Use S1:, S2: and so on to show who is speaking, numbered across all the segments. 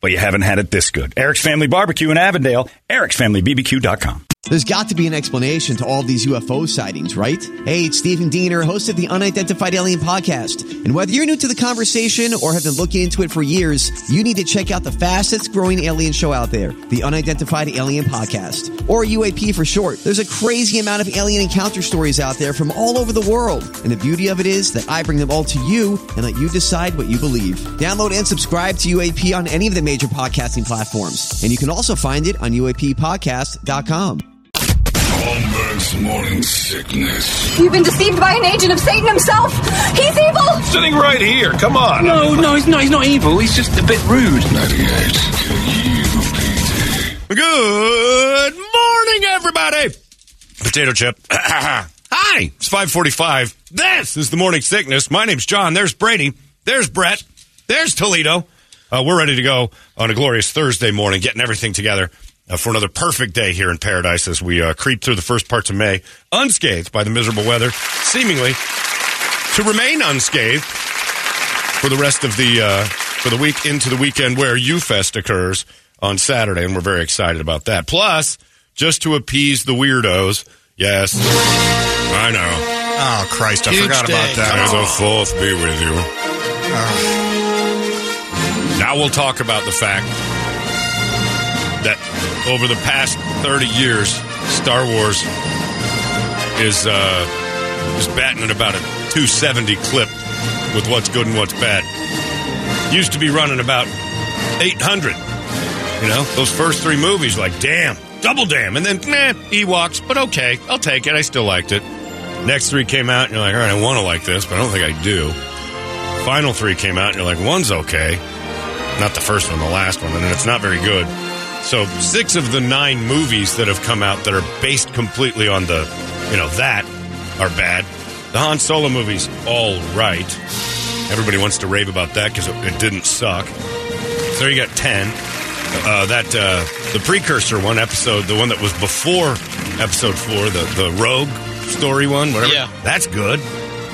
S1: but you haven't had it this good. Eric's Family Barbecue in Avondale, ericsfamilybbq.com.
S2: There's got to be an explanation to all these UFO sightings, right? Hey, it's Stephen Diener, host of the Unidentified Alien Podcast. And whether you're new to the conversation or have been looking into it for years, you need to check out the fastest growing alien show out there, the Unidentified Alien Podcast, or UAP for short. There's a crazy amount of alien encounter stories out there from all over the world. And the beauty of it is that I bring them all to you and let you decide what you believe. Download and subscribe to UAP on any of the major podcasting platforms. And you can also find it on UAPpodcast.com.
S3: Holmberg's morning sickness.
S4: You've been deceived by an agent of Satan himself. He's evil.
S1: Sitting right here. Come on.
S5: No, no, he's not. He's not evil. He's just a bit rude.
S3: 98.
S1: Good morning, everybody. Potato chip. Hi, it's 545. This is the Morning Sickness. My name's John. There's Brady. There's Brett. There's Toledo. Uh, we're ready to go on a glorious Thursday morning, getting everything together uh, for another perfect day here in paradise as we uh, creep through the first parts of May, unscathed by the miserable weather, seemingly to remain unscathed for the rest of the uh, for the week into the weekend where U Fest occurs on Saturday, and we're very excited about that. Plus, just to appease the weirdos, yes, I know.
S6: Oh Christ! I forgot
S1: May
S6: about that.
S1: the fourth be with you.
S6: Oh.
S1: Now we'll talk about the fact that over the past thirty years, Star Wars is uh, is batting at about a two seventy clip with what's good and what's bad. Used to be running about eight hundred. You know, those first three movies, like, damn, double damn. And then, nah, Ewoks, but okay, I'll take it. I still liked it. Next three came out, and you're like, all right, I want to like this, but I don't think I do. Final three came out, and you're like, one's okay. Not the first one, the last one, and then it's not very good. So, six of the nine movies that have come out that are based completely on the, you know, that are bad. The Han Solo movies, all right. Everybody wants to rave about that because it, it didn't suck. So you got ten. Uh, that uh, the precursor one episode, the one that was before episode four, the the Rogue story one, whatever.
S7: Yeah.
S1: that's good.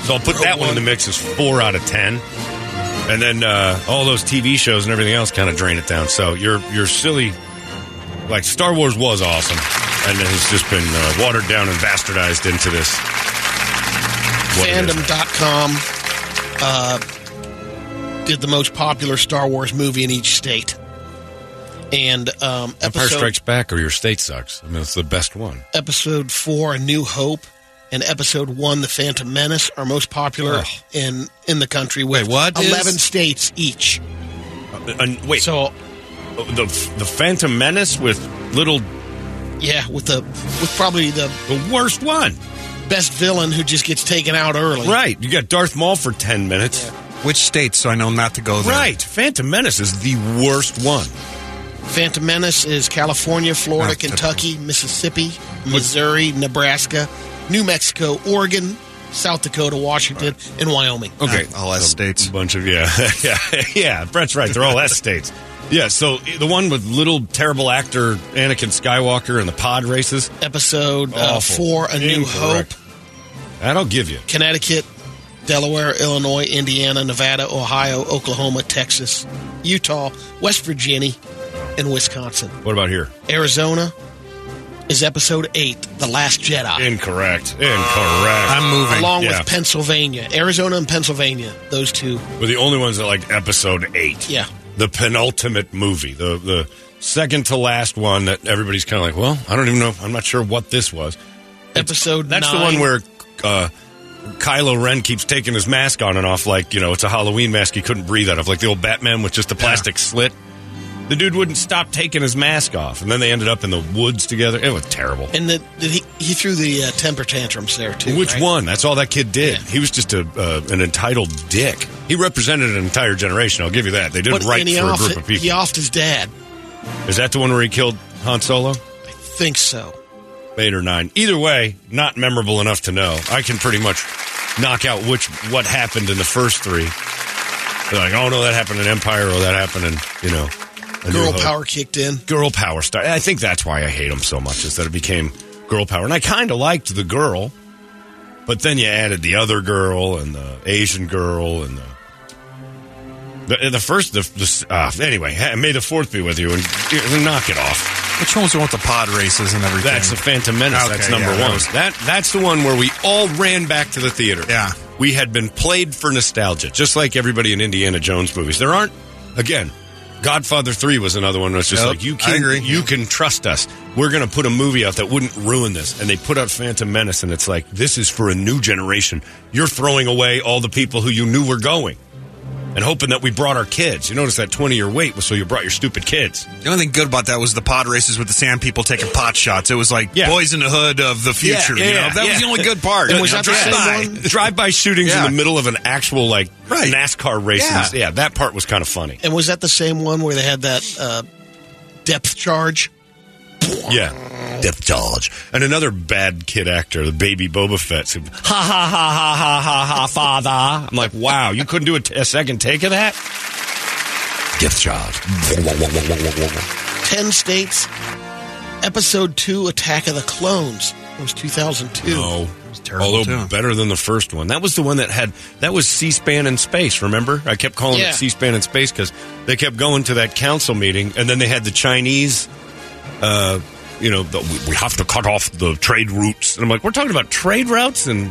S1: So I'll put that one in the mix as four out of ten. And then uh, all those TV shows and everything else kind of drain it down. So your your silly, like Star Wars was awesome, and it has just been uh, watered down and bastardized into this. what it is.
S7: fandom.com uh, did the most popular Star Wars movie in each state. And um,
S1: Empire
S7: episode,
S1: Strikes Back or Your State Sucks. I mean, it's the best one.
S7: episode 4, A New Hope, and Episode 1, The Phantom Menace, are most popular
S1: Ugh.
S7: in, in the country with
S1: Wait, Oh. what is-
S7: 11 states e- each.
S1: Uh, and wait,
S7: So,
S1: the the Phantom Menace with little
S7: yeah, with the with probably the
S1: the worst one.
S7: best villain who just gets taken out early.
S1: Right, you got Darth Maul for ten minutes.
S6: Which state? So I know not to go there.
S1: Right, Phantom Menace is the worst one.
S7: Phantom Menace is California, Florida,
S6: Not typical.
S7: Kentucky, Mississippi, Missouri, Nebraska, New Mexico, Oregon, South Dakota, Washington, and Wyoming.
S1: Okay,
S6: All S states.
S1: a bunch of yeah, yeah, yeah. Brett's right; they're all S states. Yeah, so the one with little terrible actor Anakin Skywalker and the pod races,
S7: Episode uh,
S1: Awful.
S7: 4 A New Hope,
S1: Incorrect. that I'll give you.
S7: Connecticut, Delaware, Illinois, Indiana, Nevada, Ohio, Oklahoma, Texas, Utah, West Virginia, and Wisconsin.
S1: What about here?
S7: Arizona is Episode 8 The Last Jedi.
S1: Incorrect. Incorrect.
S6: I'm moving.
S7: Along
S1: yeah.
S7: with Pennsylvania, Arizona and Pennsylvania, those two.
S1: We're the only ones that liked episode eight.
S7: Yeah.
S1: The penultimate movie, the the second to last one that everybody's kind of like, well, I don't even know. I'm not sure what this was.
S7: Episode
S1: That's the
S7: nine-
S1: one where uh, Kylo Ren keeps taking his mask on and off, like you know, it's a Halloween mask he couldn't breathe out of, like the old Batman with just a plastic slit. The dude wouldn't stop taking his mask off, and then they ended up in the woods together. It was terrible.
S7: And the, the, he, he threw the uh, temper tantrums there too.
S1: Which
S7: right?
S1: one? That's all that kid did.
S7: Yeah.
S1: He was just a uh, an entitled dick. He represented an entire generation. I'll give you that. They did
S7: But,
S1: right
S7: and he
S1: for a
S7: offed,
S1: group of people.
S7: He offed his dad.
S1: Is that the one where he killed Han Solo?
S7: I think so.
S1: Eight or nine. Either way, not memorable enough to know. I can pretty much knock out which what happened in the first three. They're like, oh no, that happened in Empire, or that happened in you know A New
S7: Girl
S1: Hope.
S7: power kicked in.
S1: Girl power star. I think that's why I hate him so much is that it became girl power. And I kind of liked the girl, but then you added the other girl and the Asian girl and the. The, the first, the, the uh, anyway, ha- may the fourth be with you and, and knock it off.
S6: Which one's the one with the pod races and everything?
S1: That's the Phantom Menace.
S6: Okay,
S1: that's number
S6: yeah, that
S1: one.
S6: was-
S1: that that's the one where we all ran back to the theater.
S6: Yeah.
S1: we had been played for nostalgia, just like everybody in Indiana Jones movies. There aren't, again, Godfather Three was another one. That's just
S6: Yep,
S1: like you
S6: I
S1: can
S6: agree.
S1: you can trust us. We're going to put a movie out that wouldn't ruin this, and they put out Phantom Menace, and it's like this is for a new generation. You're throwing away all the people who you knew were going. And hoping that we brought our kids. You notice that 20 year wait was so you brought your stupid kids.
S6: The only thing good about that was the pod races with the sand people taking pot shots. It was like
S1: Yeah.
S6: boys in the hood of the future.
S1: Yeah,
S6: you know?
S1: yeah,
S6: that
S1: yeah.
S6: was the only good part.
S1: And
S6: you
S1: was
S6: know,
S1: that the
S6: drive-by.
S7: same
S1: Drive-by shootings
S6: Yeah.
S1: in the middle of an actual like
S6: Right.
S1: NASCAR race.
S6: Yeah.
S1: yeah, that part was kind of funny.
S7: And was that the same one where they had that uh, depth charge?
S1: Yeah. Depth charge. And another bad kid actor, the baby Boba Fett. said, Ha ha ha ha ha ha ha, father. I'm like, wow, you couldn't do a, t- a second take of that? Depth charge.
S7: Ten States, Episode 2, Attack of the Clones. It was 2002.
S1: No.
S6: terrible,
S1: Oh. Although
S6: too.
S1: better than the first one. That was the one that had, that was C SPAN in space, remember? I kept calling
S7: Yeah.
S1: it C SPAN in space because they kept going to that council meeting and then they had the Chinese, uh, you know, the, we- we have to cut off the trade routes. And I'm like, we're talking about trade routes and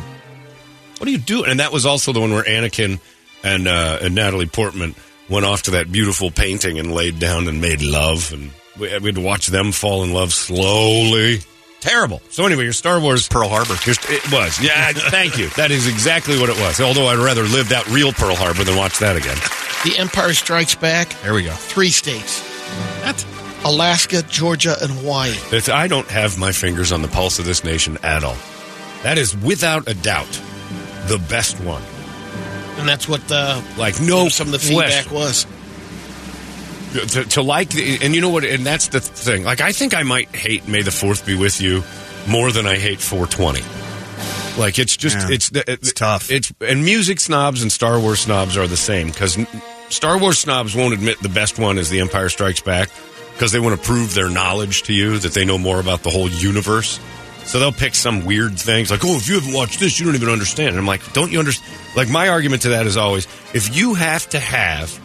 S1: what do you do? And that was also the one where Anakin and uh, and Natalie Portman went off to that beautiful painting and laid down and made love, and we, we had to watch them fall in love slowly. Terrible. So anyway, your Star Wars Pearl Harbor. it was. Yeah. thank you. That is exactly what it was. Although I'd rather lived out real Pearl Harbor than watch that again.
S7: The Empire Strikes Back,
S6: There we go.
S7: three states. Alaska, Georgia, and Hawaii.
S1: It's, I don't have my fingers on the pulse of this nation at all. That is without a doubt the best one.
S7: And that's what the,
S1: Like no
S7: some of the
S1: flesh
S7: feedback was.
S1: to, to like the, and you know what and that's the thing like i think i might hate may the fourth be with you more than i hate 420 like it's just
S6: Yeah.
S1: it's the-
S6: It's tough.
S1: it's and music snobs and star wars snobs are the same because star wars snobs won't admit the best one is the empire strikes back because they want to prove their knowledge to you that they know more about the whole universe so they'll pick some weird things like, oh, if you haven't watched this, you don't even understand. And I'm like, don't you understand? Like, my argument to that is always if you have to have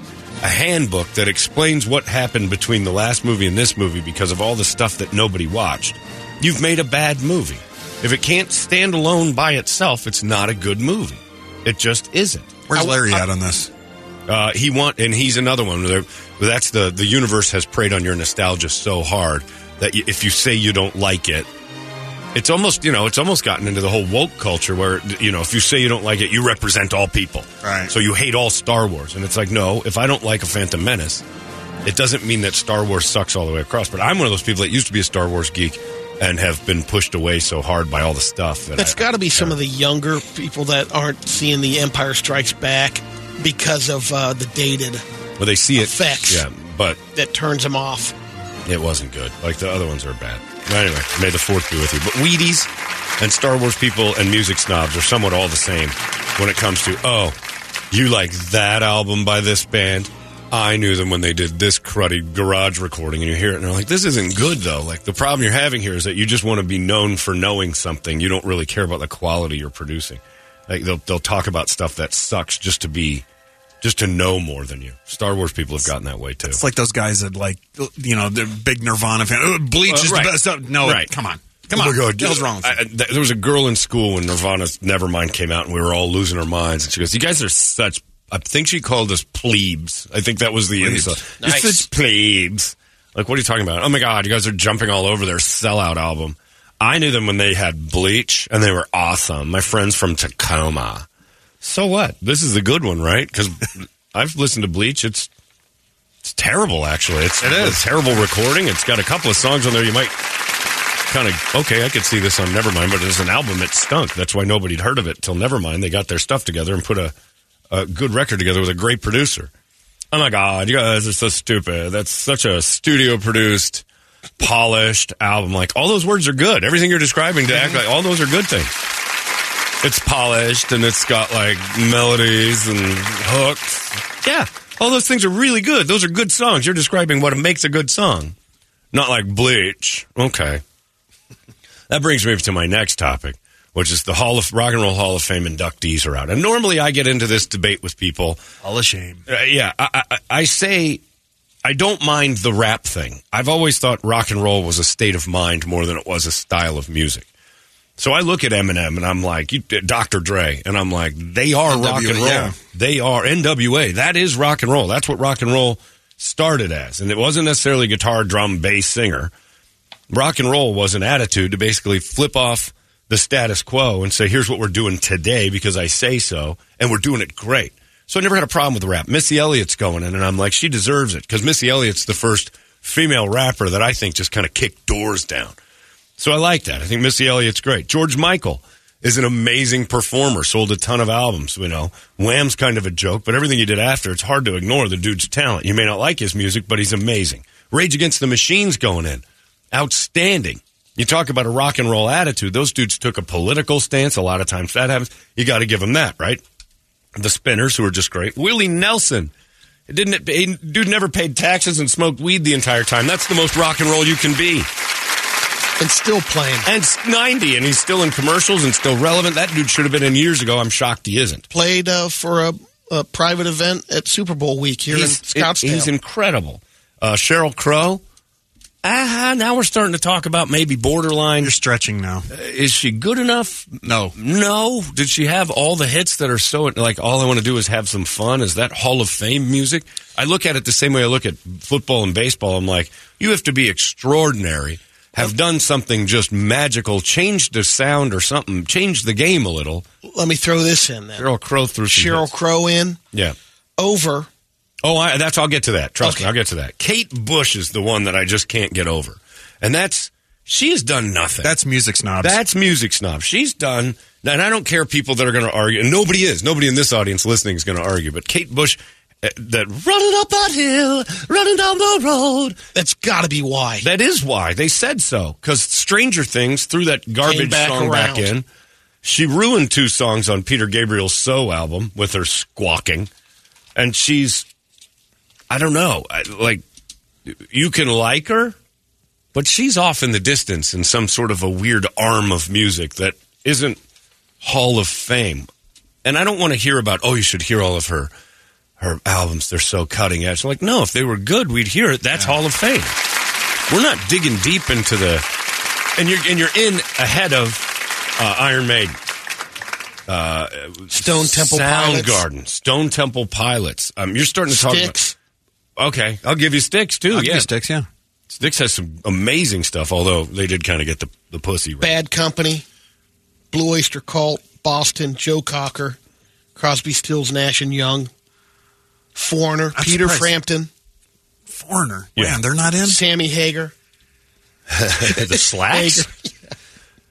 S1: a handbook that explains what happened between the last movie and this movie because of all the stuff that nobody watched, you've made a bad movie. If it can't stand alone by itself, it's not a good movie. It just isn't.
S6: Where's Larry at on this?
S1: Uh, he want, and he's another one. There- That's the the universe has preyed on your nostalgia so hard that you, if you say you don't like it, it's almost you know it's almost gotten into the whole woke culture where you know if you say you don't like it, you represent all people.
S6: Right.
S1: So you hate all Star Wars, and it's like no, if I don't like a Phantom Menace, it doesn't mean that Star Wars sucks all the way across. But I'm one of those people that used to be a Star Wars geek and have been pushed away so hard by all the stuff that
S7: That's
S1: I-
S7: got to be some of the younger people that aren't seeing The Empire Strikes Back because of uh, the dated
S1: well they see it
S7: effects.
S1: Yeah, but
S7: that turns them off.
S1: It wasn't good. Like the other ones are bad. Anyway, may the fourth be with you. But Wheaties and Star Wars people and music snobs are somewhat all the same when it comes to oh, you like that album by this band. I knew them when they did this cruddy garage recording, and you hear it, and they're like, "This isn't good, though." Like the problem you're having here is that you just want to be known for knowing something. You don't really care about the quality you're producing. Like they'll they'll talk about stuff that sucks just to be, just to know more than you. Star Wars people have gotten that way too.
S6: It's like those guys that like you know they're big Nirvana fan. "Oh, Bleach
S1: Uh,
S6: is
S1: right.
S6: the best. stuff." No,
S1: Right.
S6: come on, come
S1: Oh
S6: on.
S1: my God.
S6: What was wrong? With
S1: I- I-
S6: you?
S1: th- there was a girl in school when Nirvana's Nevermind came out, and we were all losing our minds. And she goes, "You guys are such." I think she called us plebes. I think that was the
S6: Plebes.
S1: insult. You're such plebes. Like, what are you talking about? Oh my god, you guys are jumping all over their sellout album. I knew them when they had Bleach, and they were awesome. My friends from Tacoma. So what? This is a good one, right? Because I've listened to Bleach. It's it's terrible, actually. It's it is a terrible recording. It's got a couple of songs on there you might kind of okay. I could see this on Nevermind, but as an album, it stunk. That's why nobody'd heard of it till Nevermind. They got their stuff together and put a, a good record together with a great producer. Oh my god, you guys are so stupid. That's such a studio produced, polished album. Like all those words are good. Everything you're describing to act like all those are good things. It's polished and it's got like melodies and hooks. Yeah. All those things are really good. Those are good songs. You're describing what makes a good song, not like Bleach. Okay. That brings me to my next topic, which is the Hall of Rock and Roll Hall of Fame inductees are out. And normally I get into this debate with people.
S6: All a shame.
S1: Uh, yeah, I, I, I say I don't mind the rap thing. I've always thought rock and roll was a state of mind more than it was a style of music. So I look at Eminem and I'm like, you, uh, Dr. Dre, and I'm like, they are rock and roll.
S6: yeah.
S1: They are NWA. That is rock and roll. That's what rock and roll started as. And it wasn't necessarily guitar, drum, bass, singer. Rock and roll was an attitude to basically flip off the status quo and say, here's what we're doing today because I say so, and we're doing it great. So I never had a problem with rap. Missy Elliott's going in, and I'm like, she deserves it because Missy Elliott's the first female rapper that I think just kind of kicked doors down. So I like that. I think Missy Elliott's great. George Michael is an amazing performer, sold a ton of albums, you know. Wham's kind of a joke, but everything he did after, it's hard to ignore the dude's talent. You may not like his music, but he's amazing. Rage Against the Machine's going in. Outstanding. You talk about a rock and roll attitude. Those dudes took a political stance. A lot of times that happens. You got to give them that, right? The Spinners, who are just great. Willie Nelson. It didn't he- dude never paid taxes and smoked weed the entire time. That's the most rock and roll you can be
S7: and still playing.
S1: and s- 90 and he's still in commercials and still relevant that dude should have been in years ago i'm shocked he isn't
S7: Played uh, for a, a private event at Super Bowl week here
S1: he's,
S7: in Scottsdale.
S1: he's incredible uh, cheryl crow ah now we're starting to talk about maybe borderline Uh,
S6: You're stretching now.
S1: is she good enough
S6: No.
S1: no did she have all the hits that are so like all i want to do is have some fun is that hall of fame music i look at it the same way i look at football and baseball i'm like you have to be extraordinary have done something just magical changed the sound or something changed the game a little
S7: Let me throw this in there.
S1: Cheryl Crow through some
S7: Cheryl
S1: hits.
S7: Crow in
S1: Yeah.
S7: over.
S1: Oh, I, that's. I'll get to that. Trust me,
S7: Okay.
S1: I'll get to that. Kate Bush is the one that I just can't get over, and that's she has done nothing.
S6: That's music snobs.
S1: That's music snob. She's done. And I don't care people that are going to argue. And nobody is. Nobody in this audience listening is going to argue. But Kate Bush, uh, that running up that hill, running down the road.
S7: That's got to be why.
S1: That is why they said so. Because Stranger Things threw that garbage
S7: Came back
S1: song back in.
S7: around.
S1: She ruined two songs on Peter Gabriel's So album with her squawking, and she's, I don't know, I- like you can like her, but she's off in the distance in some sort of a weird arm of music that isn't Hall of Fame. And I don't want to hear about, oh, you should hear all of her her albums. They're so cutting edge. Like, no, if they were good, we'd hear it. That's Hall of Fame. We're not digging deep into the and you're and you're in ahead of uh, Iron Maiden. Uh,
S7: Stone Temple Pilots.
S1: Soundgarden, Stone Temple Pilots. Um, you're starting to talk
S7: Sticks.
S1: about. Okay, I'll give you sticks too.
S6: I'll give
S1: yeah,
S6: you sticks, yeah.
S1: Sticks has some amazing stuff. Although they did kind of get the the pussy. Right.
S7: Bad Company, Blue Oyster Cult, Boston, Joe Cocker, Crosby, Stills, Nash and Young, Foreigner,
S6: I'm
S7: Peter
S6: surprised.
S7: Frampton,
S6: Foreigner.
S1: Yeah.
S6: Man, they're not in.
S7: Sammy Hager.
S1: the slacks.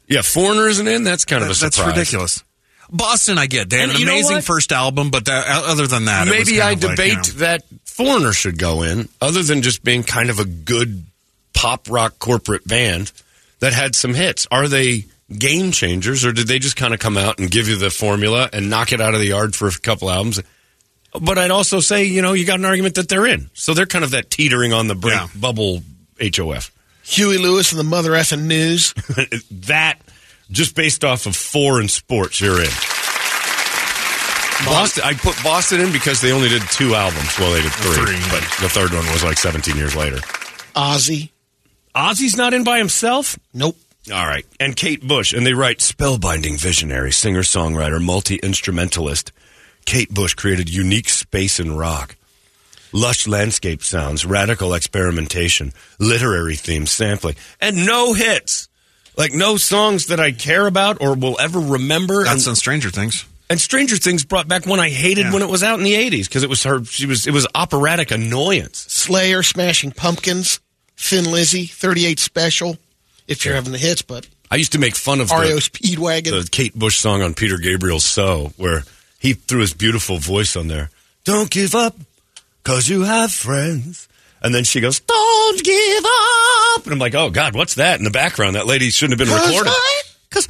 S1: yeah, Foreigner isn't in. That's kind of a
S6: That-
S1: surprise.
S6: that's ridiculous. Boston, I get. They had
S1: And
S6: an
S1: you know
S6: amazing
S1: what?
S6: first album, but that, other than that, it was
S1: Maybe
S6: kind
S1: I
S6: of like,
S1: debate
S6: you know,
S1: that Foreigner should go in, other than just being kind of a good pop rock corporate band that had some hits. Are they game changers, or did they just kind of come out and give you the formula and knock it out of the yard for a couple albums? But I'd also say, you know, you got an argument that they're in, so they're kind of that teetering on the brink
S6: Yeah.
S1: bubble. HOF.
S7: Huey Lewis and the Mother Effing News.
S1: that just based off of foreign sports you're in. Boston, I put Boston in because they only did two albums. Well, they did three,
S6: Three.
S1: but the third one was like 17 years later.
S7: Ozzy.
S1: Ozzy's not in by himself.
S7: Nope.
S1: All right, and Kate Bush, and they write spellbinding visionary, singer songwriter, multi instrumentalist. Kate Bush created unique space in rock. Lush landscape sounds, radical experimentation, literary themes, sampling, and no hits. Like, no songs that I care about or will ever remember. And,
S6: that's on Stranger Things.
S1: and Stranger Things brought back one I hated
S6: Yeah.
S1: when it was out in the 80s because it was her, she was, it was operatic annoyance.
S7: Slayer, Smashing Pumpkins, Thin Lizzy, 38 Special, if you're having the hits, but
S1: I used to make fun of the-
S7: REO Speedwagon.
S1: the Kate Bush song on Peter Gabriel's So, where he threw his beautiful voice on there. Don't give up, cause you have friends. And then she goes, Don't give up. And I'm like, oh God, what's that in the background? That lady shouldn't have been recorded.
S7: I-
S1: Cause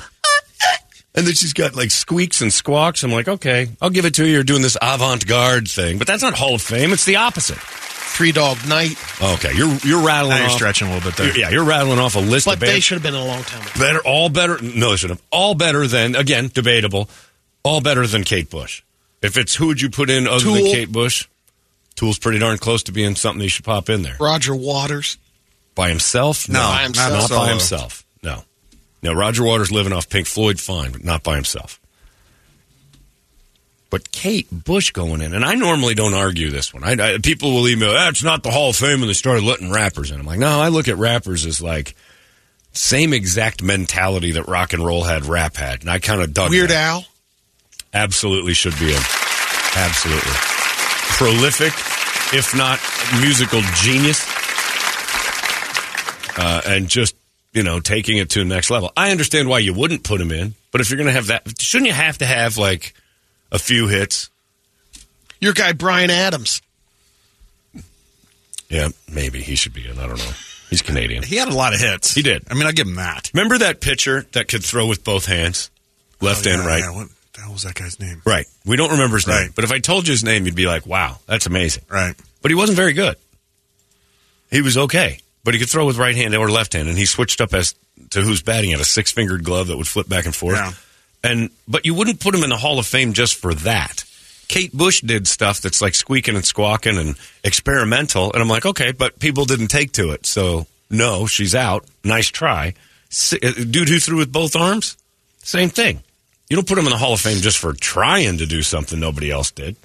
S1: And then she's got like squeaks and squawks. I'm like, okay, I'll give it to you. You're doing this avant garde thing, but that's not Hall of Fame. It's the opposite.
S7: Three Dog Night,
S1: Okay, you're you're rattling.
S6: Now you're
S1: off-
S6: stretching a little bit there.
S1: you're- yeah, you're rattling off a list
S7: but
S1: of
S7: they
S1: bands.
S7: should have been a long time ago.
S1: better, all better. No, they should have all better than again debatable. All better than Kate Bush. If it's who would you put in other than
S7: Tool.
S1: Kate Bush? Tool's pretty darn close to being something he should pop in there
S7: Roger Waters.
S1: by himself.
S6: No,
S7: By himself.
S6: not
S1: not
S6: solo.
S1: by himself. No, no. Roger Waters living off Pink Floyd, fine, but not by himself. But Kate Bush going in, and I normally don't argue this one. I, I people will email, that's not the Hall of Fame, and they started letting rappers in. I'm like, no, I look at rappers as like same exact mentality that rock and roll had, rap had, and I kind of dug
S7: Weird
S1: that.
S7: Al.
S1: Absolutely should be in. Absolutely prolific, if not musical genius, uh, and just you know taking it to the next level. I understand why you wouldn't put him in, but if you're going to have that, shouldn't you have to have like a few hits?
S7: Your guy Brian Adams.
S1: Yeah, maybe he should be in. I don't know. He's Canadian.
S6: He had a lot of hits.
S1: He did.
S6: I mean, I'll give him that.
S1: Remember that pitcher that could throw with both hands, left
S6: Oh, yeah,
S1: and right.
S6: yeah. What the hell was that guy's name?
S1: Right. We don't remember his name,
S6: Right.
S1: but if I told you his name, you'd be like, "Wow, that's amazing."
S6: Right.
S1: but he wasn't very good. He was okay, but he could throw with right hand or left hand, and he switched up as to who's batting at a six fingered glove that would flip back and forth.
S6: Yeah.
S1: And but you wouldn't put him in the Hall of Fame just for that. Kate Bush did stuff that's like squeaking and squawking and experimental, and I'm like, okay, but people didn't take to it, so no, she's out. Nice try, S- uh, dude who threw with both arms. Same thing. You don't put him in the Hall of Fame just for trying to do something nobody else did.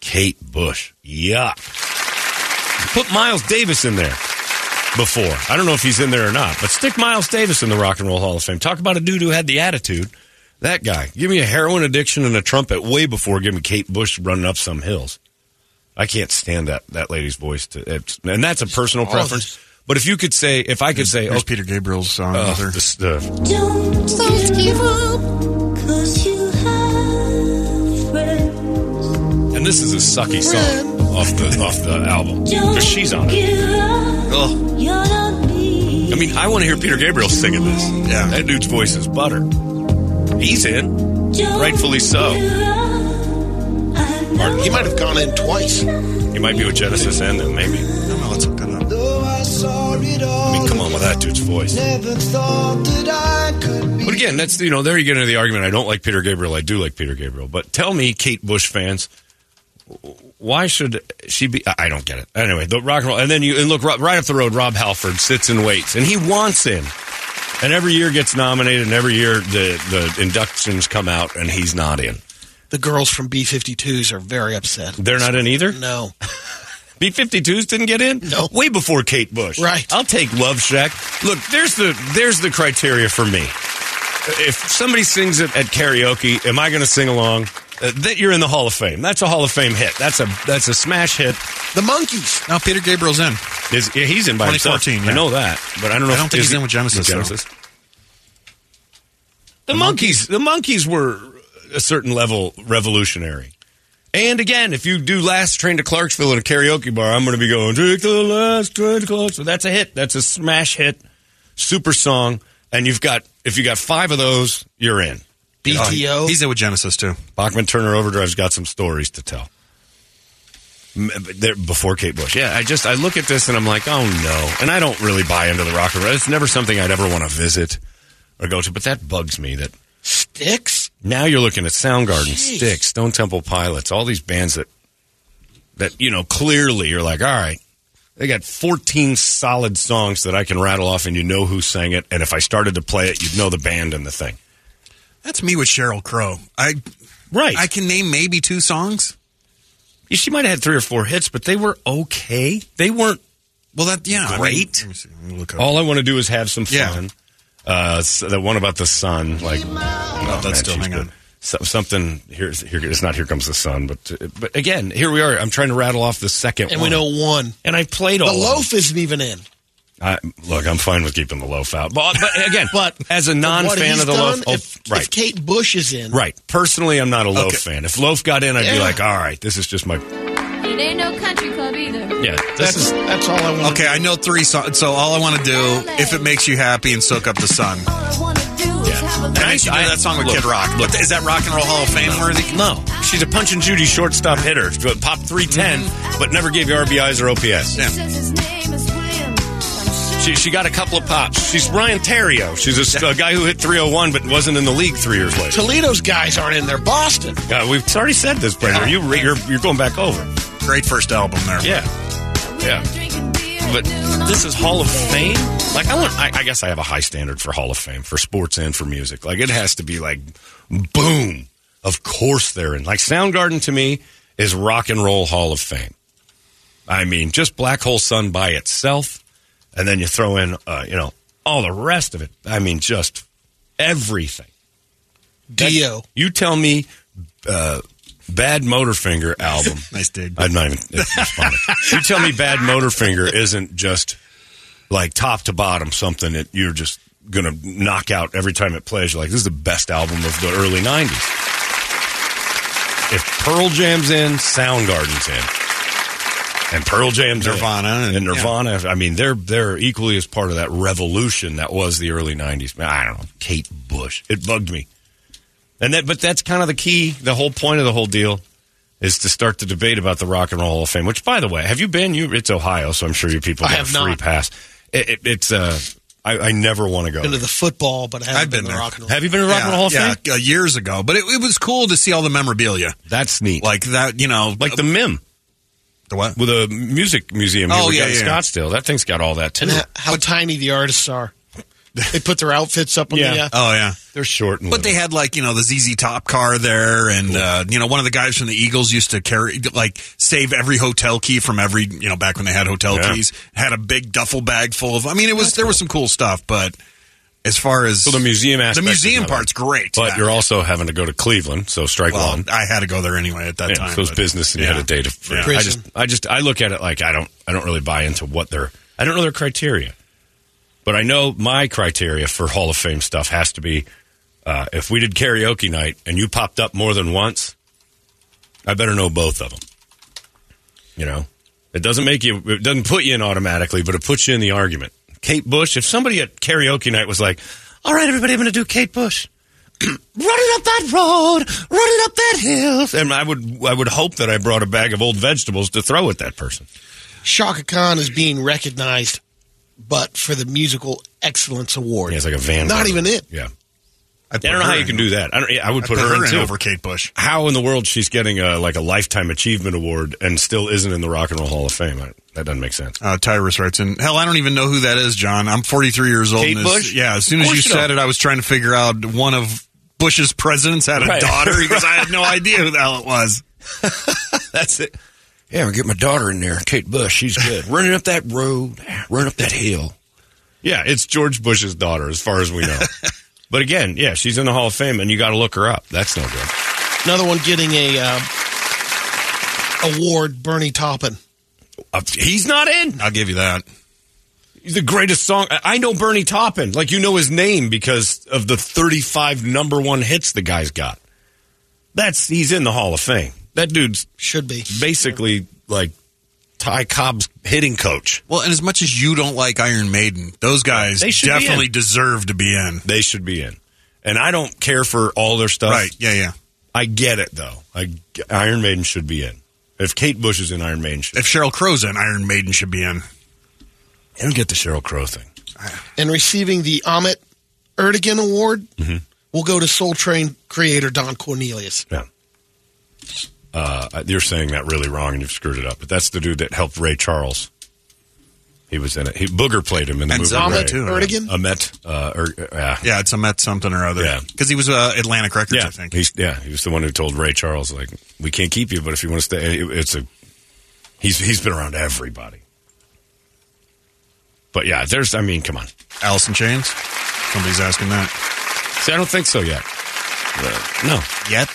S1: Kate Bush. Yuck. Put Miles Davis in there before. I don't know if he's in there or not, but stick Miles Davis in the Rock and Roll Hall of Fame. Talk about a dude who had the attitude. That guy. Give me a heroin addiction and a trumpet way before giving Kate Bush running up some hills. I can't stand that, that lady's voice. To, it's, and that's a personal
S7: All
S1: preference.
S7: this-
S1: But if you could say, if I could say,
S6: There's
S1: oh,
S6: Peter Gabriel's song.
S1: uh,
S6: there.
S1: this- the
S8: Don't give up, cause you have friends.
S1: And this is a sucky song off the off the album
S8: Don't
S1: because she's on it.
S8: give up,
S1: Ugh.
S8: you're not me.
S1: I mean, I want to hear Peter Gabriel singing this.
S6: Yeah.
S1: that dude's voice is butter. He's in.
S8: Don't
S1: rightfully so.
S8: give up. I know
S7: He might have gone in twice.
S1: He might be with Genesis and them, maybe.
S6: I don't know, let's look that up.
S1: I mean, come on with that dude's voice. But again, that's you know, there you get into the argument. I don't like Peter Gabriel. I do like Peter Gabriel. But tell me, Kate Bush fans, why should she be? I I don't get it. Anyway, the rock and roll, and then you and look ri- right up the road. Rob Halford sits and waits, and he wants in. And every year gets nominated, and every year the the inductions come out, and he's not in.
S7: The girls from B 52s are very upset.
S1: They're not in either.
S7: No.
S1: B 52s didn't get in?
S7: No.
S1: Way before Kate Bush.
S7: Right.
S1: I'll take Love Shack. Look, there's the there's the criteria for me. If somebody sings it at karaoke, am I going to sing along? Uh, that you're in the Hall of Fame. That's a Hall of Fame hit. That's a that's a smash hit.
S7: The Monkeys.
S6: No, Peter Gabriel's in.
S1: Is yeah, he's in by himself.
S6: 2014, yeah.
S1: I know that, but I don't know.
S6: I don't
S1: if,
S6: think
S1: is
S6: he's
S1: he-
S6: in with Genesis, though.
S1: The, monkeys. The monkeys were a certain level revolutionary. And again, if you do Last Train to Clarksville at a karaoke bar, I'm going to be going, Take the Last Train to Clarksville. That's a hit. That's a smash hit, super song. And you've got, if you got five of those, you're in.
S7: BTO.
S6: He's in with Genesis, too.
S1: Bachman Turner Overdrive's got some stories to tell. M- but they're- Before Kate Bush, yeah. I just I look at this and I'm like, oh no. And I don't really buy into the rock and roll. It's never something I'd ever want to visit or go to. But that bugs me. That
S7: Sticks.
S1: now you're looking at Soundgarden,
S7: Jeez.
S1: Styx, Stone Temple Pilots, all these bands that that you know clearly you're like, all right, they got 14 solid songs that I can rattle off, and you know who sang it. And if I started to play it, you'd know the band and the thing.
S6: That's me with Cheryl Crow. I
S1: Right.
S6: I can name maybe two songs.
S1: Yeah, She might have had three or four hits, but they were okay. They weren't.
S6: Well, that yeah, I mean-
S1: Great.
S6: let me see. Let me look up.
S1: All I want to do is have some
S6: Yeah.
S1: fun. Uh, s the one about the sun, like oh,
S6: that's still-
S1: she's
S6: hang
S1: good.
S6: on.
S1: So, something here, here. It's not here comes the sun, but but again, here we are. I'm trying to rattle off the second,
S7: And we
S1: one.
S7: know one.
S1: and I played all
S7: The
S1: of them.
S7: loaf isn't even in.
S1: I, look, I'm fine with keeping the loaf out, but, but again, but as a
S7: What
S1: non-fan
S7: he's
S1: of the loaf,
S7: done,
S1: oh,
S7: if,
S1: right,
S7: if Kate Bush is in,
S1: right. Personally, I'm not a loaf
S6: Okay.
S1: fan. If loaf got in, I'd be
S7: Yeah.
S1: like, all right, this is just my
S4: It ain't no country club either.
S1: yeah. This
S7: that's,
S1: is
S7: that's all I want.
S6: Okay, I know three songs. So all I want to do, if it makes you happy, and soak up the sun.
S8: all I wanna do is
S1: yeah. that.
S6: That makes you do
S1: I-
S6: that song with
S1: look,
S6: Kid Rock. But is that Rock and Roll Hall of Fame worthy?
S7: No.
S1: She's a Punch and Judy shortstop hitter, pop 310,
S7: Mm-hmm.
S1: but never gave you RBIs or OPS. She, she got a couple of pops. She's Ryan Terrio. She's a, s- a guy who hit 301 but wasn't in the league three years later.
S7: Toledo's guys aren't in there. Boston.
S1: Yeah, we've already said this, Brendan. You, re- you're, you're going back over.
S6: Great first album there.
S1: Yeah. Yeah. But this is Hall of Fame? Like, I want, I, I guess I have a high standard for Hall of Fame, for sports and for music. Like, it has to be like, boom. Of course they're in. Like, Soundgarden to me is Rock and Roll Hall of Fame. I mean, just Black Hole Sun by itself, and then you throw in, uh, you know, all the rest of it. I mean, just everything.
S7: Dio.
S1: You tell me, uh, Bad Motorfinger album.
S6: Nice dig.
S1: I'm not even responding. you tell me Bad Motorfinger isn't just like top to bottom something that you're just going to knock out every time it plays. You're like, this is the best album of the early 90s. If Pearl Jam's in, Soundgarden's in. And Pearl Jam's in.
S6: Nirvana
S1: and,
S6: and-
S1: Nirvana. I mean, they're they're equally as part of that revolution that was the early '90s. Man, I don't know, Kate Bush. It bugged me, and that but that's kind of the key. The whole point of the whole deal is to start the debate about the Rock and Roll Hall of Fame. Which, by the way, have you been? You it's Ohio, so I'm sure you people
S7: I
S1: get
S7: have
S1: a free
S7: not.
S1: pass. It, it, it's uh, I, I never want to go.
S7: Into
S1: there.
S7: the football, but I haven't
S6: I've been
S7: been, to
S6: there.
S7: rock and roll.
S1: have you been to Rock and Roll Hall of
S6: yeah,
S1: Fame?
S6: uh, years ago. But it, it was cool to see all the memorabilia.
S1: That's neat. Like
S6: Like that, you know.
S1: like the Mim
S6: the what?
S1: with a music museum. here
S6: Oh,
S1: we got
S6: yeah,
S1: in
S6: yeah.
S1: Scottsdale. That thing's got all that too.
S7: and h- how tiny the artists are. They put their outfits up on the.
S1: Yeah.
S7: Uh,
S6: Oh, yeah.
S1: They're short, and
S6: But they
S1: little.
S6: had like you know the ZZ Top car there, and uh, you know one of the guys from the Eagles used to carry like save every hotel key from every you know back when they had hotel
S1: Yeah.
S6: keys. Had a big duffel bag full of. I mean, it was there was some cool stuff, but as far as
S1: So the museum aspect,
S6: the
S1: is
S6: museum
S1: another.
S6: part's great,
S1: But
S6: Yeah.
S1: you're also having to go to Cleveland, so strike
S6: well,
S1: one.
S6: I had to go there anyway at that
S1: Yeah,
S6: time.
S1: so it's
S6: but-
S1: business, and you
S6: yeah.
S1: had a day to. free.
S6: Yeah.
S1: I
S7: Prison.
S1: just, I just, I look at it like I don't, I don't really buy into what their, I don't know their criteria, but I know my criteria for Hall of Fame stuff has to be, uh, if we did karaoke night and you popped up more than once, I better know both of them. You know, it doesn't make you, it doesn't put you in automatically, but it puts you in the argument. Kate Bush, if somebody at karaoke night was like, all right, everybody, I'm going to do Kate Bush. Running up that road, running up that hill. And I would, I would hope that I brought a bag of old vegetables to throw at that person.
S7: Shaka Khan is being recognized, but for the musical excellence award.
S1: Yeah, it's like a van.
S7: Not even it.
S1: Yeah,
S6: I,
S1: I don't know how you can do that. I, don't, I would put,
S6: Put, her, in,
S1: too.
S6: over Kate Bush.
S1: How in the world she's getting a like a lifetime achievement award and still isn't in the Rock and Roll Hall of Fame? I, that doesn't make sense.
S6: Uh, Tyrus writes in, hell, I don't even know who that is, John. I'm 43 years old.
S1: Kate
S6: and as-
S1: Bush?
S6: Yeah, as soon
S1: Of
S6: as you,
S1: course you
S6: said
S1: don't.
S6: it, I was trying to figure out one of Bush's presidents had a
S1: Right.
S6: daughter because I had no idea who the hell it was.
S1: That's it. Yeah, we get my daughter in there, Kate Bush. She's good. running up that road, running up that hill. Yeah, it's George Bush's daughter, as far as we know. but again, yeah, she's in the Hall of Fame, and you got to look her up. That's no good.
S7: Another one getting a um, award, Bernie Taupin.
S1: Uh, he's not in.
S6: I'll give you that.
S1: the greatest song. I I know Bernie Taupin. Like, you know his name because of the 35 number one hits the guy's got. That's, he's in the Hall of Fame. That dude's
S7: Should be.
S1: basically like Ty Cobb's hitting coach.
S6: Well, and as much as you don't like Iron Maiden, those guys
S1: They should be
S6: definitely
S1: in.
S6: deserve to be in.
S1: They should be in. And I don't care for all their stuff.
S6: Right. Yeah, yeah.
S1: I get it, though. I, Iron Maiden should be in. If Kate Bush is in Iron Maiden, should
S6: If Cheryl Crow's in, Iron Maiden should be in.
S1: I don't get the Cheryl Crow thing.
S7: And receiving the Amit Erdogan Award
S1: Mm-hmm.
S7: will go to Soul Train creator Don Cornelius.
S1: Yeah. Uh, you're saying that really wrong, and you've screwed it up. But that's the dude that helped Ray Charles. He was in it. He Booger played him in the
S6: And
S1: movie.
S6: Zama
S1: Ray.
S6: too,
S1: Uh,
S6: right?
S7: Erdogan?
S1: Ahmet. Uh, er, yeah.
S6: Yeah, it's a Met something or other.
S1: Yeah.
S6: Because he was uh, Atlantic Records,
S1: Yeah.
S6: I think.
S1: He's, yeah. He was the one who told Ray Charles, like, we can't keep you, but if you want to stay, it- it's a. He's he's been around everybody. But yeah, there's. I mean, come on.
S6: Alice in Chains? Somebody's asking that.
S1: See, I don't think so yet. Uh, no,
S6: Yet?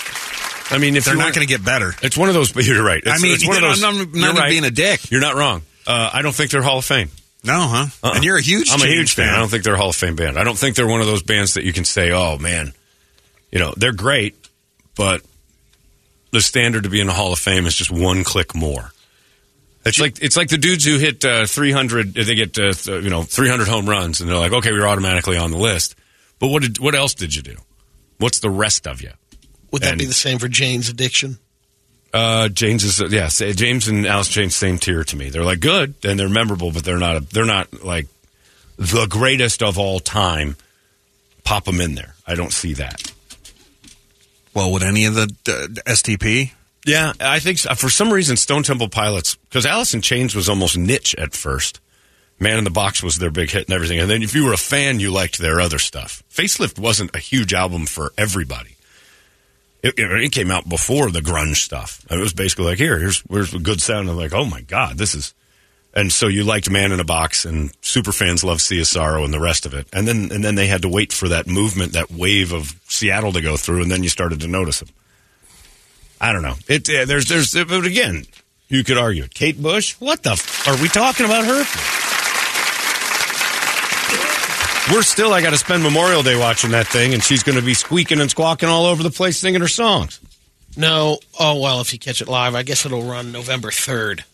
S1: I mean, if
S6: They're
S1: you
S6: not
S1: wanna-
S6: going to get better.
S1: It's one of those. But you're right. It's,
S6: I mean,
S1: it's one of those.
S6: I'm not- not
S1: you're
S6: even being a dick.
S1: You're not wrong. Uh, I don't think they're Hall of Fame. Uh-uh.
S6: No, huh? And you're a huge
S1: Uh-huh. I'm a
S6: Chains
S1: huge fan. I don't think they're a Hall of Fame band. I don't think they're one of those bands that you can say, "Oh man, you know they're great," but the standard to be in the Hall of Fame is just one click more. It's like it's like the dudes who hit uh, 300. They get uh, th- you know 300 home runs, and they're like, "Okay, we're automatically on the list." But what did, what else did you do? What's the rest of you?
S7: Would that
S1: And-
S7: be the same for Jane's addiction?
S1: Uh, James is yeah. say- James and Alice James same tier to me. They're like good and they're memorable, but they're not. A, they're not like the greatest of all time. Pop them in there. I don't see that.
S6: Well, would any of the uh, STP?
S1: Yeah, I think so. for some reason Stone Temple Pilots because Alice in Chains was almost niche at first. Man in the Box was their big hit and everything, and then if you were a fan, you liked their other stuff. Facelift wasn't a huge album for everybody. It, it- it came out before the grunge stuff. It was basically like here, here's here's a good sound. And like, oh my god, this is. And so you liked Man in a Box, and super fans love Sorrow and the rest of it. And then and then they had to wait for that movement, that wave of Seattle to go through, and then you started to notice them. I don't know. It uh, there's there's but again, you could argue it. Kate Bush. What the f- are we talking about her? For? We're still. I got to spend Memorial Day watching that thing, and she's going to be squeaking and squawking all over the place singing her songs.
S7: No. Oh well, if you catch it live, I guess it'll run November third.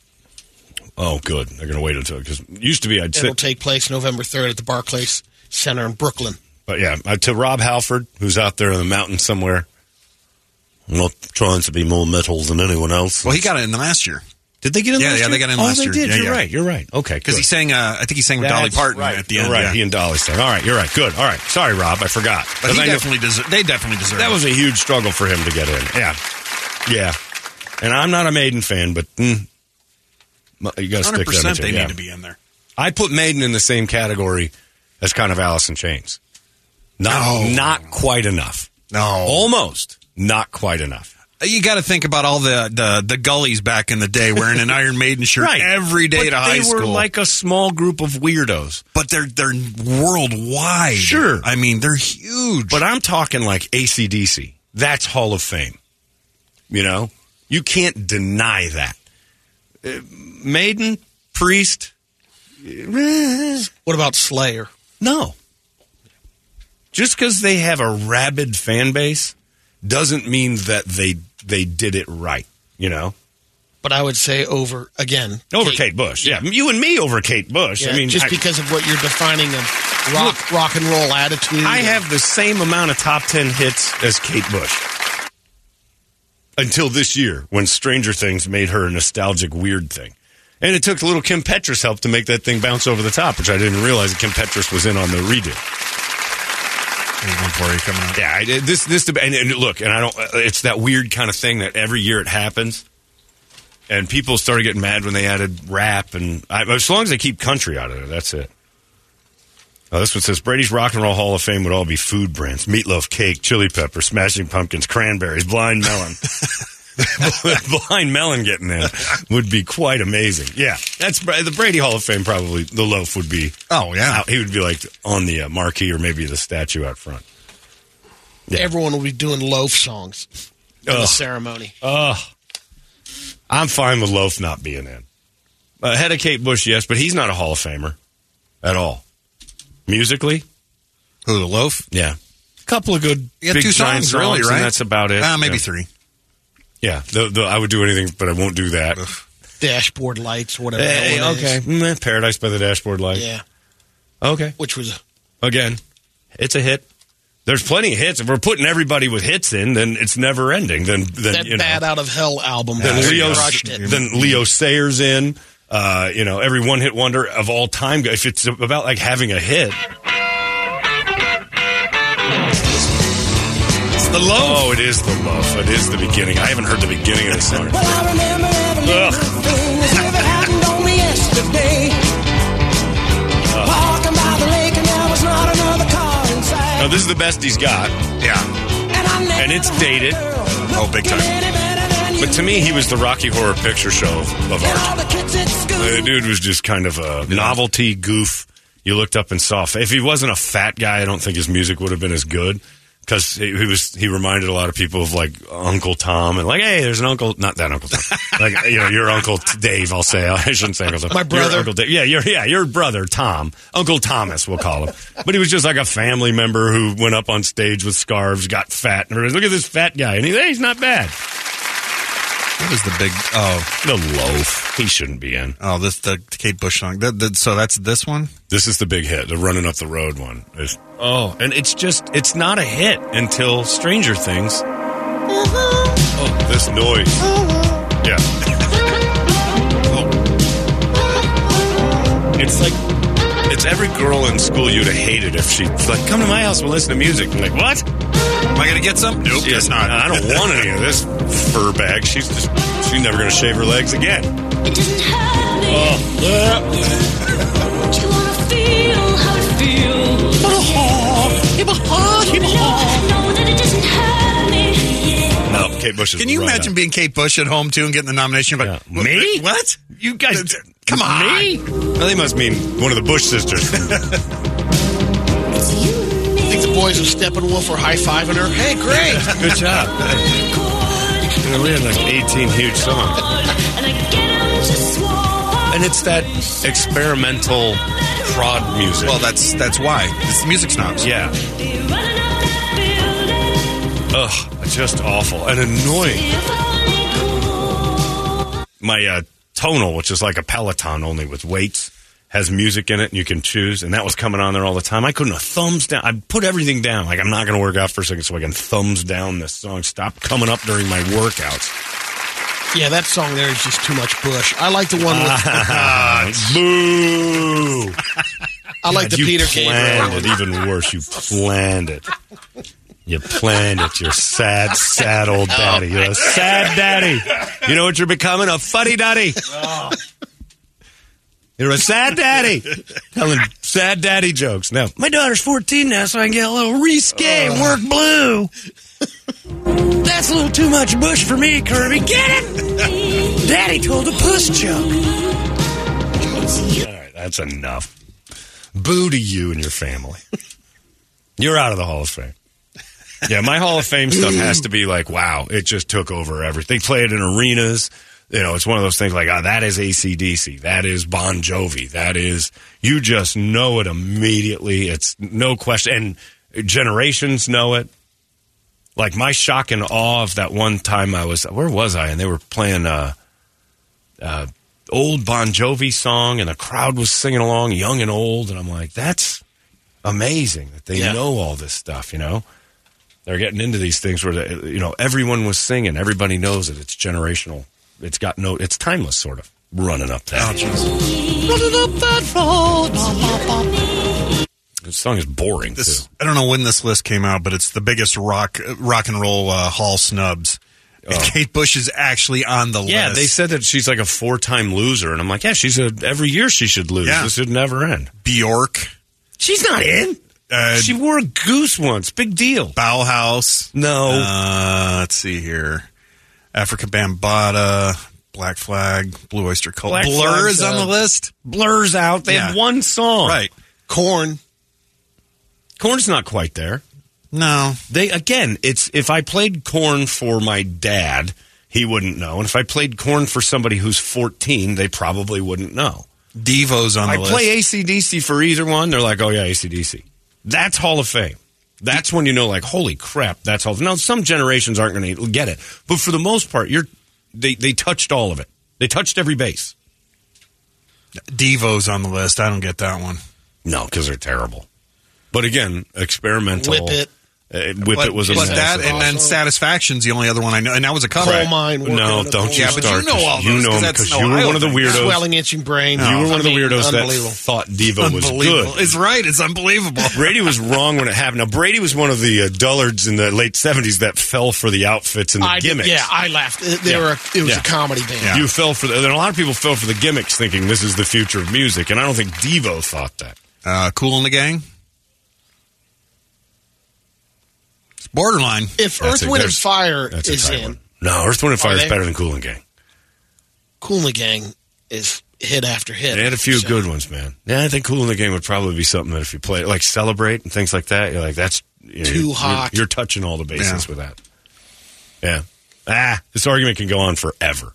S1: Oh, good. They're going to wait until because used to be I'd
S7: It'll
S1: sit,
S7: take place November third at the Barclays Center in Brooklyn.
S1: but yeah, uh, to Rob Halford, who's out there in the mountains somewhere. I'm not trying to be more metal than anyone else.
S6: Well, he got it in last year
S1: Did they get in?
S6: Yeah,
S1: last
S6: yeah,
S1: year?
S6: they got in
S1: oh,
S6: last
S1: they
S6: year.
S1: Did.
S6: Yeah,
S1: you're
S6: yeah.
S1: right. You're right. Okay,
S6: because he
S1: good.
S6: sang. Uh, I think he sang with Dolly
S1: That's
S6: Parton
S1: right.
S6: at the
S1: You're
S6: end.
S1: Right,
S6: yeah.
S1: he and Dolly sang. All right, you're right. Good. All right. Sorry, Rob. I forgot.
S6: but
S1: 'Cause
S6: he
S1: I knew-
S6: definitely deserve. They definitely deserve.
S1: that
S6: it.
S1: was a huge struggle for him to get in. Yeah, yeah. And I'm not a Maiden fan, but mm, you got to stick
S6: hundred
S1: them.
S6: percent.
S1: into it,
S6: They
S1: yeah.
S6: need to be in there.
S1: I put Maiden in the same category as kind of Alice in Chains. Not
S6: No.
S1: not quite enough.
S6: No,
S1: Almost not quite enough.
S6: Uh, you got to think about all the, the the gullies back in the day wearing an Iron Maiden shirt every day
S1: But
S6: to high
S1: they
S6: school.
S1: were like a small group of weirdos.
S6: but they're they're worldwide.
S1: Sure.
S6: I mean they're huge.
S1: But I'm talking like ACDC. That's Hall of Fame. You know? You can't deny that. Uh, Maiden, Priest, eh,
S7: What about Slayer?
S1: no. Just because they have a rabid fan base doesn't mean that they they did it right, you know?
S7: But I would say over again.
S1: Over Kate, Bush. Yeah. You and me over Kate Bush.
S7: Yeah,
S1: I mean,
S7: just
S1: I-
S7: because of what you're defining of rock rock and roll attitude.
S1: I
S7: and-
S1: have the same amount of top 10 hits as Kate Bush. Until this year, when Stranger Things made her a nostalgic, weird thing. And it took little Kim Petras help to make that thing bounce over the top, which I didn't realize that Kim Petras was in on the redo.
S6: before you come out.
S1: Yeah, I, this, this, deb- and, and look, and I don't, uh, it's that weird kind of thing that every year it happens. And people started getting mad when they added rap, and I, as long as they keep country out of it, that's it. Uh, this one says Brady's Rock and Roll Hall of Fame would all be food brands: meatloaf, cake, chili pepper, smashing pumpkins, cranberries, blind melon. blind melon getting in would be quite amazing. Yeah, that's Bra- the Brady Hall of Fame. Probably the loaf would be.
S6: Oh, yeah.
S1: out- he would be like on the uh, marquee or maybe the statue out front.
S7: everyone will be doing loaf songs in the
S1: Ugh.
S7: ceremony.
S1: I'm fine with Loaf not being in. Uh, Ahead of Kate Bush, yes, but he's not a Hall of Famer at all. Musically,
S6: Who the loaf?
S1: yeah, a couple of good
S6: You got
S1: big
S6: two
S1: giant
S6: songs, really,
S1: and
S6: right?
S1: that's about it.
S7: Ah,
S6: Uh, maybe
S1: Yeah.
S6: three.
S1: Yeah, the, the, I would do anything, but I won't do that.
S7: Dashboard lights, whatever. that
S1: Hey,
S7: one is.
S1: okay, Meh, Paradise by the Dashboard Light.
S7: Yeah,
S1: Okay,
S7: which was
S1: again, it's a hit. There's plenty of hits. If we're putting everybody with hits in, then it's never ending. Then, then
S7: that
S1: you know,
S7: Bad Out of Hell album.
S1: then
S7: that
S1: Leo,
S7: crushed it.
S1: then Leo Sayers in. Uh, you know, every one hit wonder of all time. If it's about like having a hit,
S6: It's the loaf.
S1: oh, it is the love. It is the beginning. I haven't heard the beginning of the song.
S9: Well, I remember every little
S1: Ugh.
S9: thing as if it happened only yesterday. Walking by the lake and there was not another car in
S1: Now,
S9: sight.
S1: this is the best he's got.
S6: Yeah.
S9: And, I never
S1: and it's
S9: had a
S1: dated.
S9: girl
S6: Oh, big
S9: looking
S6: time.
S9: any better than
S1: But
S9: you
S1: to me, he was the Rocky Horror Picture Show of, of
S9: did. And
S1: art.
S9: all the kids at school.
S1: The dude was just kind of a novelty goof. You looked up and saw. If he wasn't a fat guy, I don't think his music would have been as good because he, he was. He reminded a lot of people of like Uncle Tom and like, hey, there's an uncle. Not that Uncle Tom. like you know, your Uncle T- Dave. I'll say. I shouldn't say Uncle Tom.
S7: My
S1: Your
S7: brother.
S1: Uncle Dave. Yeah, your yeah, your brother Tom. Uncle Thomas, we'll call him. but he was just like a family member who went up on stage with scarves, got fat, and everybody's, look at this fat guy, and he, hey, he's not bad.
S6: What was the big? Oh,
S1: The loaf. He shouldn't be in.
S6: oh, this the Kate Bush song. That- that- so that's this one.
S1: This is the big hit, the running up the road one. It's- oh, and it's just it's not a hit until Stranger Things. Oh, this noise. Yeah. oh. It's like it's every girl in school you'd have hated if she's like, come to my house, we'll listen to music. I'm like, what?
S6: Am I gonna get some? Nope,
S1: She
S6: it's
S1: is not. I don't want any of this fur bag. She's just she's never gonna shave her legs again.
S8: It doesn't hurt me.
S1: Oh.
S8: Don't you wanna feel how it feels? You know I know that it doesn't hurt me. Yeah.
S1: No, Kate Bush is
S6: Oh. Can you
S1: right
S6: imagine
S1: up.
S6: being Kate Bush at home too and getting the nomination? You're like,
S1: Yeah. Me?
S6: What?
S1: You guys,
S6: Come on.
S1: Me? Well, they must mean one of the Bush sisters.
S8: It's you and me.
S7: I think the boys of Steppenwolf were high fiving her. Hey, great.
S1: Good job.
S8: Good.
S1: You know, we had like 18 huge songs.
S8: And again, I just swore.
S1: And it's that experimental prod music.
S6: Well, that's that's why it's music snobs.
S1: yeah.
S8: Be running up that building
S1: Ugh, just awful and annoying.
S8: if only could.
S1: My uh, tonal, which is like a Peloton only with weights, has music in it and you can choose. And that was coming on there all the time. I couldn't have thumbs down. I put everything down. Like, I'm not going to work out for a second so I can thumbs down this song. Stop coming up during my workouts.
S7: yeah, that song there is just too much Bush. I like the one with.
S1: Ah, Boo!
S7: I like the
S1: you
S7: Peter
S1: planned
S7: Gabriel.
S1: it even worse. You planned it. You planned it. You're sad, sad old
S7: Oh,
S1: daddy. You're a sad daddy. You know what you're becoming? A fuddy duddy. You're a sad daddy. Telling sad daddy jokes. Now, my daughter's 14 now, so I can get a little risque, work blue. That's a little too much bush for me, Kirby. Get it? Daddy told a puss joke. All right, that's enough. Boo to you and your family. You're out of the Hall of Fame. Yeah, my Hall of Fame stuff has to be like, wow, it just took over everything. They play it in arenas. You know, it's one of those things like, ah, that is ACDC. That is Bon Jovi. That is, you just know it immediately. It's no question. And generations know it. Like my shock and awe of that one time I was, where was I? And they were playing, uh, uh, old Bon Jovi song, and the crowd was singing along, young and old. And I'm like, that's amazing that they
S7: Yeah.
S1: know all this stuff. You know, they're getting into these things where the, you know everyone was singing, everybody knows it. It's generational. It's got no. It's timeless, sort of. Running up that. This song is boring.
S6: This
S1: too.
S6: I don't know when this list came out, but it's the biggest rock rock and roll uh, hall snubs. And Kate Bush is actually on the
S1: Oh. Yeah,
S6: list.
S1: they said that she's like a four-time loser, and I'm like, yeah, she's a every year she should lose.
S6: Yeah.
S1: This should never end.
S6: Bjork,
S1: She's not in.
S6: uh,
S1: she wore a goose once. Big deal.
S6: Bauhaus.
S1: No.
S6: Uh, let's see here. Africa Bambata, Black Flag, Blue Oyster Cult.
S1: Black
S6: Blur
S1: Flag's,
S6: is on the
S1: uh,
S6: list.
S1: blurs out. They
S6: Yeah.
S1: have one song.
S6: Right.
S7: Corn.
S1: Corn's not quite there.
S6: No.
S1: They again, it's if I played corn for my dad, he wouldn't know. And if I played corn for somebody who's 14, they probably wouldn't know.
S6: Devo's on the
S1: I
S6: list.
S1: play ACDC for either one, they're like, oh yeah, ACDC. That's Hall of Fame. That's when you know, like, holy crap, that's Hall of Now, some generations aren't going to get it. But for the most part, you're, they, they touched all of it. They touched every base.
S6: Devo's on the list. I don't get that one.
S1: No, because they're terrible. But again, experimental.
S7: Whip It.
S1: Uh, Whip It was a
S6: but
S1: massive
S6: that
S1: hit.
S6: and then Satisfaction's the only other one I know, and that was a cover.
S7: Coal mine. working
S1: No,
S7: in a
S1: don't
S7: coal
S1: you
S6: Yeah,
S7: mine.
S6: but
S1: start.
S6: you know all
S1: 'cause
S6: those, 'cause
S1: know them
S6: that's
S1: because
S6: an
S1: you were
S6: Ohio
S1: one of the
S6: thing.
S1: weirdos.
S7: Swelling itching brain.
S1: You were one of the
S7: I mean,
S1: weirdos
S7: unbelievable.
S1: that thought Devo was
S6: Unbelievable.
S1: good.
S6: It's right. It's unbelievable.
S1: Brady was wrong when it happened. Now Brady was one of the uh, dullards in the late seventies that fell for the outfits and the
S7: I,
S1: gimmicks.
S7: Yeah, I laughed. It- They
S1: Yeah.
S7: were. It was
S1: Yeah.
S7: a comedy band.
S1: you fell for. The, and a lot of people fell for the gimmicks, thinking this is the future of music. And I don't think Devo thought that.
S6: Uh, cool in the gang. It's borderline.
S7: If
S1: That's
S7: Earth,
S1: a-
S7: Wind, and
S1: there's-
S7: Fire
S1: That's a
S7: is
S1: tight
S7: in,
S1: one. No, Earth, Wind, and Fire
S7: Are
S1: is
S7: they?
S1: better than Cool and Gang.
S7: Cool and the Gang is hit after hit.
S1: They had a few
S7: So,
S1: good ones, man. Yeah, I think Cool in the Game would probably be something that if you play it, like Celebrate and things like that, you're like, that's you
S7: Too
S1: you're-
S7: hot.
S1: You're, touching all the bases
S6: Yeah.
S1: with that. Yeah. Ah, this argument can go on forever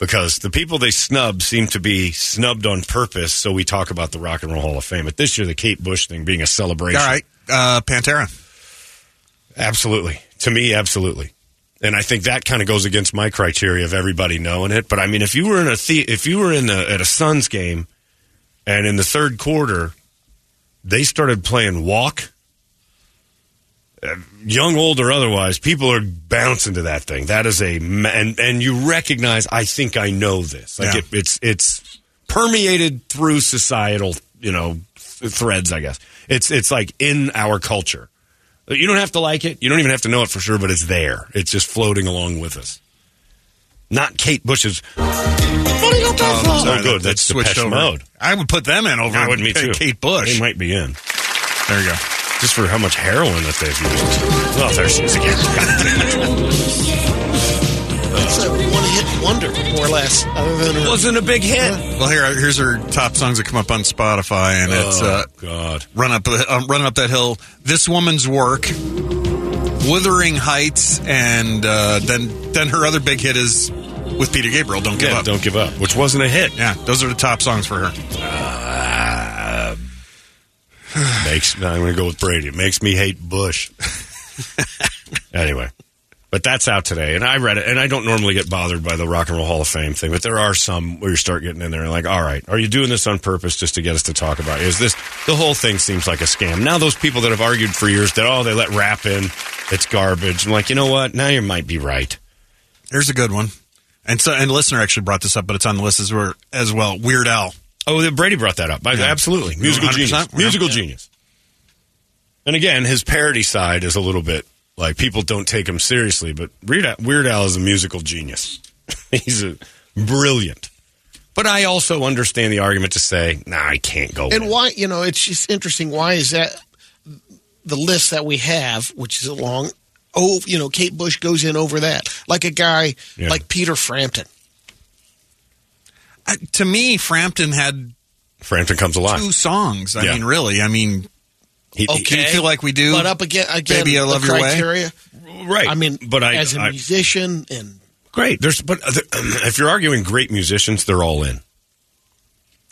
S1: because the people they snub seem to be snubbed on purpose. So we talk about the Rock and Roll Hall of Fame. But this year, the Kate Bush thing being a celebration.
S6: All right. Uh, Pantera.
S1: Absolutely. To me, absolutely. And I think that kind of goes against my criteria of everybody knowing it. But I mean, if you were in a the- if you were in a, at a Suns game, and in the third quarter, they started playing walk, uh, young, old, or otherwise, people are bouncing to that thing. That is a ma- and and you recognize. I think I know this. Like
S6: Yeah.
S1: it, it's it's permeated through societal you know th- threads. I guess it's it's like in our culture. You don't have to like it. You don't even have to know it for sure, but it's there. It's just floating along with us. Not Kate Bush's.
S6: Oh,
S1: Oh, good. That's Depeche Mode.
S6: I would put them in over
S1: I would me too.
S6: Kate Bush.
S1: They might be in
S6: there you go.
S1: just for how much heroin that they've used. Well, there she is again.
S7: It's a one-hit wonder, more or less. Other than her-
S1: Wasn't a big hit.
S6: Well, here uh, here's her top songs that come up on Spotify, and it's uh,
S1: Oh, God.
S6: run up um, running up that hill. This woman's work, Wuthering Heights, and uh, then then her other big hit is with Peter Gabriel. Don't give
S1: Yeah,
S6: up.
S1: don't give up. Which wasn't a hit.
S6: Yeah, those are the top songs for her.
S1: Uh, Makes. I'm going to go with Brady. It makes me hate Bush. anyway, but that's out today, and I read it, and I don't normally get bothered by the Rock and Roll Hall of Fame thing, but there are some where you start getting in there and like, all right, are you doing this on purpose just to get us to talk about? It? Is this the whole thing seems like a scam? Now those people that have argued for years that oh they let rap in, it's garbage. I'm like, you know what? Now you might be right.
S6: Here's a good one, and so and a listener actually brought this up, but it's on the list as, we as well. Weird Al.
S1: Oh, that Brady brought that up. I-
S6: Yeah.
S1: Absolutely. Musical
S6: 100%.
S1: genius.
S6: Yeah.
S1: Musical genius. And again, his parody side is a little bit like people don't take him seriously, but Weird Al, Weird Al is a musical genius. He's a, brilliant. But I also understand the argument to say, nah, I can't go.
S7: And
S1: with
S7: why, you know, it's just interesting. Why is that the list that we have, which is a long, oh, you know, Kate Bush goes in over that. Like a guy
S1: Yeah.
S7: like Peter Frampton.
S6: I, to me, Frampton had
S1: it. Frampton comes alive.
S6: two songs. I
S1: Yeah.
S6: mean, really. I mean,
S1: He- he-
S6: do you feel like we do?
S7: But up again, again
S6: Baby, I Love
S7: the
S6: Your Way?
S7: criteria.
S1: right.
S7: I mean,
S1: but I,
S7: as a
S1: I-
S7: musician and
S1: great. There's, but other- if you're arguing great musicians, they're all in.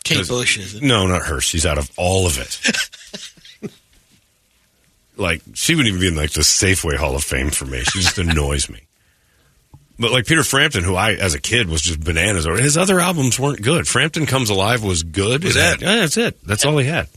S7: Kate Bush is
S1: No, not her. She's out of all of it. like she wouldn't even be in like the Safeway Hall of Fame for me. She just annoys me. But like Peter Frampton, who I as a kid was just bananas over. His other albums weren't good. Frampton Comes Alive was good.
S6: Was
S1: had-
S6: it?
S1: yeah, that's it. That's all he had.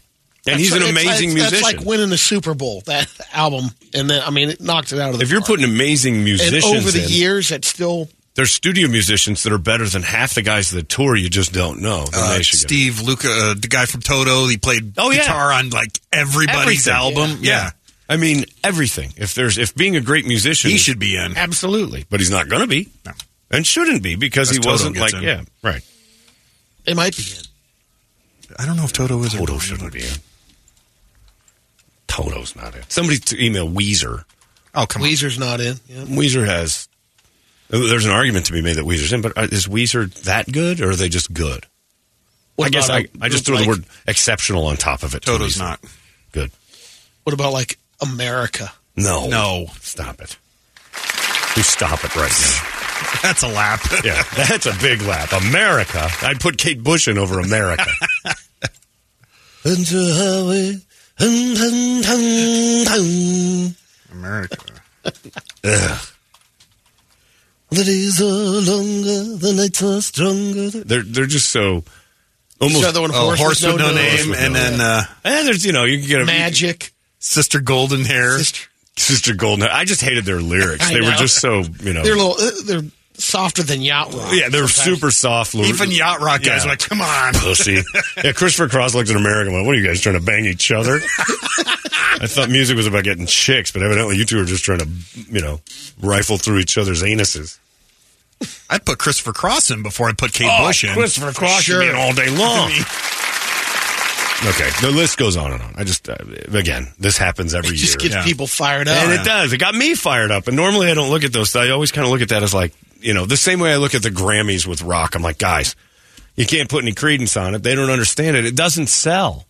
S1: And he's an
S7: It's- it's-
S1: amazing
S7: it's-
S1: musician.
S7: That's like winning the Super Bowl, that album. And then, I mean, it knocked it out of the
S1: if you're
S7: park.
S1: putting amazing
S7: And
S1: musicians
S7: over the
S1: in,
S7: years, it's still
S1: there's studio musicians that are better than half the guys that tour. You just don't know. Then
S6: uh,
S1: they should get-
S6: Steve Luca, uh, the guy from Toto, he played
S1: Oh, yeah.
S6: guitar on like everybody's
S1: Everything.
S6: album. Yeah.
S1: I mean everything. If there's if being a great musician,
S6: he
S1: is-
S6: should be in.
S1: Absolutely, but he's not going to be,
S6: No.
S1: and shouldn't be because
S6: That's
S1: he wasn't
S6: Toto
S1: like
S6: gets in.
S1: yeah right.
S7: it might be in.
S6: I don't know if Toto is.
S1: Toto shouldn't be in. Toto's not in. Somebody to email Weezer.
S6: Oh come on.
S7: Weezer's not in. Yeah.
S1: Weezer has. uh, There's an argument to be made that Weezer's in, but uh, is Weezer that good or are they just good?
S7: What
S1: I guess
S7: about
S1: I,
S7: a
S1: I just throw
S7: group
S1: the
S7: like-
S1: word exceptional on top of it. to
S6: Toto's
S1: Weezer.
S6: not.
S1: good.
S7: What about like America?
S1: No,
S6: No.
S1: stop it. You stop it right now.
S6: That's a lap.
S1: Yeah, that's a big lap. America. I'd put Kate Bush in over America.
S2: Into
S10: uh,
S2: highway. Hun, hun, hun, hun.
S6: America.
S2: The days are longer, the nights are stronger.
S1: They're they're just so almost.
S7: Who's the other one?
S6: Oh, horse with no
S1: Horse
S6: name,
S1: with
S6: and
S1: No
S6: then uh,
S1: Eh, there's you know you can get a
S7: Magic.
S6: Sister Golden Hair.
S7: Sister-
S1: Sister Golden. I just hated their lyrics.
S7: I
S1: They were
S7: know.
S1: just so you know.
S7: They're a little. Uh, they're softer than yacht rock.
S1: yeah, they're super soft. Lou-
S6: Even yacht rock guys
S1: Yeah.
S6: were like, "Come on,
S1: pussy. yeah, Christopher Cross looked at America and went, "What are you guys trying to bang each other?" I thought music was about getting chicks, but evidently you two are just trying to you know rifle through each other's anuses.
S6: I put Christopher Cross in before I put Kate Bush in.
S1: Oh, Christopher Cross should be in all day long. okay, the list goes on and on. I just uh, again, this happens every
S7: It just
S1: year.
S7: gets
S6: Yeah.
S7: people fired up.
S1: And it does. It got me fired up. And normally I don't look at those. I always kind of look at that as like, you know, the same way I look at the Grammys with rock. I'm like, guys, you can't put any credence on it. They don't understand it. It doesn't sell.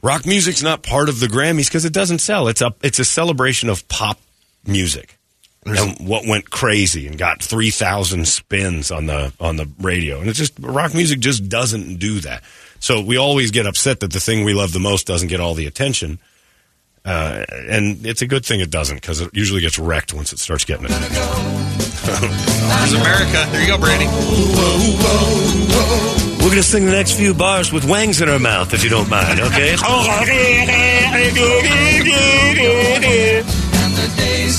S1: Rock music's not part of the Grammys because it doesn't sell. It's a it's a celebration of pop music. And what went crazy and got three thousand spins on the on the radio, and it's just rock music just doesn't do that. So we always get upset that the thing we love the most doesn't get all the attention Uh, and it's a good thing it doesn't because it usually gets wrecked once it starts getting it.
S6: There's America. There you go, Brandy.
S10: We're going to sing the next few bars with wangs in our mouth, if you don't mind, okay?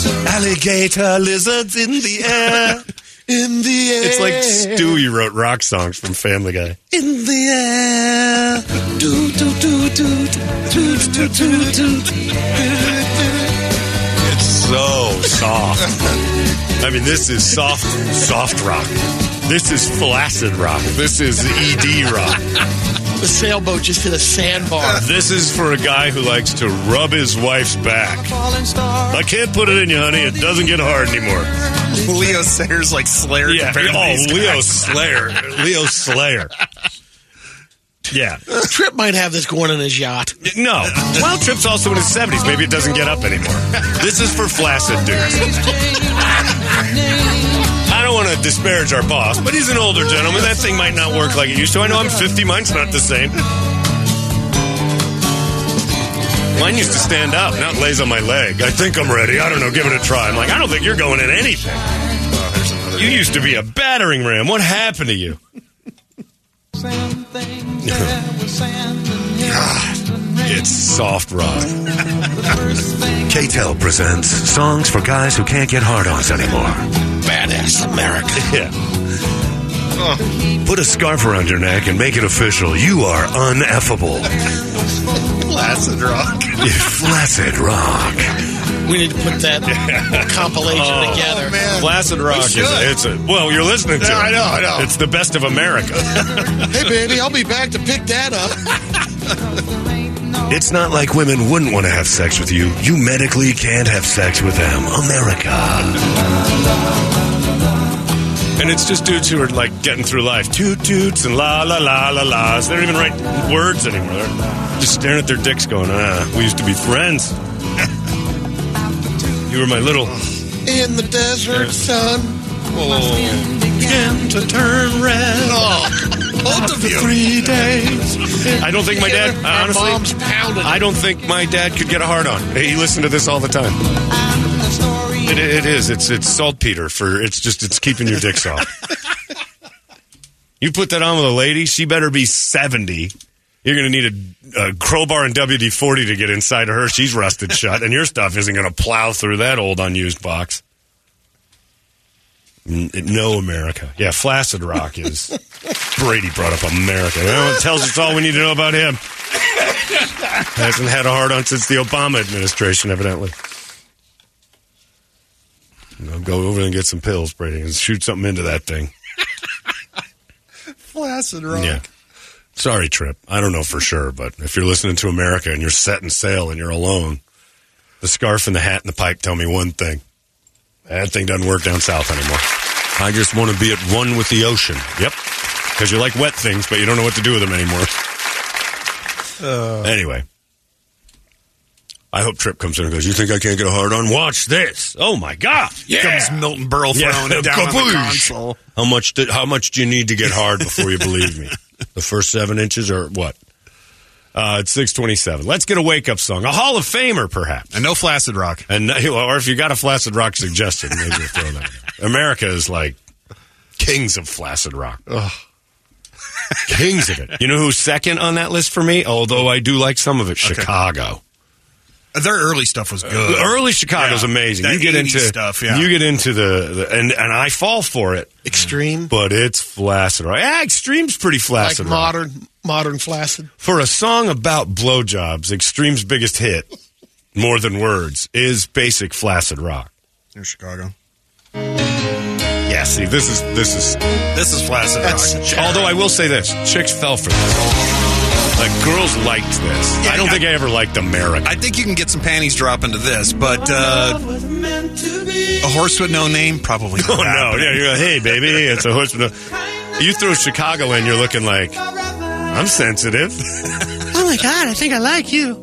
S10: Alligator lizards in the air. In the air.
S1: It's like Stewie wrote rock songs from Family Guy.
S10: in the air. Do, do, do, do, do, do, do, do,
S1: It's so soft. I mean, this is soft, soft rock. This is flaccid rock. This is ED rock.
S7: The sailboat just hit a sandbar.
S1: This is for a guy who likes to rub his wife's back. I can't put it in you, honey. It doesn't get hard anymore.
S6: Leo Sayers like Slayer.
S1: Yeah.
S6: compared to
S1: Oh,
S6: these
S1: Leo
S6: guys.
S1: Slayer. Leo Slayer. Yeah.
S7: Trip might have this going on his yacht.
S1: No. Wild Trip's also in his 70s. Maybe it doesn't get up anymore. This is for flaccid dudes. I don't want to disparage our boss, but he's an older gentleman. That thing might not work like it used to. I know I'm 50. Mine's not the same. Mine used to stand up, now it lays on my leg. I think I'm ready. I don't know. Give it a try. I'm like, I don't think you're going in anything. You used to be a battering ram. What happened to you? Ah, It's soft rock.
S10: KTEL presents songs for guys who can't get hard ons anymore. Badass America.
S1: Yeah.
S10: Put a scarf around your neck and make it official. You are uneffable.
S6: Acid rock.
S10: You flaccid rock.
S7: We need to put that compilation together.
S1: Flaccid Rock is it's a well, Oh, you're Oh, listening to.
S6: Yeah,
S1: it.
S6: I know, I know.
S1: It's the best of America.
S7: Hey, baby, I'll be back to pick that up.
S10: It's not like women wouldn't want to have sex with you. You medically can't have sex with them. Oh America.
S1: and it's just dudes who are like getting through life, toot toots and la la la la la's. They don't even write words anymore. They're just staring at their dicks, going, "Ah, we used to be friends. you were my little."
S7: In the desert sun.
S6: Oh.
S10: Begin to turn red.
S7: Oh,
S6: Both of you.
S10: Three days.
S1: I don't think my dad. I
S7: Our
S1: honestly,
S7: mom's pounding.
S1: I don't think my dad could get a hard on. He listened to this all the time. It, it is. It's it's saltpeter for. It's just it's keeping your dick soft. you put that on with a lady, she better be seventy. You're going to need a, a crowbar and WD forty to get inside of her. She's rusted shut, and your stuff isn't going to plow through that old unused box. N- No America. Yeah, Flaccid Rock is. Brady brought up America. Well, it tells us all we need to know about him. Hasn't had a hard on since the Obama administration, evidently. I'll go over and get some pills, Brady, and shoot something into that thing.
S6: Flaccid rock.
S1: Yeah. Sorry, Trip. I don't know for sure, but if you're listening to America and you're setting sail and you're alone, the scarf and the hat and the pipe tell me one thing. That thing doesn't work down south anymore. I just want to be at one with the ocean. Yep. Because you like wet things, but you don't know what to do with them anymore.
S6: Oh.
S1: Anyway. I hope Trip comes in and goes, You think I can't get a hard on? Watch this. Oh my God.
S6: Comes Milton Berle
S1: Yeah.
S6: throwing it down on the
S1: Kaboosh.
S6: console.
S1: How much? Do, how much do you need to get hard before you believe me? The first seven inches, or what? Uh, it's six twenty-seven. Let's get a wake-up song, a Hall of Famer, perhaps,
S6: And no flaccid rock.
S1: and or if you got a flaccid rock suggestion, maybe we'll throw that. in. America is like kings of flaccid rock. Kings of it. You know who's second on that list for me? Although I do like some of it, Chicago.
S6: Their early stuff was good.
S1: The early Chicago's
S6: Uh, Yeah.
S1: amazing.
S6: That
S1: you get
S6: 80s
S1: into
S6: stuff, yeah.
S1: You get into the, the and and I fall for it.
S7: Extreme.
S1: but it's flaccid. Right? Yeah, extreme's pretty
S7: Like
S1: flaccid. right?
S7: modern, modern flaccid.
S1: For a song about blowjobs, extreme's biggest hit, more than words, is basic flaccid rock.
S6: Near Chicago.
S1: Yeah, see, this is this is.
S6: This is flaccid
S1: That's-
S6: rock.
S1: although I will say this, chicks fell for this. Like girls liked this.
S6: Yeah,
S1: I don't
S6: I-
S1: think I ever liked America.
S6: I think you can get some panties drop into this, but uh, a horse with no name probably.
S1: oh no, yeah, you're like, hey baby, it's a horse. with no-" You throw Chicago in, you're looking like I'm sensitive.
S7: Oh my God, I think I like you.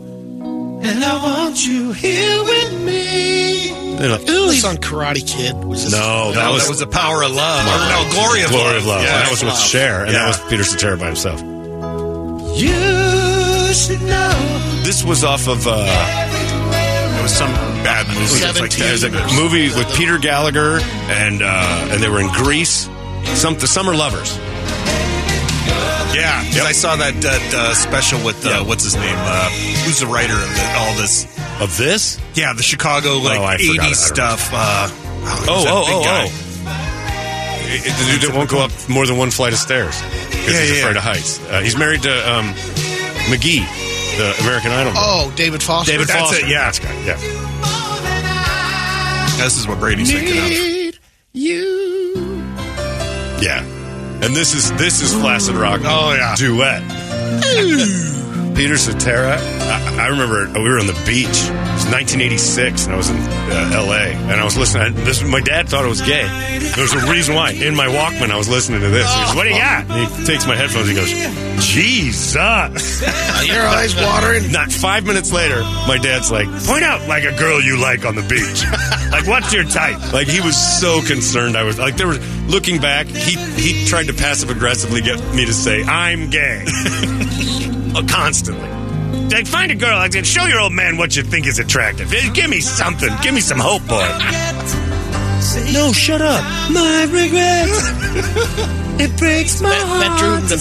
S1: They're like,
S7: Ooh, he's on Karate Kid. Was this-
S1: no,
S6: No, that was, the power of love. Or no, glory of
S1: Uh, Glory
S6: love.
S1: of Love.
S6: Yeah,
S1: that was with Cher, and
S6: Yeah.
S1: that was Peter Cetera by himself. You should know. This was off of uh,
S6: was some
S1: bad movie.
S6: It's like that.
S1: There's a movie with Peter Gallagher and uh, and they were in Greece. Some the Summer Lovers.
S6: Yeah, 'cause I saw that that uh, special with uh,
S1: Yeah.
S6: what's his name? Uh, who's the writer of the, all this?
S1: Of this? Oh,
S6: Yeah, the Chicago like
S1: I forgot it. I don't
S6: '80s stuff. Uh, who's
S1: Oh,
S6: that
S1: oh,
S6: big
S1: oh,
S6: guy?
S1: oh. It- it- the dude that won't go up more than one flight of stairs because
S6: Yeah,
S1: he's
S6: yeah.
S1: afraid of heights. Uh, he's married to um, McGee, the American Idol.
S7: Oh, David Foster.
S1: David
S6: that's
S1: Foster.
S6: it, yeah.
S1: that's right. Yeah.
S6: This is what Brady's thinking of.
S1: Yeah. And this is this is Flaccid Rock.
S6: Oh, yeah.
S1: duet. Peter Cetera. I, I remember uh, we were on the beach. It was 1986, and I was in uh, L.A. and I was listening. I, this my dad thought it was gay. There's a reason why. In my Walkman, I was listening to this. He goes, "What do you got?" And he takes my headphones. He goes, "Jesus."
S7: Your eyes watering.
S1: Not five minutes later, my dad's like, point out like a girl you like on the beach. like, what's your type? Like, he was so concerned. I was like, there was looking back. He he tried to passive aggressively get me to say I'm gay, Oh, constantly. Like, find a girl like that. Show your old man what you think is attractive. Eh, Give me something. Give me some hope, Oh, boy. No, shut up. My regrets. It breaks my
S7: That, that drove them,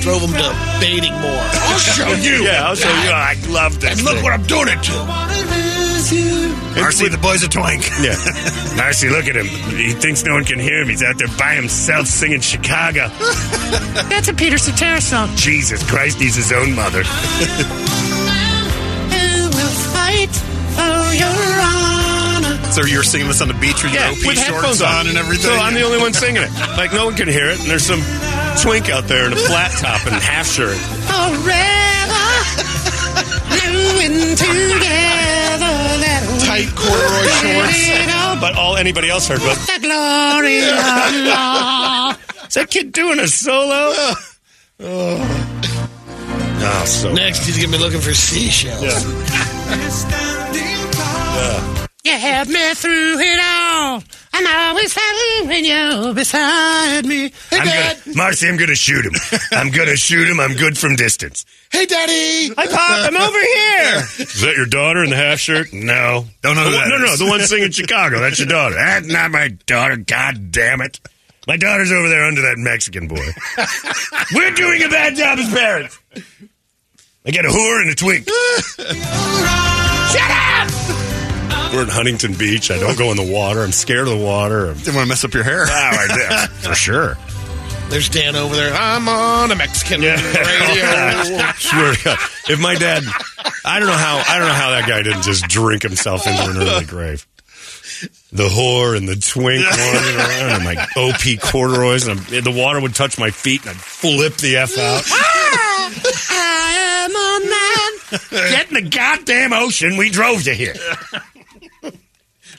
S7: drove them to baiting more. I'll show you.
S1: Yeah, I'll show you. Oh, I love this.
S7: And look
S1: thing.
S7: what I'm doing it to.
S6: Marcy, the boys a twank.
S1: Yeah. Marcy, look at him. He thinks no one can hear him. He's out there by himself singing Chicago.
S10: That's a Peter Cetera song.
S1: Jesus Christ, he's his own mother.
S10: Who will fight for your honor?
S6: So you were singing this on the beach with your OP shorts on, and everything.
S1: So I'm the only one singing it. Like, no one can hear it. And there's some twink out there in a flat top and half shirt.
S10: Forever. Gluing together that
S7: Tight corduroy shorts.
S10: little
S1: But all anybody else heard was,
S10: the glory of love.
S1: is that kid doing a solo? oh. Oh, so.
S7: Next, he's gonna be looking for seashells.
S10: You helped me through it all. I'm always happy when you're beside me. Hey,
S1: I'm
S10: Dad.
S1: gonna, Marcy, I'm going to shoot him. I'm going to shoot him. I'm good from distance.
S7: Hey, Daddy.
S1: Hi, Pop. I'm over here. Is that your daughter in the half shirt? Oh, No.
S6: Don't know who
S1: The one-
S6: that
S1: No, no,
S6: is.
S1: the one singing Chicago. That's your daughter. That's not my daughter. God damn it. My daughter's over there under that Mexican boy. We're doing a bad job as parents. I got a whore and a twink. Shut up! We're in Huntington Beach. I don't go in the water. I'm scared of the water. I'm
S6: Didn't want to mess up your hair.
S1: I did. For sure.
S7: There's Dan over there. I'm on a Mexican radio.
S1: Swear to God. If my dad, I don't know how, I don't know how that guy didn't just drink himself into an early grave. The whore and the twink running around and my OP corduroys and I'm, the water would touch my feet and I'd flip the F out.
S10: I am Ah! a man.
S1: Get in the goddamn ocean. We drove you here.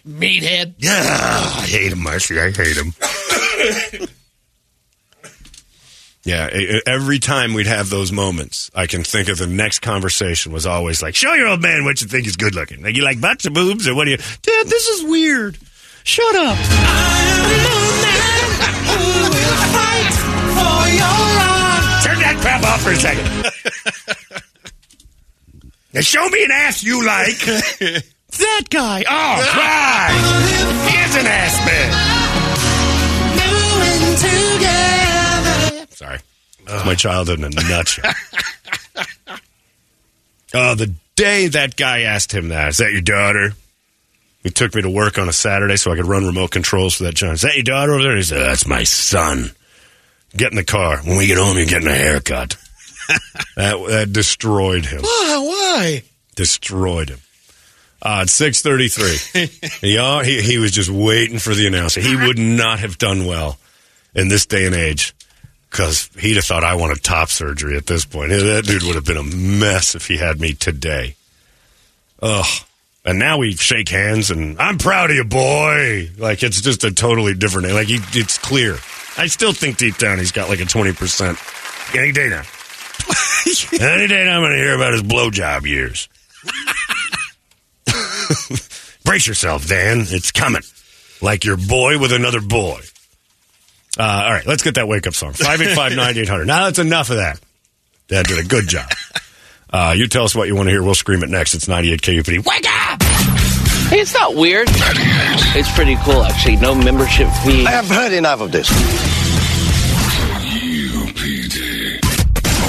S7: Meathead.
S1: Yeah, I hate him, Marcy. I hate him. yeah, e- every time we'd have those moments, I can think of the next conversation was always like, "Show your old man what you think is good looking. Like you like butts or boobs or what do you?" Dad, this is weird. Shut up. Turn that crap off for a second. now show me an ass you like. that guy. Oh, right. Here's an ass man. Sorry. That's my childhood in a nutshell. Oh, the day that guy asked him that, is that your daughter? He took me to work on a Saturday so I could run remote controls for that John. Is that your daughter over there? He said, That's my son. Get in the car. When we get home, you're getting a haircut. that, that destroyed him
S7: Why? Why?
S1: destroyed him. Uh, at six thirty-three, he, uh, he he was just waiting for the announcer. He would not have done well in this day and age because he'd have thought I wanted top surgery at this point. That dude would have been a mess if he had me today. Ugh. And now we shake hands and I'm proud of you, boy. Like it's just a totally different. Like he, it's clear. I still think deep down he's got like a twenty percent. Any day now. Any day now I'm going to hear about his blowjob years. Brace yourself, Dan. It's coming. Like your boy with another boy. Uh, all right, let's get that wake up song. 585 9800. Now that's enough of that. Dad did a good job. Uh, you tell us what you want to hear. We'll scream it next. It's 98 KUPD. Wake up!
S11: Hey, it's not weird. It's pretty cool, actually. No membership fee. I have heard enough of this.
S3: UPD.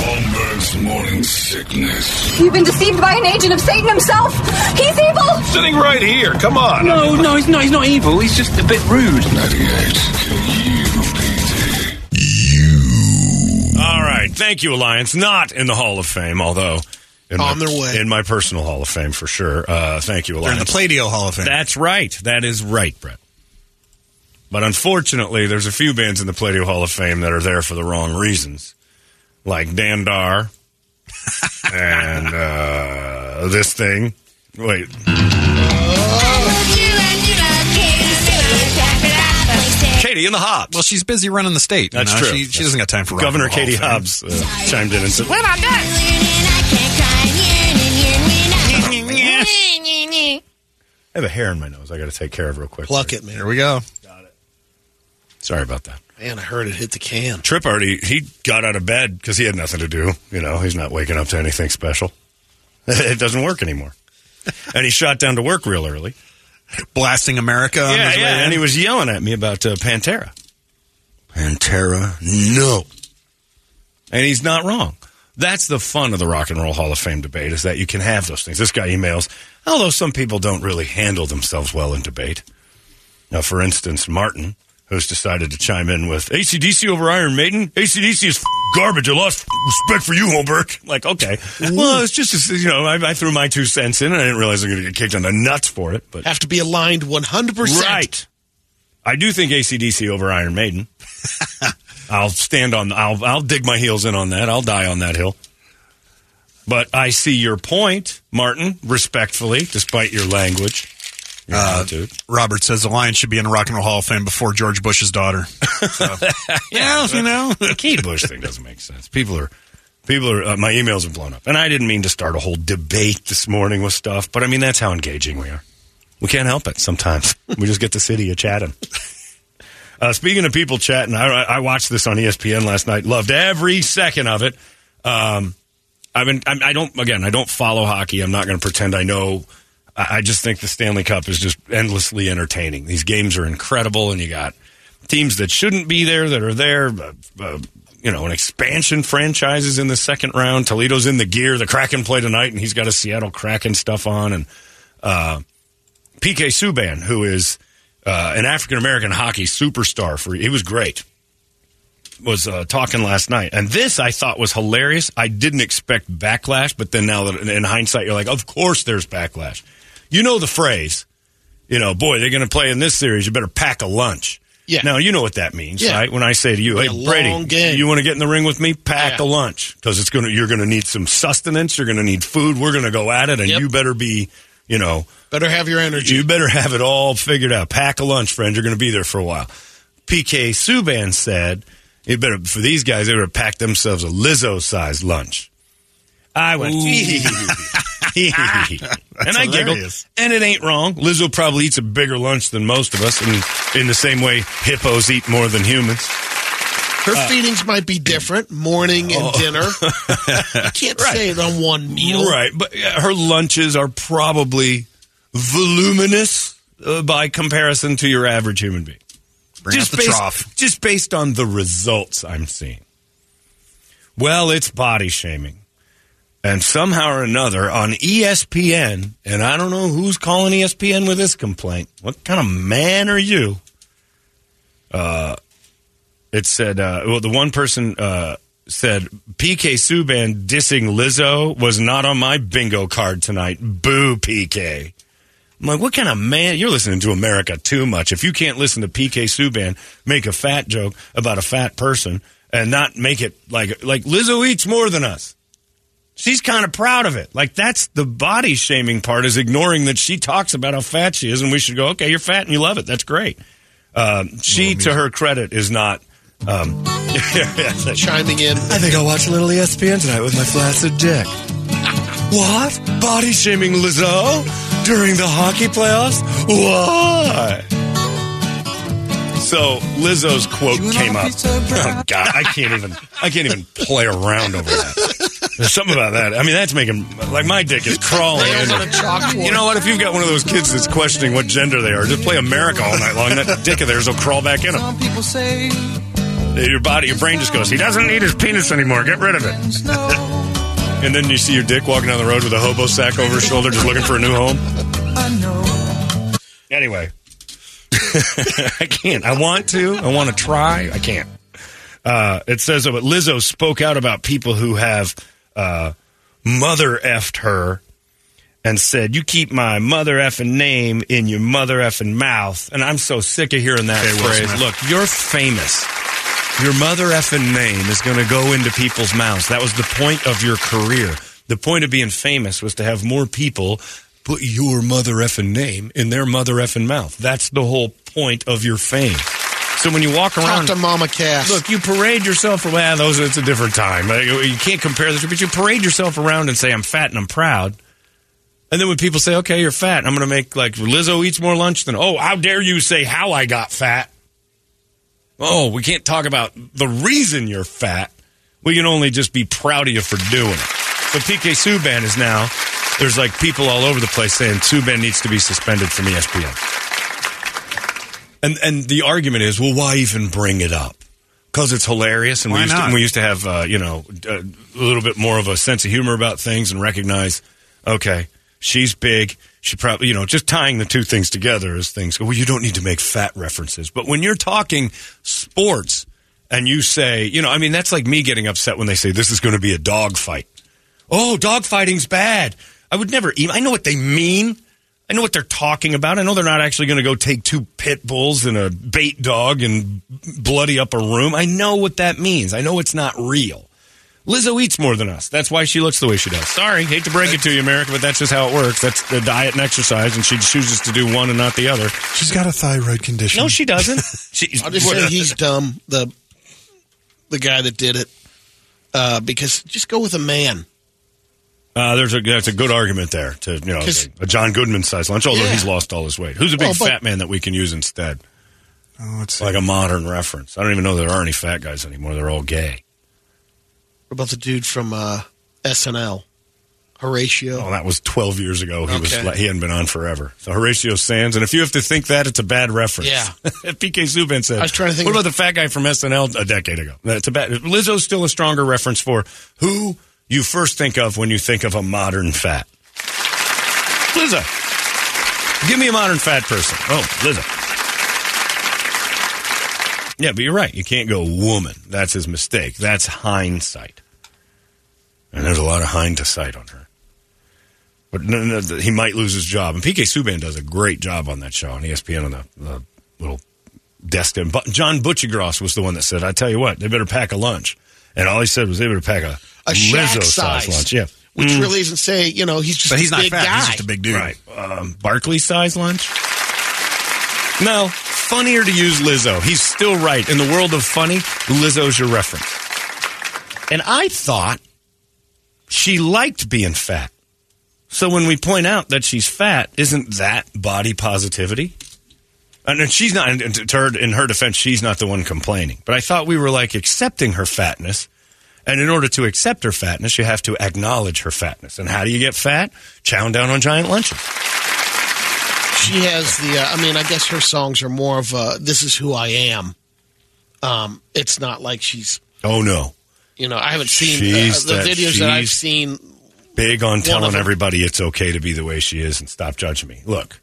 S3: Holmberg's morning sickness.
S4: You've been deceived by an agent of Satan himself. He's evil.
S5: Sitting right here. Come on. No, no, he's not. He's not evil. He's just a bit rude.
S1: All right. Thank you, Alliance. Not in the Hall of Fame, although. In
S7: On
S1: my,
S7: their way.
S1: In my personal Hall of Fame, for sure. Uh, thank you,
S6: They're in
S1: Alliance.
S6: the Playdio Hall of Fame.
S1: That's right. That is right, Brett. But unfortunately, there's a few bands in the Playdio Hall of Fame that are there for the wrong reasons, like Dan Dar and uh, this thing. Wait, Oh. Katie in the Hobbs.
S6: Well, she's busy running the state. you
S1: That's
S6: know?
S1: true.
S6: She, she doesn't got time for rock
S1: Governor
S6: and roll
S1: Katie
S6: Hall of Fame.
S1: Hobbs uh, chimed in and said,
S10: What about that?
S1: I have a hair in my nose I got to take care of real quick.
S7: Pluck it, man.
S6: Here we go.
S1: Sorry about that.
S7: Man, I heard it hit the can.
S1: Trip already, he got out of bed because he had nothing to do. You know, he's not waking up to anything special. it doesn't work anymore. and he shot down to work real early.
S6: Blasting America. on
S1: yeah,
S6: his way
S1: yeah.
S6: in.
S1: And he was yelling at me about uh, Pantera. Pantera, no. And he's not wrong. That's the fun of the Rock and Roll Hall of Fame debate is that you can have those things. This guy emails, although some people don't really handle themselves well in debate. Now, for instance, Martin, who's decided to chime in with ACDC over Iron Maiden. ACDC is f- garbage. I lost f- respect for you, Holberg. Like, okay. Well, it's just, you know, I, I threw my two cents in and I didn't realize I'm going to get kicked on the nuts for it. But
S7: Have to be aligned 100%.
S1: Right. I do think ACDC over Iron Maiden. I'll stand on. I'll I'll dig my heels in on that. I'll die on that hill. But I see your point, Martin. Respectfully, despite your language, your attitude.
S6: Uh, Robert says the Lions should be in the Rock and Roll Hall of Fame before George Bush's daughter. So- yeah, you know.
S1: the Kate Bush thing doesn't make sense. People are, people are. Uh, my emails have blown up, and I didn't mean to start a whole debate this morning with stuff. But I mean that's how engaging we are. We can't help it sometimes. we just get the city of chatting. Uh, speaking of people chatting, I, I watched this on E ESPN last night. Loved every second of it. Um, I've been. I'm, I don't. Again, I don't follow hockey. I'm not going to pretend I know. I, I just think the Stanley Cup is just endlessly entertaining. These games are incredible, and you got teams that shouldn't be there that are there. Uh, uh, you know, an expansion franchise is in the second round. Toledo's in the gear. The Kraken play tonight, and he's got a Seattle Kraken stuff on. And uh, PK Subban, who is uh, an African American hockey superstar, for he was great was uh, talking last night, and this I thought was hilarious. I didn't expect backlash, but then now that in hindsight, you're like, of course there's backlash. You know the phrase, you know, boy, they're going to play in this series. You better pack a lunch.
S7: Yeah.
S1: Now you know what that means,
S7: Yeah.
S1: right? When I say to you, hey
S7: a
S1: Brady,
S7: long game.
S1: you want to get in the ring with me? Pack
S7: Yeah.
S1: a lunch because it's going to you're going to need some sustenance. You're going to need food. We're going to go at it, and
S7: Yep.
S1: you better be, you know,
S7: Better have your energy.
S1: you better have it all figured out. Pack a lunch, friend. You're going to be there for a while. PK Subban said, "You better for these guys. They better pack themselves a Lizzo-sized lunch." I went, and I giggled.
S6: hilarious.
S1: And it ain't wrong. Lizzo probably eats a bigger lunch than most of us, and in the same way, hippos eat more than humans.
S7: Her
S1: Uh,
S7: feedings might be different, morning
S1: Oh.
S7: and dinner. you can't say it on one meal.
S1: Right, but uh, her lunches are probably voluminous uh, by comparison to your average human being.
S6: Bring out the
S1: based,
S6: trough.
S1: Just based on the results I'm seeing. Well, it's body shaming. And somehow or another on E ESPN, and I don't know who's calling E ESPN with this complaint. What kind of man are you? Uh, it said, uh, well, the one person uh, said, PK Subban dissing Lizzo was not on my bingo card tonight. Boo, PK. I'm like, what kind of man? You're listening to America too much. If you can't listen to PK Subban make a fat joke about a fat person and not make it like like Lizzo eats more than us, she's kind of proud of it. Like that's the body shaming part is ignoring that she talks about how fat she is, and we should go, okay, you're fat and you love it. That's great. Um, she, to her credit, is not. Um,
S7: Chiming in.
S1: I think I'll watch a little E ESPN tonight with my flaccid dick. What? Body shaming Lizzo during the hockey playoffs? Why? So Lizzo's quote came up. Oh God, I can't even I can't even play around over that. There's something about that. I mean, that's making like my dick is crawling.
S12: Nails on
S1: in.
S12: a chalkboard.
S1: You know what? If you've got one of those kids that's questioning what gender they are, just play America all night long. That dick of theirs will crawl back in them.
S10: Some people say
S1: Your body, your brain just goes. He doesn't need his penis anymore. Get rid of it.
S10: no,
S1: And then you see your dick walking down the road with a hobo sack over his shoulder, just looking for a new home.
S10: I know.
S1: Anyway, I can't. I want to. I want to try. I can't. Uh, it says that Lizzo spoke out about people who have uh, mother effed her and said, You keep my mother effing name in your mother effing mouth. And I'm so sick of hearing that
S5: Okay, Will
S1: phrase.
S5: Smith.
S1: Look, you're famous. Your mother effing name is going to go into people's mouths. That was the point of your career. The point of being famous was to have more people put your mother effing name in their mother effing mouth. That's the whole point of your fame. So when you walk around,
S7: Talk to Mama Cass.
S1: Look, you parade yourself around. Those it's a different time. Uh, You you can't compare this, but you parade yourself around and say I'm fat and I'm proud. And then when people say, "Okay, you're fat," I'm going to make like Lizzo eats more lunch than. Oh, how dare you say how I got fat? Oh, we can't talk about the reason you're fat. We can only just be proud of you for doing it. So PK Subban is now. There's like people all over the place saying Subban needs to be suspended from E ESPN. And and the argument is, well, why even bring it up? Because it's hilarious, and we
S5: Why
S1: used, to,
S5: not?
S1: we used to have uh, you know a little bit more of a sense of humor about things and recognize, okay, she's big. She probably you know just tying the two things together as things go. Well, you don't need to make fat references, but when you're talking sports and you say, you know, I mean that's like me getting upset when they say this is going to be a dog fight. Oh, dogfighting's bad. I would never even. I know what they mean. I know what they're talking about. I know they're not actually going to go take two pit bulls and a bait dog and bloody up a room. I know what that means. I know it's not real. Lizzo eats more than us. That's why she looks the way she does. Sorry, hate to break it to you, America, but that's just how it works. That's the diet and exercise, and she chooses to do one and not the other.
S6: She's got a thyroid condition.
S1: No, she doesn't. She's,
S7: I'll just say he's dumb. The the guy that did it, uh, because just go with a man.
S1: Uh, there's a that's a good argument there to you know
S7: 'Cause-
S1: a John Goodman sized lunch, although
S7: Yeah.
S1: he's lost all his weight. Who's a big
S7: Well, but-
S1: fat man that we can use instead?
S6: Oh, let's see.
S1: Like a modern reference. I don't even know there are any fat guys anymore. They're all gay.
S7: What about the dude from uh, SNL, Horatio?
S1: Well, that was 12 years ago. He was
S7: Okay.
S1: was he hadn't been on forever. So Horatio Sands, and if you have to think that, it's a bad reference.
S7: Yeah.
S1: PK Subban said.
S7: I was trying to think
S1: What
S7: of-
S1: about the fat guy from SNL a decade ago? That's a bad. Lizzo's still a stronger reference for who you first think of when you think of a modern fat. Lizzo, give me a modern fat person. Oh, Lizzo. Yeah, but you're right. You can't go woman. That's his mistake. That's hindsight. And there's a lot of hindsight on her. But no, no, th- he might lose his job. And PK Subban does a great job on that show on E ESPN on the, the little desk. And but John Butchigross was the one that said, "I tell you what, they better pack a lunch." And all he said was, "They better pack a,
S7: A shack
S1: Lizzo-sized
S7: size,
S1: lunch." Yeah,
S7: which
S1: Mm.
S7: really isn't say you know he's just a big guy.
S1: Right. Um, Barkley size lunch? No. Funnier to use Lizzo. He's still right. In the world of funny, Lizzo's your reference. And I thought she liked being fat. So when we point out that she's fat, isn't that body positivity? And and she's not, and to her, in her defense, she's not the one complaining. But I thought we were like accepting her fatness. And in order to accept her fatness, you have to acknowledge her fatness. And how do you get fat? Chown down on giant lunches.
S7: She has the. Uh, I mean, I guess her songs are more of a "This is who I am." Um, it's not like she's.
S1: Oh, no.
S7: You know, I haven't seen uh,
S1: She's
S7: the
S1: that-
S7: videos that I've
S1: she's-
S7: seen.
S1: Big on
S7: of
S1: telling
S7: them.
S1: everybody it's okay to be the way she is and stop judging me. Look.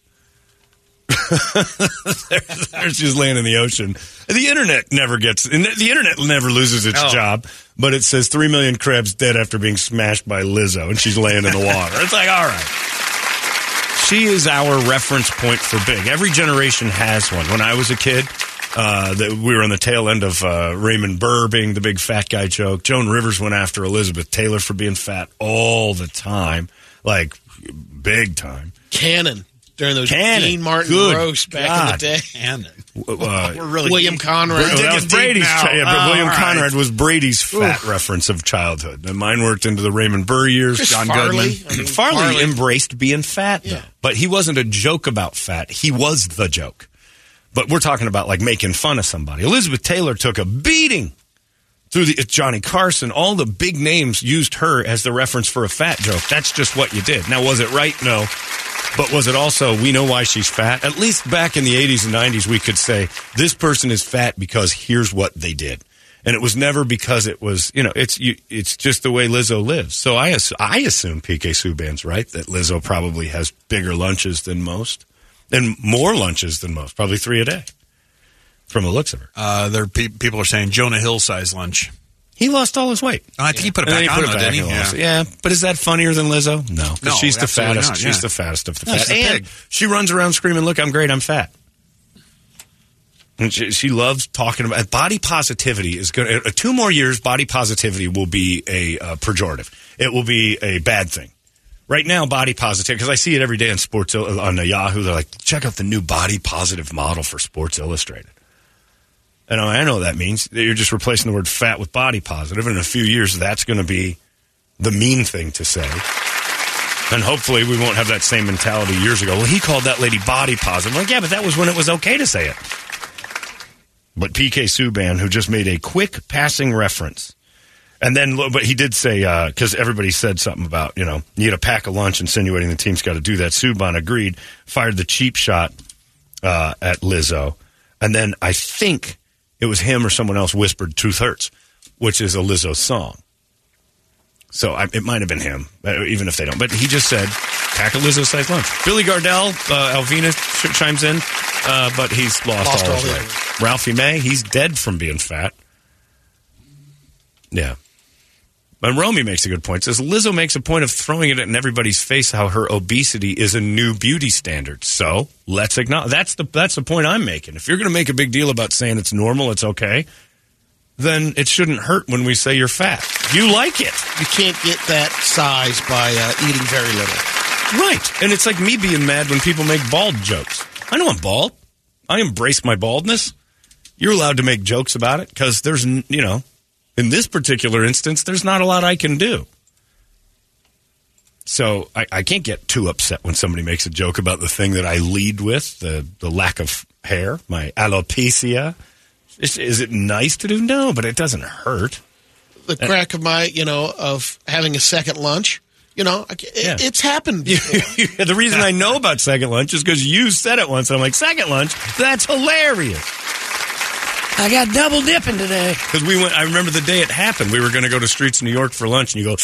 S1: there's, there's she's laying in the ocean. The internet never gets, and the internet never loses its job, but it says 3 million crabs dead after being smashed by Lizzo, and she's laying in the water. It's like, all right. She is our reference point for big. Every generation has one. When I was a kid, uh, that we were on the tail end of uh, Raymond Burr being the big fat guy joke. Joan Rivers went after Elizabeth Taylor for being fat all the time, like big time.
S7: Cannon during those
S1: Cannon.
S7: Dean Martin
S1: Good
S7: roast back
S1: God.
S7: in the day.
S1: Uh,
S7: William Conrad.
S1: Well, that was Brady's. chi- yeah, but William Conrad was Brady's fat
S7: Oh, Oof.
S1: reference of childhood. And mine worked into the Raymond Burr years.
S7: Chris Farley. I mean,
S1: Farley,
S7: Farley.
S1: embraced being fat, though. But he wasn't a joke about fat. He was the joke. But we're talking about like making fun of somebody. Elizabeth Taylor took a beating through the Johnny Carson, all the big names used her as the reference for a fat joke. That's just what you did. Now, was it right? No. But was it also, we know why she's fat? At least back in the 80s and 90s, we could say, this person is fat because here's what they did. And it was never because it was, you know, it's you, it's just the way Lizzo lives. So I, ass- I assume PK Subban's right that Lizzo probably has bigger lunches than most and more lunches than most, probably three a day from the looks of her.
S6: Uh, there pe- people are saying Jonah Hill size lunch.
S1: He lost all his weight.
S6: I think he put it
S1: And then he
S6: back on,
S1: put it
S6: though,
S1: back
S6: didn't
S1: and
S6: he?
S1: lost it. Yeah, but is that funnier than Lizzo? No, 'cause
S6: No,
S1: she's the
S6: absolutely
S1: fattest.
S6: not,
S1: She's
S6: yeah.
S1: the fattest of the
S6: No,
S1: fattest.
S6: she's a
S1: and
S6: pig.
S1: she runs around screaming, "Look, I'm great. I'm fat." And she, she loves talking about body positivity. Is going to two more years. Body positivity will be a uh, pejorative. It will be a bad thing. Right now, body positive because I see it every day on Sports Ill- on uh, Yahoo. They're like, check out the new body positive model for Sports Illustrated. And I know what that means that you're just replacing the word fat with body positive, and in a few years, that's going to be the mean thing to say. And hopefully, we won't have that same mentality years ago. Well, he called that lady body positive. I'm like, yeah, but that was when it was okay to say it. But PK Subban, who just made a quick passing reference, and then, but he did say, because everybody said something about, you know, you get a pack of lunch insinuating the team's got to do that. Subban agreed, fired the cheap shot uh, at Lizzo. And then I think it was him or someone else whispered Truth Hurts, which is a Lizzo song. So I, it might have been him, uh, even if they don't. But he just said, pack a Lizzo sized lunch. Billy Gardell, uh, Alvina ch- chimes in, uh, but he's lost,
S7: Lost
S1: all
S7: all
S1: his
S7: the
S1: weight. Ralphie May, he's dead from being fat. Yeah. And Romy makes a good point. Says Lizzo makes a point of throwing it in everybody's face how her obesity is a new beauty standard. So let's acknowledge that's the that's the point I'm making. If you're going to make a big deal about saying it's normal, it's okay, then it shouldn't hurt when we say you're fat. You like it.
S7: You can't get that size by uh, eating very little.
S1: Right. And it's like me being mad when people make bald jokes. I know I'm bald. I embrace my baldness. You're allowed to make jokes about it because there's, n- you know, in this particular instance, there's not a lot I can do. So I, I can't get too upset when somebody makes a joke about the thing that I lead with the, the lack of hair, my alopecia. Is, is it nice to do? No, but it doesn't hurt.
S7: The
S1: Uh,
S7: crack of my, you know, of having a second lunch. You know, I ca- it,
S1: Yeah.
S7: it's happened. before.
S1: the reason I know about second lunch is because you said it once. And I'm like, second lunch? That's hilarious.
S9: I got double dipping today.
S1: Because we went, I remember the day it happened. We were going to go to Streets of New York for lunch, and you go,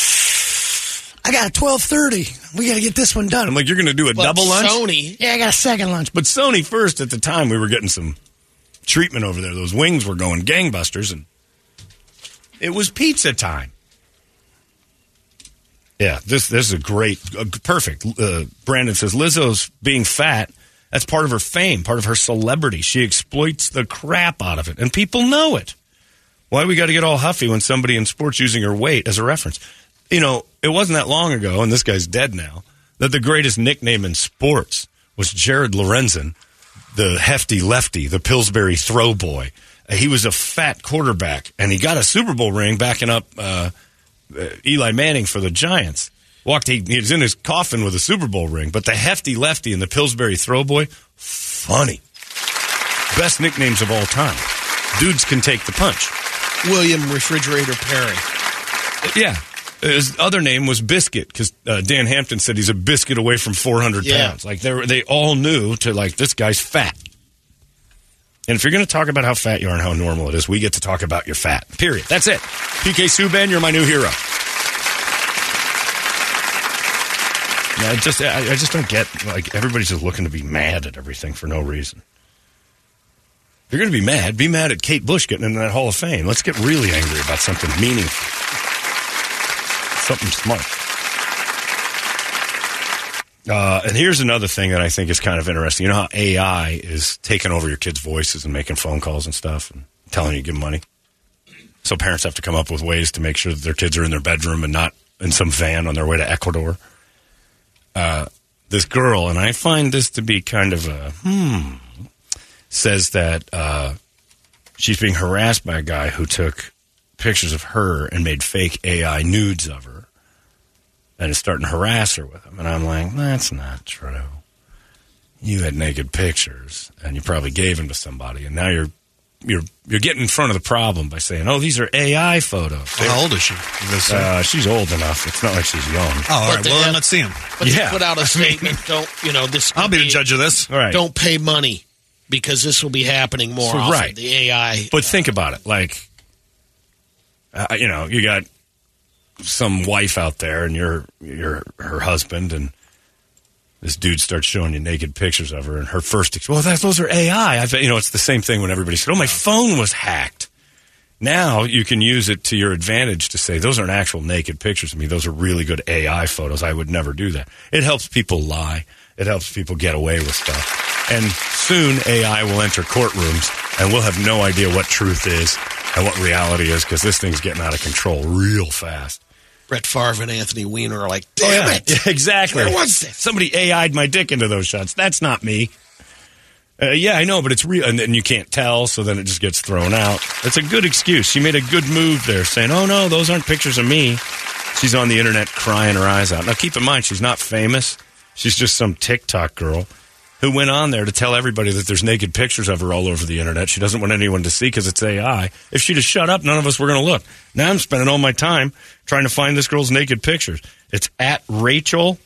S9: I got a twelve thirty. We got to get this one done.
S1: I'm like, you're going to do a double lunch?
S9: Yeah, I got a second lunch.
S1: But Sony first at the time, we were getting some treatment over there. Those wings were going gangbusters, and it was pizza time. Yeah, this this is a great, a g- perfect. Uh, Brandon says Lizzo's being fat. That's part of her fame, part of her celebrity. She exploits the crap out of it, and people know it. Why we got to get all huffy when somebody in sports using her weight as a reference? You know, it wasn't that long ago, and this guy's dead now. That the greatest nickname in sports was Jared Lorenzen, the hefty lefty, the Pillsbury throw boy. Uh, He was a fat quarterback, and he got a Super Bowl ring backing up uh, uh, Eli Manning for the Giants. Walked, he, he was in his coffin with a Super Bowl ring, but the hefty lefty and the Pillsbury throw boy, funny. Best nicknames of all time. Dudes can take the punch.
S7: William Refrigerator Perry.
S1: Yeah. His other name was Biscuit because uh, Dan Hampton said he's a biscuit away from 400
S7: Yeah.
S1: pounds. Like they were, they all knew to like this guy's fat. And if you're going to talk about how fat you are and how normal it is, we get to talk about your fat. Period. That's it. PK Subban, you're my new hero. No, I just I, I just don't get like everybody's just looking to be mad at everything for no reason. If you're going to be mad, be mad at Kate Bush getting into that Hall of Fame. Let's get really angry about something meaningful, something smart. Uh, and here's another thing that I think is kind of interesting. You know how AI is taking over your kids' voices and making phone calls and stuff and telling you to give them money? So parents have to come up with ways to make sure that their kids are in their bedroom and not in some van on their way to Ecuador. Uh, this girl, and I find this to be kind of a hmm, says that uh, she's being harassed by a guy who took pictures of her and made fake AI nudes of her and is starting to harass her with them. And I'm like, that's not true. You had naked pictures and you probably gave them to somebody, and now you're you're you're getting in front of the problem by saying, "Oh, these are AI photos."
S6: How old is she?
S1: Uh, she's old enough. It's not like she's young.
S6: Oh, all right. Well, then let's see him.
S7: But
S1: Yeah.
S7: they put out a statement. Don't you know this? I'll be the
S6: judge of this.
S1: Right.
S7: Don't pay money because this will be happening more
S1: So,
S7: often.
S1: right.
S7: The uh, AI.
S1: But think about it. Like, uh, you know, you got some wife out there, and you're you're her husband, and this dude starts showing you naked pictures of her, and her first. ex- Well, that's those are AI. I've you know, it's the same thing when everybody said, "Oh, my phone was hacked." Now you can use it to your advantage to say those aren't actual naked pictures of me. Those are really good AI photos. I would never do that. It helps people lie. It helps people get away with stuff. And soon AI will enter courtrooms and we'll have no idea what truth is and what reality is because this thing's getting out of control real fast.
S7: Brett Favre and Anthony Weiner are like, damn
S1: Oh, yeah.
S7: it.
S1: Yeah, exactly.
S7: Where was this?
S1: Somebody AI'd my dick into those shots. That's not me. Uh, yeah, I know, but it's real. And then you can't tell, so then it just gets thrown out. That's a good excuse. She made a good move there saying, oh, no, those aren't pictures of me. She's on the internet crying her eyes out. Now, keep in mind, she's not famous. She's just some TikTok girl who went on there to tell everybody that there's naked pictures of her all over the internet. She doesn't want anyone to see because it's AI. If she'd have shut up, none of us were going to look. Now I'm spending all my time trying to find this girl's naked pictures. It's at Rachel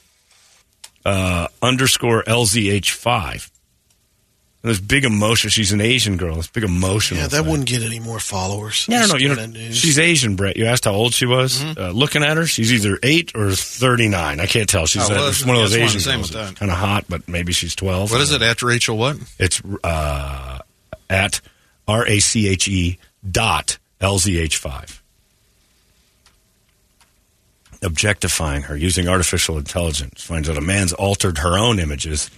S1: uh, underscore LZH5. And this big emotion. She's an Asian girl. This big emotional.
S7: Yeah, that wouldn't get any more followers.
S1: No, no, no.
S7: This
S1: You
S7: kinda
S1: know,
S7: news.
S1: she's Asian, Brett. You asked how old she was.
S6: Mm-hmm.
S1: Uh, looking at her, she's either eight or thirty-nine. I can't tell. She's
S6: Oh, well,
S1: uh,
S6: that's-
S1: one of those
S6: that's what I'm
S1: Asian
S6: saying
S1: girls.
S6: with that.
S1: Kind of hot, but maybe she's twelve.
S6: What is it? At Rachel what?
S1: It's uh, at r a c h e dot l z h five. Objectifying her using artificial intelligence finds out a man's altered her own images,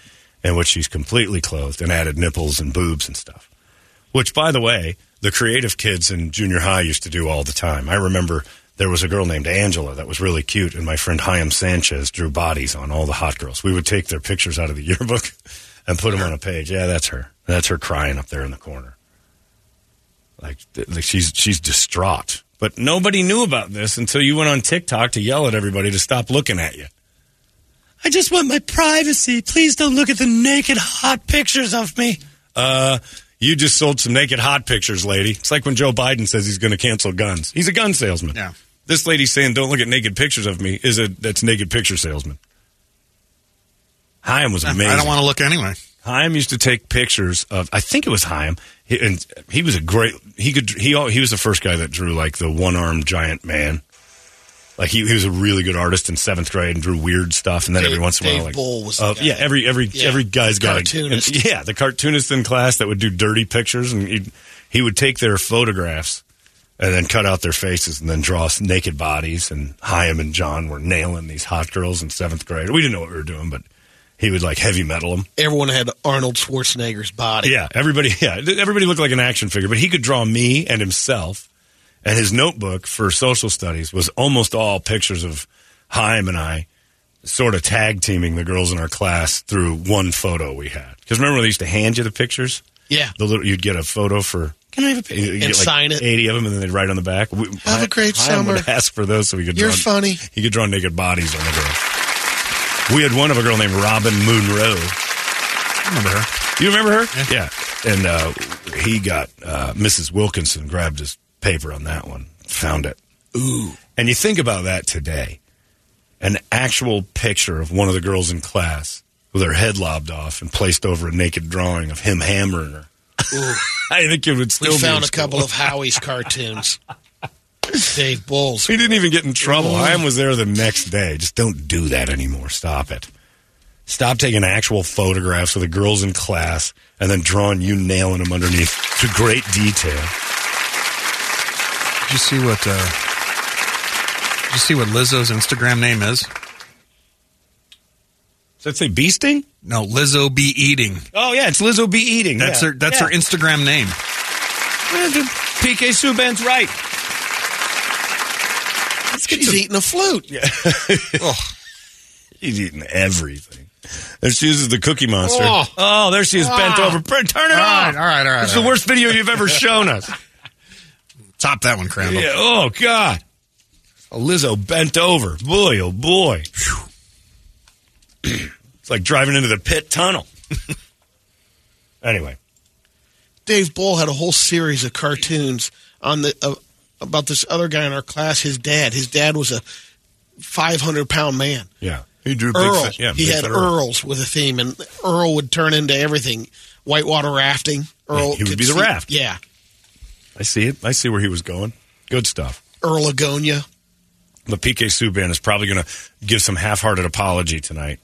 S1: in which she's completely clothed and added nipples and boobs and stuff. Which, by the way, the creative kids in junior high used to do all the time. I remember there was a girl named Angela that was really cute, and my friend Chaim Sanchez drew bodies on all the hot girls. We would take their pictures out of the yearbook and put them on a page. Yeah, that's her. That's her crying up there in the corner. Like, th- like she's she's distraught. But nobody knew about this until you went on TikTok to yell at everybody to stop looking at you.
S13: I just want my privacy. Please don't look at the naked hot pictures of me.
S1: Uh, you just sold some naked hot pictures, lady. It's like when Joe Biden says he's going to cancel guns. He's a gun salesman. Yeah. This lady saying, "Don't look at naked pictures of me," is a that's naked picture salesman. Haim was amazing.
S6: I don't want to look anyway.
S1: Haim used to take pictures of. I think it was Haim, he, and he was a great. He could. He al- he was the first guy that drew like the one armed giant man. Like he, he was a really good artist in seventh grade and drew weird stuff, and then every once in a while,
S7: Dave
S1: like
S7: Bull was the
S1: uh,
S7: guy.
S1: yeah, every every
S7: Yeah.
S1: every guy's got
S7: Cartoonist.
S1: A, and- yeah, the cartoonist in class that would do dirty pictures, and he'd, he would take their photographs and then cut out their faces and then draw us naked bodies. And Chaim and John were nailing these hot girls in seventh grade. We didn't know what we were doing, but he would like heavy metal them.
S7: Everyone had Arnold Schwarzenegger's body.
S1: Yeah, everybody. Yeah, th- everybody looked like an action figure, but he could draw me and himself. And his notebook for social studies was almost all pictures of Haim and I, sort of tag teaming the girls in our class through one photo we had. Because remember, when they used to hand you the pictures.
S7: Yeah.
S1: the little you'd get a photo for. Can I have a
S7: pic- And sign it.
S1: Eighty of them, and then they'd write on the back. We,
S7: Have a great
S1: Chaim would
S7: summer.
S1: ask for those so we could.
S7: You're
S1: draw,
S7: funny.
S1: He could draw naked bodies on the girls. We had one of a girl named Robin Monroe. I remember her. You remember her? Yeah. And uh, he got uh, Mrs. Wilkinson grabbed his paper on that one, found it. Ooh. And you think about that today, an actual picture of one of the girls in class with her head lobbed off and placed over a naked drawing of him hammering her.
S7: Ooh.
S1: I think it would still.
S7: we
S1: be
S7: found
S1: in
S7: a
S1: school.
S7: couple of Howie's cartoons. Dave Bulls.
S1: He didn't even get in trouble.
S7: Ooh.
S1: I was there the next day. Just don't do that anymore. Stop it. Stop taking actual photographs of the girls in class and then drawing you nailing them underneath to great detail.
S6: Did you see what? Uh, did you see what Lizzo's Instagram name is?
S1: Does that say beasting?
S6: No, Lizzo be eating.
S1: Oh yeah, it's Lizzo be eating.
S6: That's
S1: yeah.
S6: her. That's
S1: Yeah.
S6: her Instagram name.
S1: Yeah, dude, PK Subban's right.
S7: She's eating a flute.
S1: Yeah. He's eating everything. There she is, the Cookie Monster.
S6: Oh.
S1: Oh, there she is, bent
S6: Ah.
S1: over. Brent, turn it
S6: All right,
S1: off.
S6: all right, all right,
S1: It's
S6: all
S1: the
S6: right.
S1: worst video you've ever shown us.
S6: Top that one, Crandall.
S1: Yeah, oh God. Lizzo bent over. Boy, oh boy. it's like driving into the pit tunnel. anyway.
S7: Dave Bull had a whole series of cartoons on the uh, about this other guy in our class. His dad. His dad was a five hundred pound man.
S1: Yeah. He drew
S7: Earl.
S1: Big, fa- yeah,
S7: he
S1: big
S7: had
S1: fat Earl.
S7: Earls with a theme, and Earl would turn into everything. Whitewater rafting. Earl
S1: Yeah, he would
S7: could
S1: be the
S7: see-
S1: raft.
S7: Yeah.
S1: I see it. I see where he was going. Good stuff.
S7: Earl Agonia.
S1: But PK Subban is probably going to give some half-hearted apology tonight,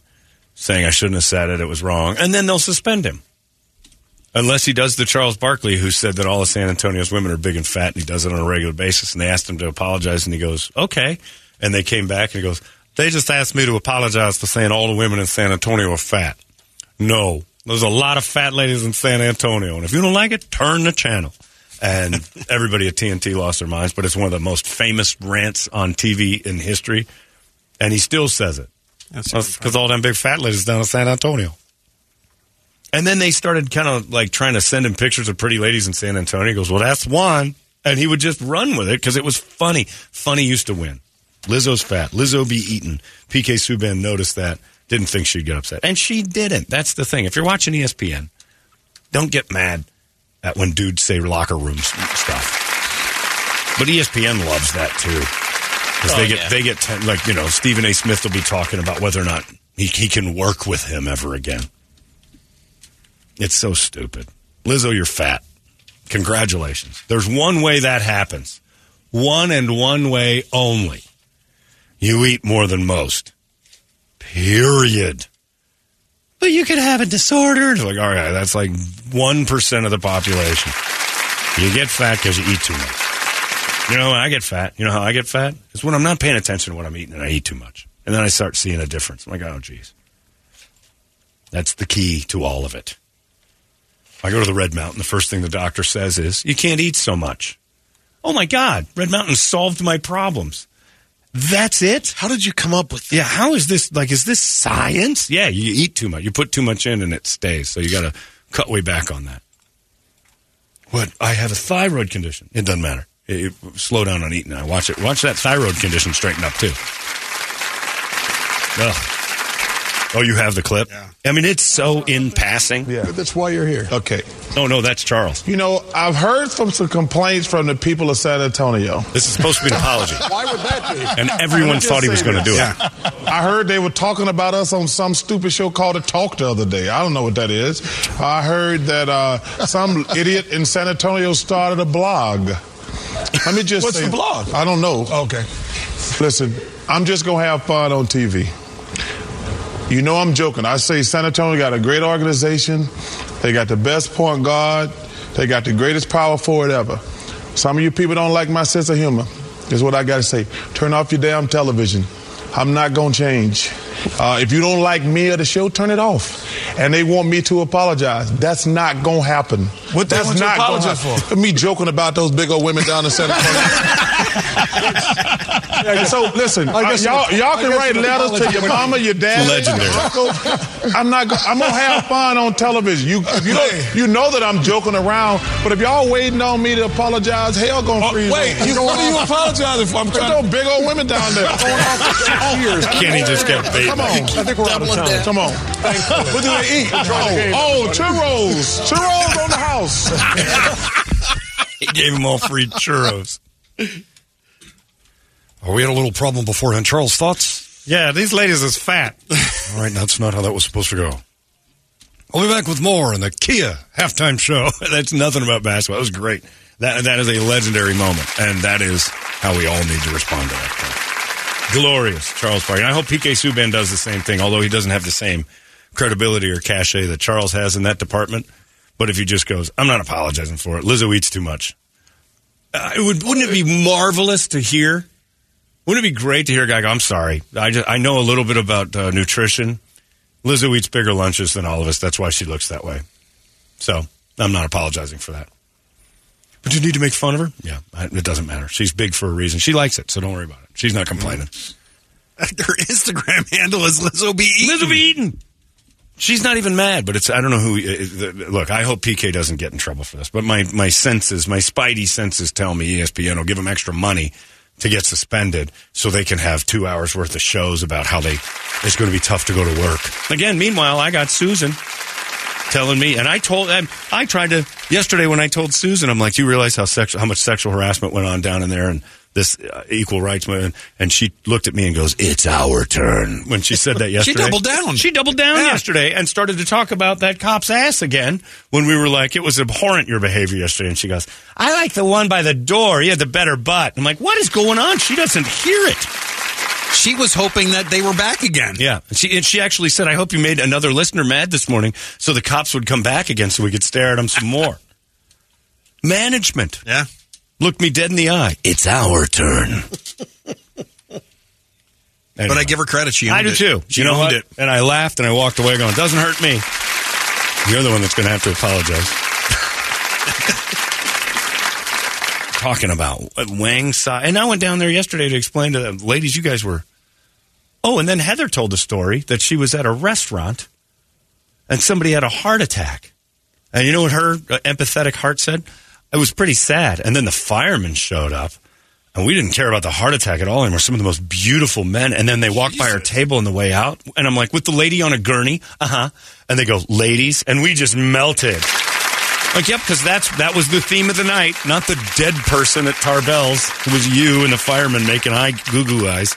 S1: saying I shouldn't have said it. It was wrong, and then they'll suspend him. Unless he does the Charles Barkley, who said that all of San Antonio's women are big and fat, and he does it on a regular basis, and they asked him to apologize, and he goes, okay. And they came back, and he goes, they just asked me to apologize for saying all the women in San Antonio are fat. No, there's a lot of fat ladies in San Antonio, and if you don't like it, turn the channel. And everybody at TNT lost their minds, but it's one of the most famous rants on TV in history, and he still says it. Because all them big fat ladies down in San Antonio. And then they started kind of like trying to send him pictures of pretty ladies in San Antonio. He goes, Well, that's one. And he would just run with it because it was funny. Funny used to win. Lizzo's fat. Lizzo be eaten. PK Subban noticed that, didn't think she'd get upset. And she didn't. That's the thing. If you're watching E ESPN, don't get mad at when dudes say locker room s- stuff. But E ESPN loves that too. Because
S12: Oh,
S1: they get
S12: yeah.
S1: they get ten, like you know Stephen A. Smith will be talking about whether or not he, he can work with him ever again. It's so stupid. Lizzo, you're fat. Congratulations. There's one way that happens. One and one way only. You eat more than most. Period.
S14: But you could have a disorder.
S1: It's like, all right, that's like 1% of the population. You get fat because you eat too much. You know, when I get fat, you know how I get fat? It's when I'm not paying attention to what I'm eating and I eat too much. And then I start seeing a difference. I'm like, oh, geez. That's the key to all of it. I go to the Red Mountain. The first thing the doctor says is, you can't eat so much. Oh, my God. Red Mountain solved my problems. That's it.
S7: How did you come up with?
S1: Yeah, how is this like? Is this science? Yeah, you eat too much. You put too much in, and it stays. So you got to cut way back on that. What? I have a thyroid condition. It doesn't matter. It- it- slow down on eating. I watch it. Watch that thyroid condition straighten up too. Ugh. Oh, you have the clip. I mean, it's so in passing. Yeah,
S15: That's why you're here.
S1: Okay. No, no, that's Charles.
S15: You know, I've heard from some complaints from the people of San Antonio.
S1: This is supposed to be an apology.
S15: why would that be?
S1: And everyone thought he was gonna do it.
S15: I heard they were talking about us on some stupid show called The Talk the other day. I don't know what that is. I heard that uh, some idiot in San Antonio started a blog. Let me just
S16: What's
S15: say-
S16: the blog?
S15: I don't know. Okay. Listen, I'm just gonna have fun on TV. You know I'm joking. I say San Antonio got a great organization. They got the best point guard. They got the greatest power forward ever. Some of you people don't like my sense of humor. Is what I got to say. Turn off your damn television. I'm not gonna change. Uh, if you don't like me or the show, turn it off. And they want me to apologize. That's not gonna happen.
S16: What they
S15: That's
S16: want you to
S15: gonna
S16: apologize
S15: happen. Me joking about those big old women down in San Antonio. so listen,
S16: I guess-
S15: y'all, y'all
S16: I
S15: can
S16: guess
S15: write
S16: you
S15: letters to your
S16: apologize.
S15: mama, your dad,
S16: Legendary.
S15: your uncle. I'm not. Go- I'm gonna have fun on television. You you know you know that I'm joking around, but if y'all waiting on me to apologize, hell gonna freeze.
S16: Uh, wait,
S15: over.
S16: you- what are you apologizing for? I'm
S15: There's
S16: trying-
S15: no big old women down there. Going off for six years.
S16: Kenny just kept baiting.
S15: Come on,
S16: You
S15: I think we're out of
S16: doubling
S15: time.
S16: down.
S15: Come on.
S16: What do they eat?
S15: Oh, oh, churros, churros on the house.
S1: He gave him all free churros.
S17: Oh, we had a little problem beforehand. Charles, thoughts?
S1: Yeah, these ladies is fat.
S17: All right, that's not how that was supposed to go. I'll be back with more in the Kia halftime show.
S1: That's nothing about basketball. That was great. That that is a legendary moment, and that is how we all need to respond to that. Glorious, Charles Barkley. And I hope PK Subban does the same thing, although he doesn't have the same credibility or cachet that Charles has in that department. But if he just goes, I'm not apologizing for it. Lizzo eats too much. Uh, it would wouldn't it be marvelous to hear? Wouldn't it be great to hear a guy go, "I'm sorry, I just, I know a little bit about uh, nutrition. Lizzo eats bigger lunches than all of us. That's why she looks that way. So I'm not apologizing for that. But you need to make fun of her. Yeah, I- it doesn't matter. She's big for a reason. She likes it, so don't worry about it. She's not complaining.
S12: Her Instagram handle is Lizzo be eaten. Lizzo be
S1: eaten. She's not even mad, but it's I don't know who. uh, the- Look, I hope PK doesn't get in trouble for this, but my my senses, my spidey senses, tell me E ESPN will give him extra money to get suspended so they can have two hours worth of shows about how they it's going to be tough to go to work. Again, meanwhile, I got Susan telling me, and I told them, I tried to yesterday when I told Susan, I'm like, do you realize how sexual, how much sexual harassment went on down in there, and this uh, equal rights movement, and she looked at me and goes, "It's our turn." When she said that yesterday,
S6: doubled down.
S1: She doubled down yesterday and started to talk about that cop's ass again. When we were like, "It was abhorrent your behavior yesterday," and she goes, "I like the one by the door. He had the better butt." I'm like, "What is going on?" She doesn't hear it.
S6: She was hoping that they were back again.
S1: Yeah. And she, and she actually said, I hope you made another listener mad this morning so the cops would come back again so we could stare at them some more. Management.
S6: Yeah.
S1: Looked me dead in the eye. It's our turn.
S6: But I give her credit. She owned
S1: I do
S6: it.
S1: too.
S6: She
S1: you know
S6: owned
S1: what?
S6: it.
S1: And I laughed and I walked away going, doesn't hurt me. You're the one that's going to have to apologize. Talking about Wang Sai. And I went down there yesterday to explain to them, ladies, you guys were. Oh, and then Heather told a story that she was at a restaurant and somebody had a heart attack. And you know what her uh, empathetic heart said? It was pretty sad. And then the firemen showed up, and we didn't care about the heart attack at all anymore. Some of the most beautiful men. And then they walked by our table on the way out, and I'm like, with the lady on a gurney, uh huh. And they go, ladies, and we just melted. Like, yep, because that's that was the theme of the night, not the dead person at Tarbell's. It was you and the firemen making eye goo goo eyes.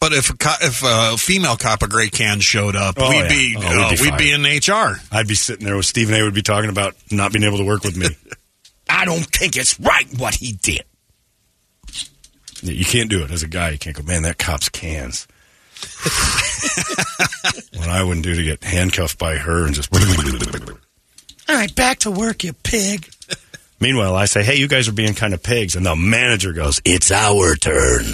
S6: But if a co- if uh, a female cop a gray can showed up,
S1: Oh,
S6: we'd,
S1: yeah.
S6: be,
S1: Oh,
S6: uh, we'd, be, in
S1: HR. I'd be sitting there with Stephen A. Would be talking about not being able to work with me. I don't think it's right what he did. Yeah, You can't do it as a guy. You can't go, man. That cop's cans. what I wouldn't do to get handcuffed by her and just.
S18: All right, back to work, you pig.
S1: Meanwhile, I say, hey, you guys are being kind of pigs, and the manager goes, it's our turn.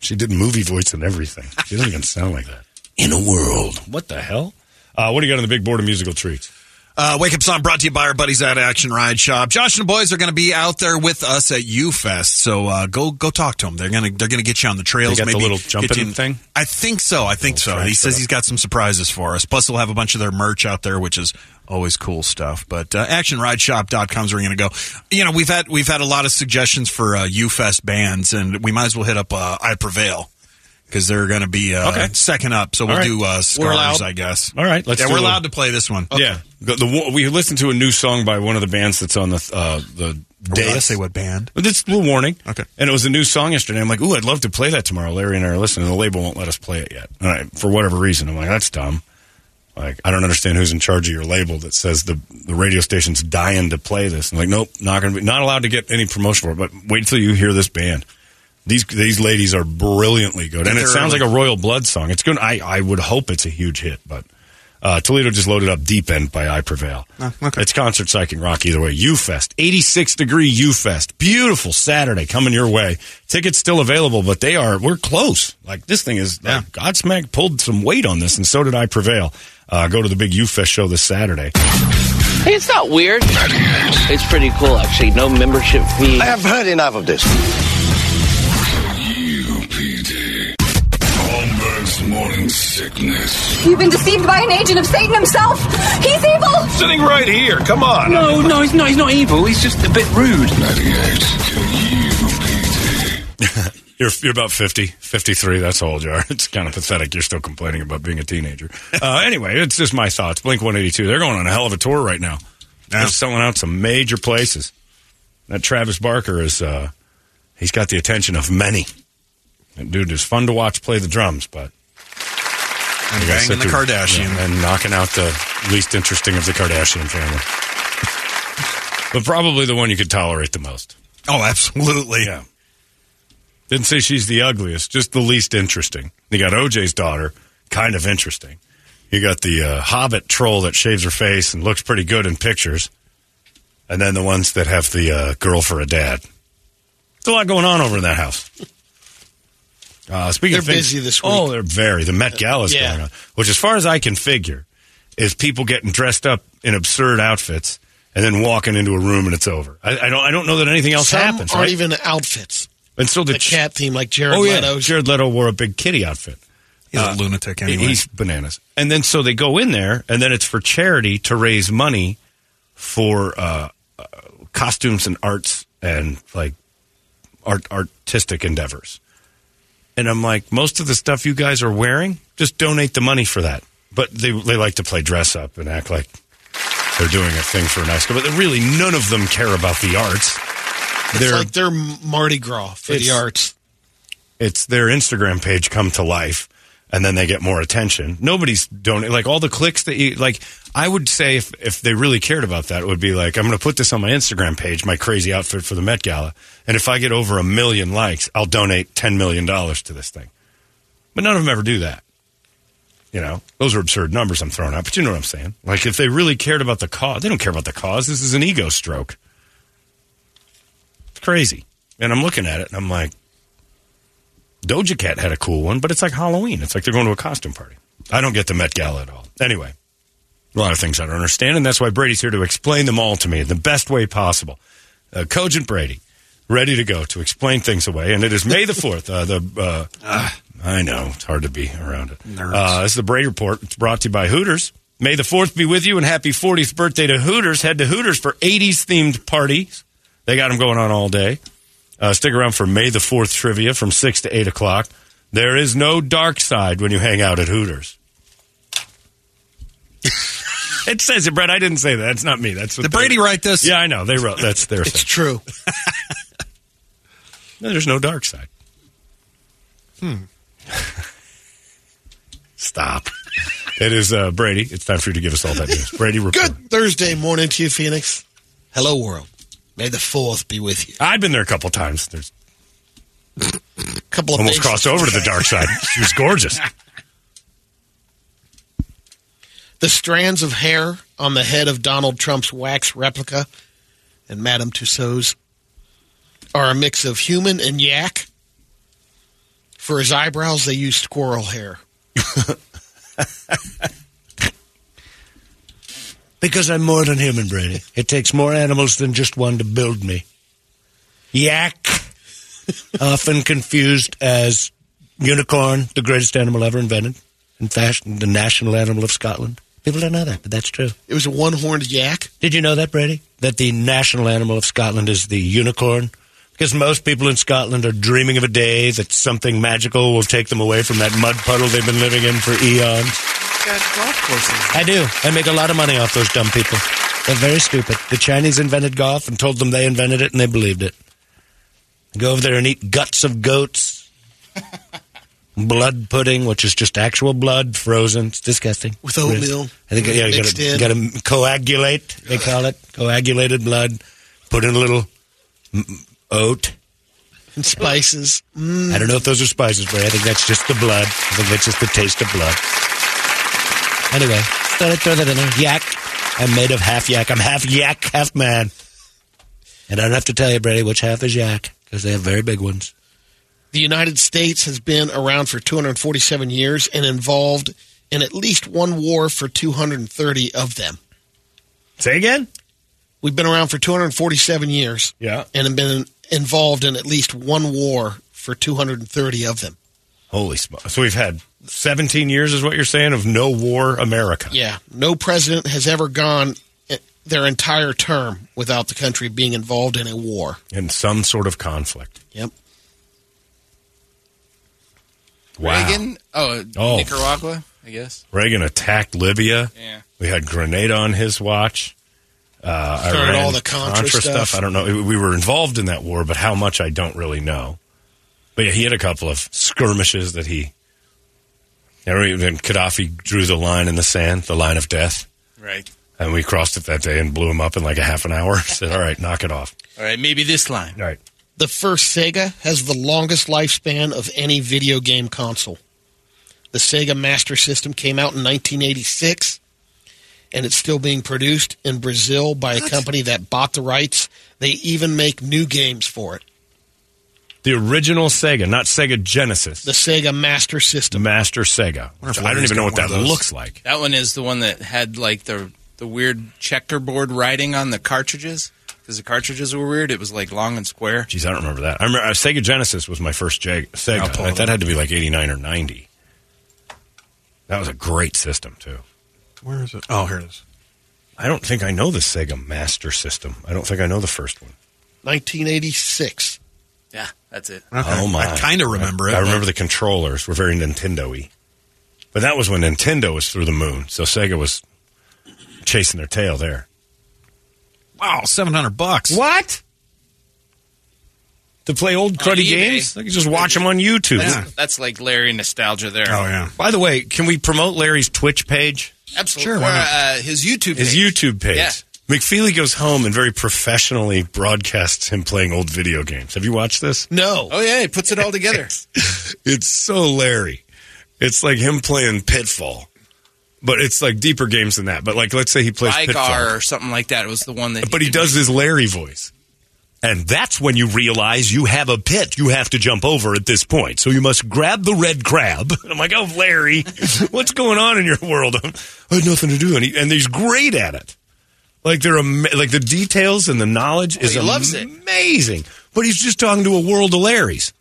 S1: She did movie voice and everything. She doesn't even sound like that. In a world, what the hell? Uh, what do you got on the big board of musical treats?
S6: Uh, Wake Up Song brought to you by our buddies at Action Ride Shop. Josh and the boys are going to be out there with us at U Fest, so uh, go go talk to them. They're going to they're going to get you on the trails.
S1: They got the
S6: maybe
S1: little
S6: get
S1: jumping
S6: you in-
S1: thing?
S6: I think so. I think so. He says he's got some surprises for us. Plus, we'll have a bunch of their merch out there, which is always cool stuff. But uh, actionrideshop.com is where you're going to go. You know, we've had we've had a lot of suggestions for uh, U Fest bands, and we might as well hit up uh, I Prevail. Because they're going to be uh,
S1: Okay.
S6: second up, so
S1: All
S6: we'll
S1: right.
S6: do uh,
S1: We're
S6: Scars,
S1: allowed?
S6: I guess.
S1: All right, let's
S6: yeah,
S1: do
S6: we're
S1: a little-
S6: allowed to play this one.
S1: Yeah, the, the one- we listened to a new song by one of the bands that's on the uh, the.
S6: We're allowed to
S1: dais.
S6: say what band?
S1: But It's a little warning. Okay. And it was a new song yesterday. I'm like, ooh, I'd love to play that tomorrow. Larry and I are listening. The label won't let us play it yet. And I, for whatever reason, I'm like, that's dumb. Like, I don't understand who's in charge of your label that says the, the radio station's dying to play this. I'm like, nope, not going to be, not allowed to get any promotion for it, but wait till you hear this band. These, these ladies are brilliantly good.
S6: Get
S1: And it
S6: there
S1: sounds
S6: early.
S1: like a Royal Blood song. It's going I, I would hope it's a huge hit, but, uh, Toledo just loaded up Deep End by I Prevail. It's concert psych and rock either way. U Fest, 86 degree U Fest. Beautiful Saturday coming your way. Tickets still available, but they are, we're close. Like this thing is, like, Godsmack pulled some weight on this, and so did I Prevail. Uh, go to the big U Fest show this Saturday.
S11: Hey, it's not weird. It's pretty cool, actually. No membership fee. I have heard enough of this.
S3: UPD. Holmberg's morning sickness.
S4: You've been deceived by an agent of Satan himself. He's evil.
S5: Sitting right here. Come on. No, no, he's not. He's not evil. He's just a bit rude.
S1: You're, you're about 50, 53. That's how old you are. It's kind of pathetic. You're still complaining about being a teenager. Uh, anyway, it's just my thoughts. Blink 182. They're going on a hell of a tour right now. They're selling out some major places. That Travis Barker is, uh, he's got the attention of many. That dude is fun to watch play the drums, but.
S6: And
S1: You gotta
S6: banging
S1: sit
S6: the
S1: through-
S6: Kardashian.
S1: yeah, and knocking out the least interesting of the Kardashian family. but probably the one you could tolerate the most.
S6: Oh, absolutely.
S1: Yeah. Didn't say she's the ugliest, just the least interesting. You got OJ's daughter, kind of interesting. You got the uh, Hobbit troll that shaves her face and looks pretty good in pictures. And then the ones that have the uh, girl for a dad. There's a lot going on over in that house. Uh, speaking of
S7: They're
S1: things,
S7: busy this
S1: Oh,
S7: week.
S1: they're very. The Met Gala is
S7: Yeah.
S1: going on, which, as far as I can figure, is people getting dressed up in absurd outfits and then walking into a room and it's over. I, I don't. I don't know that anything else
S7: Some
S1: happens.
S7: aren't
S1: right?
S7: even outfits.
S1: and so the,
S7: the
S1: ch-
S7: cat theme, like Jared
S1: oh,
S7: Leto's.
S1: Yeah. Jared Leto wore a big kitty outfit. Uh,
S6: He's a lunatic anyway.
S1: He's bananas. And then so they go in there, and then it's for charity to raise money for uh, uh, costumes and arts and like art artistic endeavors. And I'm like, most of the stuff you guys are wearing, just donate the money for that. But they they like to play dress up and act like they're doing a thing for a nice guy. But really, none of them care about the arts.
S7: It's like they're Mardi Gras for the
S1: It's-
S7: arts.
S1: it's their Instagram page come to life, and then they get more attention. Nobody's donating. Like all the clicks that you like. I would say if if they really cared about that, it would be like I'm going to put this on my Instagram page, my crazy outfit for the Met Gala, and if I get over a million likes, I'll donate ten million dollars to this thing. But none of them ever do that. You know, those are absurd numbers I'm throwing out, but you know what I'm saying. Like if they really cared about the cause, they don't care about the cause. This is an ego stroke. It's crazy. And I'm looking at it and I'm like, Doja Cat had a cool one, but it's like Halloween. It's like they're going to a costume party. I don't get the Met Gala at all. Anyway, a lot of things I don't understand, and that's why Brady's here to explain them all to me in the best way possible. Uh, Cogent Brady, ready to go to explain things away, and it is May the 4th. Uh, the uh, I know, it's hard to be around it. Uh, this is the Brady Report. It's brought to you by Hooters. May the 4th be with you, and happy 40th birthday to Hooters. Head to Hooters for 80s themed parties. They got them going on all day. Uh, stick around for May the 4th trivia from 6 to 8 o'clock. There is no dark side when you hang out at Hooters. it says it, Brett. I didn't say that. That's not me. That's what
S6: Did
S1: they-
S6: Brady write this?
S1: Yeah, I know. They wrote that's their thing.
S7: True.
S1: No, there's no dark side. Hmm. Stop. It is uh, Brady. It's time for you to give us all that news. Brady report.
S7: Good Thursday morning to you, Phoenix. Hello, world. May the fourth be with you.
S1: I've been there a couple times. There's
S7: couple of
S1: almost
S7: things.
S1: crossed over to the dark side. She was gorgeous.
S7: The strands of hair on the head of Donald Trump's wax replica and Madame Tussauds are a mix of human and yak. For his eyebrows, they used squirrel hair.
S12: Because I'm more than human, Brady. It takes more animals than just one to build me. Yak, often confused as unicorn, the greatest animal ever invented, and fashioned the national animal of Scotland. People don't know that, but that's true.
S7: It was a one horned yak.
S12: Did you know that, Brady? That the national animal of Scotland is the unicorn? Because most people in Scotland are dreaming of a day that something magical will take them away from that mud puddle they've been living in for eons. I do. I make a lot of money off those dumb people. They're very stupid. The Chinese invented golf and told them they invented it and they believed it. Go over there and eat guts of goats, blood pudding, which is just actual blood frozen. It's disgusting.
S7: With oatmeal
S12: I think yeah, you
S7: mixed
S12: gotta,
S7: in.
S12: gotta coagulate, they call it. Coagulated blood. Put in a little mm, oat.
S7: And spices. Mm.
S12: I don't know if those are spices, but I think that's just the blood. I think that's just the taste of blood. Anyway, thought I'd throw that in there. Yak. I'm made of half yak. I'm half yak, half man. And I don't have to tell you, Brady, which half is yak, because they have very big ones.
S7: The United States has been around for 247 years and involved in at least one war for 230 of them.
S12: Say again?
S7: We've been around for 247 years.
S1: Yeah.
S7: And have been involved in at least one war for 230 of them.
S1: Holy smokes. So we've had 17 years, is what you're saying, of no war America.
S7: Yeah. No president has ever gone eh, their entire term without the country being involved in a war.
S1: And some sort of conflict.
S7: Yep.
S1: Wow.
S19: Reagan? Oh,
S1: Oh.
S19: Nicaragua, I guess.
S1: Reagan attacked Libya.
S19: Yeah.
S1: We had Grenada on his watch. Uh,
S7: Started
S1: Iran,
S7: all the Contra stuff.
S1: I don't know. We were involved in that war, but how much I don't really know. But yeah, he had a couple of skirmishes that he. And we- then Gaddafi drew the line in the sand, the line of death,
S19: Right.
S1: and we crossed it that day and blew him up in like a half an hour. Said, "All right, knock it off."
S19: All right, maybe this line.
S1: All right.
S7: The first Sega has the longest lifespan of any video game console. The Sega Master System came out in 1986, and it's still being produced in Brazil by a company that bought the rights. They even make new games for it.
S1: The original Sega, not Sega Genesis,
S7: The Sega Master System.
S1: Master Sega.
S19: if
S1: I don't even know what that
S19: Larry's got one of those.
S1: looks like.
S19: That one is the one that had like the the weird checkerboard writing on the cartridges because the cartridges were weird. It was like long and square.
S1: Jeez, I don't remember that. I remember uh, Sega Genesis was my first Jag- Sega.
S19: pull
S1: That,
S19: it
S1: that had to be like '89 or '90. That was a great system too.
S6: Where is it? Oh, here it is.
S1: I don't think I know the Sega Master System. I don't think I know the first one.
S7: 1986.
S19: Yeah, that's it.
S1: Oh my!
S6: I kind of remember
S1: I,
S6: it.
S1: I remember the controllers were very Nintendo-y. But that was when Nintendo was through the moon. So Sega was chasing their tail there.
S6: Wow, seven hundred bucks.
S20: What?
S1: To play old cruddy
S19: eBay.
S1: games? They can just watch them on YouTube.
S19: That's, that's like Larry nostalgia there.
S1: Oh yeah. By the way, can we promote Larry's Twitch page?
S19: Absolutely.
S1: Sure,
S19: Or,
S1: why not?
S19: uh, his YouTube
S1: His
S19: page.
S1: YouTube page.
S19: Yeah.
S1: McFeely goes home and very professionally broadcasts him playing old video games. Have you watched this?
S7: No.
S19: Oh yeah, he puts it all together.
S1: It's so Larry. It's like him playing Pitfall, but it's like deeper games than that. But like, let's say he plays Pitfall,
S19: Rygar or something like that was the one that.
S1: but he does his Larry voice. And that's when you realize you have a pit you have to jump over at this point. So you must grab the red crab. And I'm like, oh, Larry, what's going on in your world? I had nothing to do. And, he, and he's great at it. Like they're ama- like the details and the knowledge is
S19: he loves it.
S1: amazing. But he's just talking to a world of Larrys.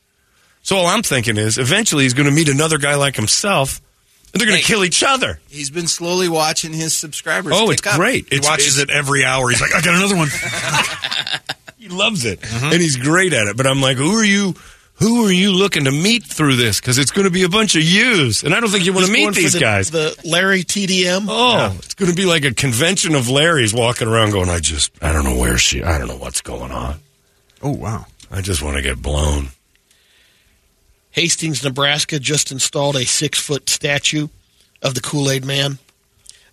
S1: So all I'm thinking is eventually he's going to meet another guy like himself and they're going to kill each other.
S19: He's been slowly watching his subscribers.
S1: Oh,
S19: tick
S1: it's
S19: up.
S1: great. It's- it's- I got another one. he loves it,
S19: Mm-hmm.
S1: and he's great at it. But I'm like, who are you? Who are you looking to meet through this? Because it's going to be a bunch of yous, and I don't think you want to
S7: He's
S1: meet
S7: going for
S1: these
S7: the-
S1: guys.
S7: The Larry TDM.
S1: Oh, it's going to be like a convention of Larrys walking around, going, "I just, I don't know where she, I don't know what's going on.
S6: Oh wow,
S1: I just want to get blown."
S7: Hastings, Nebraska just installed a six foot statue of the Kool Aid Man.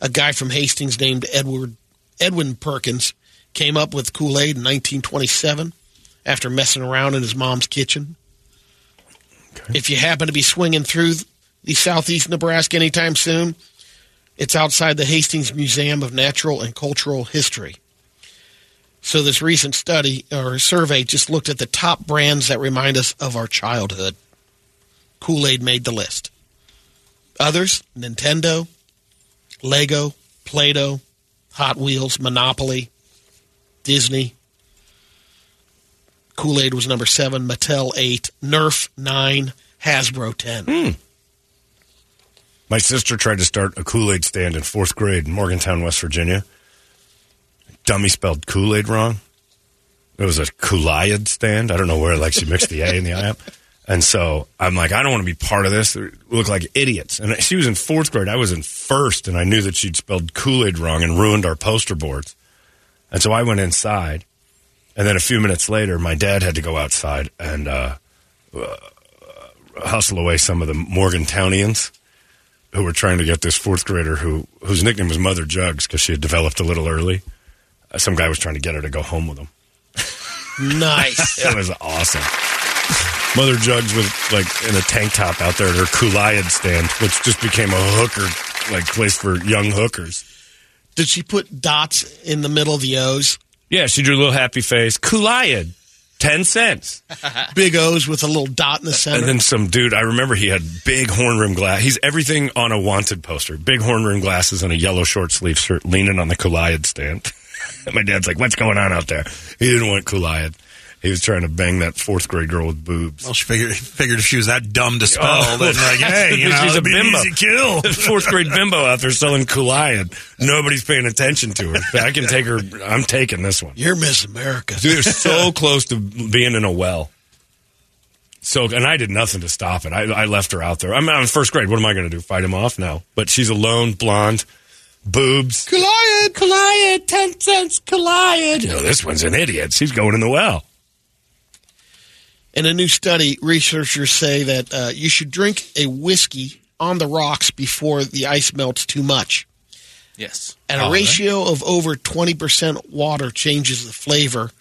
S7: A guy from Hastings named Edward Edwin Perkins came up with Kool Aid in 1927 after messing around in his mom's kitchen. If you happen to be swinging through the southeast Nebraska anytime soon, it's outside the Hastings Museum of Natural and Cultural History. So this recent study or survey just looked at the top brands that remind us of our childhood. Kool Aid made the list. Others: Nintendo, Lego, Play-Doh, Hot Wheels, Monopoly, Disney. Kool Aid was number seven. Mattel eight. Nerf nine. Hasbro ten.
S1: My sister tried to start a Kool Aid stand in fourth grade in Morgantown, West Virginia. Dummy spelled Kool Aid wrong. It was a Kool-Aid stand. I don't know where like she mixed the A and the I up. And so I'm like, I don't want to be part of this. We look like idiots. And she was in fourth grade. I was in first, and I knew that she'd spelled Kool Aid wrong and ruined our poster boards. And so I went inside. And then a few minutes later, my dad had to go outside and uh, uh, hustle away some of the Morgantownians who were trying to get this fourth grader who whose nickname was Mother Jugs because she had developed a little early. Uh, some guy was trying to get her to go home with him.
S7: Nice.
S1: it was awesome. Mother Jugs was like in a tank top out there at her Kool-Aid stand, which just became a hooker like place for young hookers.
S7: Did she put dots in the middle of the O's?
S1: Yeah, she drew a little happy face. Kool-Aid, ten cents.
S7: Big O's with a little dot in the center.
S1: And then some dude, I remember he had big horn rim glass. He's everything on a wanted poster. Big horn rim glasses and a yellow short sleeve shirt leaning on the Kool-Aid stand. and my dad's like, what's going on out there? He didn't want Kool-Aid. He was trying to bang that fourth grade girl with boobs.
S6: Well, she figured figured if she was that dumb to spell,
S1: Oh,
S6: then like, hey, you know,
S1: she's a
S6: it'd be an
S1: bimbo.
S6: easy kill.
S1: Fourth grade bimbo out there selling Kool-Aid. Nobody's paying attention to her. But I can take her. I'm taking this one.
S7: You're Miss America.
S1: Dude, they're so close to being in a well. So, and I did nothing to stop it. I, I left her out there. I'm out in first grade. What am I going to do? Fight him off? No. But she's alone, blonde, boobs.
S10: Collide, collide, ten cents, collide.
S1: You know, Oh, this one's an idiot. She's going in the well.
S7: In a new study, researchers say that uh, you should drink a whiskey on the rocks before the ice melts too much.
S19: Yes.
S7: And
S1: Oh,
S7: a ratio of over 20% water changes the flavor.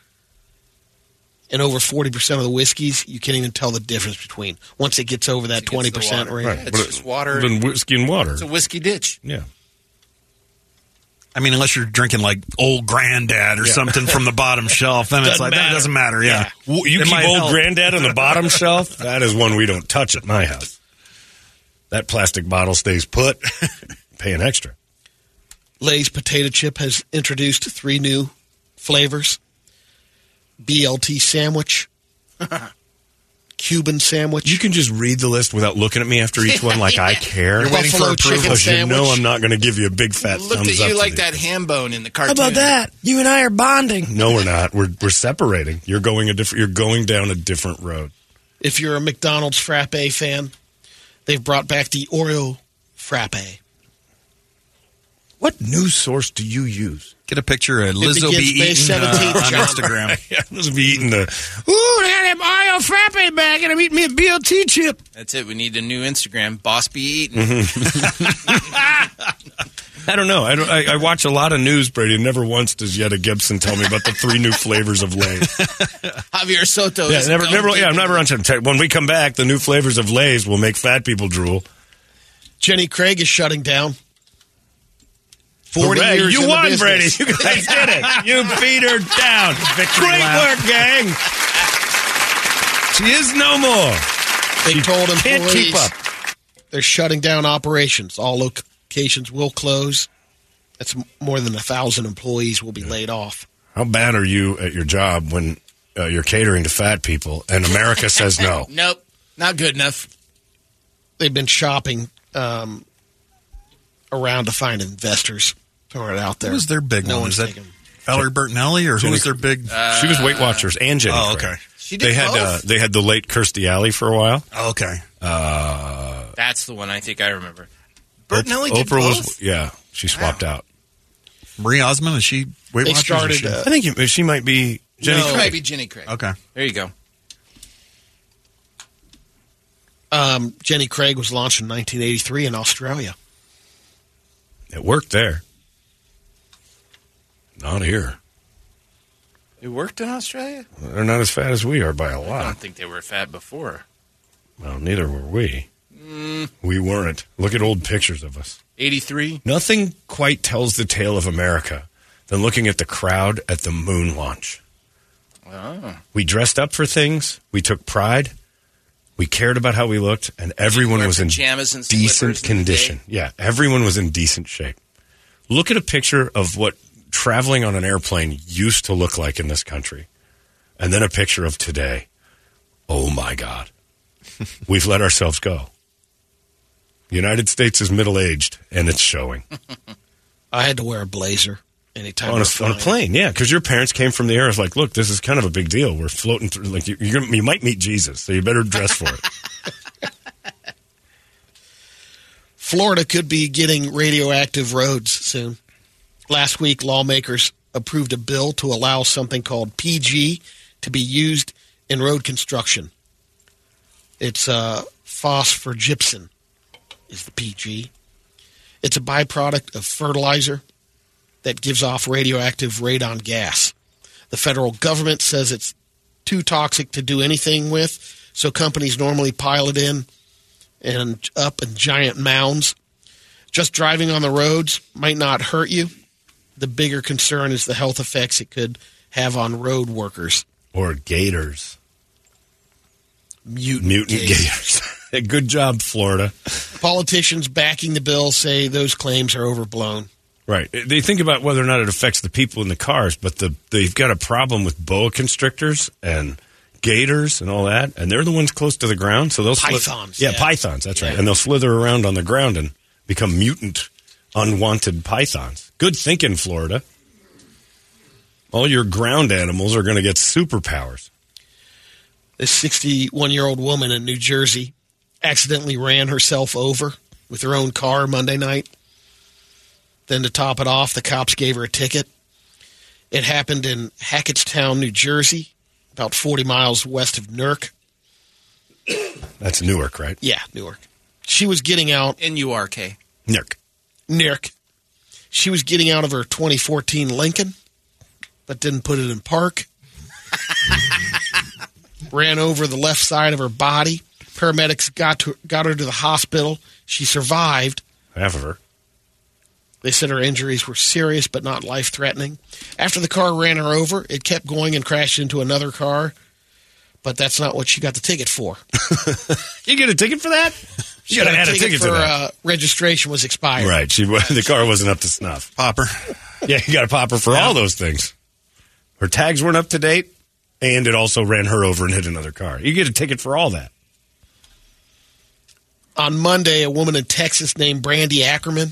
S7: And over 40% of the whiskeys, you can't even tell the difference between once it gets over that 20%
S19: water.
S7: range.
S19: Right. It's just water.
S1: Then whiskey and water.
S19: It's a whiskey ditch.
S1: Yeah.
S6: I mean, unless you're drinking like old granddad or
S19: Yeah.
S6: something from the bottom shelf, then it's
S19: Doesn't
S6: like that
S19: matter.
S6: doesn't matter. Yeah,
S1: W- You
S6: It
S1: keep
S6: might
S1: old
S6: help.
S1: granddad on the bottom shelf? That is one we don't touch at my house. That plastic bottle stays put, paying extra.
S7: Lay's potato chip has introduced three new flavors BLT sandwich, Cuban sandwich.
S1: You can just read the list without looking at me after each one like I care.
S7: You're waiting for Buffalo approval. chicken
S1: Because you know
S7: sandwich.
S1: I'm not going to give you a big fat
S19: Looked
S1: thumbs
S19: at
S1: up
S19: you
S1: to
S19: like
S1: these.
S19: that ham bone in the
S21: How
S19: cartoon.
S21: about that? You and I are bonding.
S1: No, we're not. We're we're separating. You're going a different. You're going down a different road.
S7: if you're a McDonald's frappe fan, they've brought back the Oreo frappe.
S22: What news source do you use?
S6: Get a picture of
S7: Lizzo begins B. May Eaton, uh, 17th, on John. Instagram.
S22: yeah, Lizzo be eating the.
S9: Ooh, they had that Mario frappe bag, and I'm eating me a BLT chip.
S19: That's it. We need a new Instagram. Boss be eaten.
S1: Mm-hmm. I don't know. I, don't, I, I watch a lot of news, Brady. and Never once does Yetta Gibson tell me about the three new flavors of Lay's.
S19: Javier Soto.
S1: yeah,
S19: is
S1: never,
S19: going-
S1: never. Yeah, I'm never on time. When we come back, the new flavors of Lay's will make fat people drool.
S7: Jenny Craig is shutting down. 40
S1: Hooray,
S7: years
S1: you
S7: in the
S1: won,
S7: business.
S1: Brady. You guys did it. You beat her down. Great
S7: lap.
S1: work, gang. She is no more.
S7: They told him
S1: can't keep up.
S7: They're shutting down operations. All locations will close. That's m- more than a thousand employees will be laid off.
S1: How bad are you at your job when uh, you're catering to fat people and America says no?
S19: Nope. Not good enough.
S7: They've been shopping um, around to find investors. Throwing it out there.
S6: Who was their big
S7: no
S6: one?
S7: One's
S6: Is that
S7: taking-
S6: Valerie Bertinelli or who was their big?
S19: Uh,
S1: she was Weight Watchers and Jenny.
S6: Uh, Oh,
S1: Craig.
S6: okay. She did
S1: they had
S6: both?
S1: Uh, they had the late Kirstie Alley for a while.
S6: okay.
S1: Uh,
S19: That's the one I think I remember.
S1: Op-
S19: Bertinelli
S1: Oprah
S19: did
S1: was
S19: both?
S1: yeah. She swapped out.
S6: Marie Osmond is she Weight
S19: They
S6: Watchers?
S19: started,
S6: is she?
S19: uh,
S1: I think it- she might be Jenny.
S19: no,
S1: Craig.
S19: maybe Jenny Craig.
S6: Okay.
S19: There you go.
S7: Um, Jenny Craig was launched in 1983 in Australia.
S1: It worked there. Not here.
S19: It worked in Australia?
S1: They're not as fat as we are by a
S19: I
S1: lot.
S19: don't think they were fat before.
S1: Well, neither were we.
S19: Mm,
S1: We weren't. Look at old pictures of us.
S19: 83?
S1: Nothing quite tells the tale of America than looking at the crowd at the moon launch.
S19: Oh.
S1: We dressed up for things. We took pride. We cared about how we looked, and everyone
S19: Wear
S1: was in
S19: pajamas and slippers
S1: decent
S19: in the
S1: condition.
S19: day.
S1: Yeah, everyone was in decent shape. Look at a picture of what traveling on an airplane used to look like in this country, and then a picture of today. Oh my God, we've let ourselves go. The United States is middle aged, and it's showing
S7: I had to wear a blazer anytime
S1: on a,
S7: we're
S1: on a
S7: flying.
S1: plane. Yeah, because your parents came from the air. It's like, look, this is kind of a big deal. We're floating through. Like you, you're, gonna- you might meet Jesus, so you better dress for it.
S7: Florida could be getting radioactive roads soon. Last week, lawmakers approved a bill to allow something called PG to be used in road construction. It's uh, phosphor gypsum, is the PG. It's a byproduct of fertilizer that gives off radioactive radon gas. The federal government says it's too toxic to do anything with, so companies normally pile it in and up in giant mounds. Just driving on the roads might not hurt you. The bigger concern is the health effects it could have on road workers.
S1: Or gators.
S7: Mutant,
S1: Mutant
S7: gators.
S1: gators. Good job, Florida.
S7: Politicians backing the bill say those claims are overblown.
S1: Right. They think about whether or not it affects the people in the cars, but the, they've got a problem with boa constrictors and gators and all that, and they're the ones close to the ground, so they'll slith-
S7: Pythons,
S1: yeah,
S7: yeah.
S1: pythons. That's right,
S7: Yeah.
S1: and they'll slither around on the ground and become mutant, unwanted pythons. Good thinking, Florida. All your ground animals are going to get superpowers.
S7: This 61 year old woman in New Jersey accidentally ran herself over with her own car Monday night. Then, to top it off, the cops gave her a ticket. It happened in Hackettstown, New Jersey, about 40 miles west of Newark.
S1: That's Newark, right?
S7: Yeah, Newark. She was getting out.
S19: N U R K.
S1: Newark.
S7: Newark. She was getting out of her 2014 Lincoln, but didn't put it in park. Ran over the left side of her body. Paramedics got to, got her to the hospital. She survived.
S1: Half of her.
S7: They said her injuries were serious but not life threatening. After the car ran her over, it kept going and crashed into another car, but that's not what she got the ticket for.
S1: You get a ticket for that?
S7: She
S1: Shoulda
S7: got
S1: had a ticket
S7: for
S1: to that.
S7: Uh, registration was expired.
S1: Right. She the car wasn't up to snuff.
S6: Popper.
S1: Yeah, you got a popper for all those things. Her tags weren't up to date, and it also ran her over and hit another car. You get a ticket for all that.
S7: on Monday, a woman in Texas named Brandy Ackerman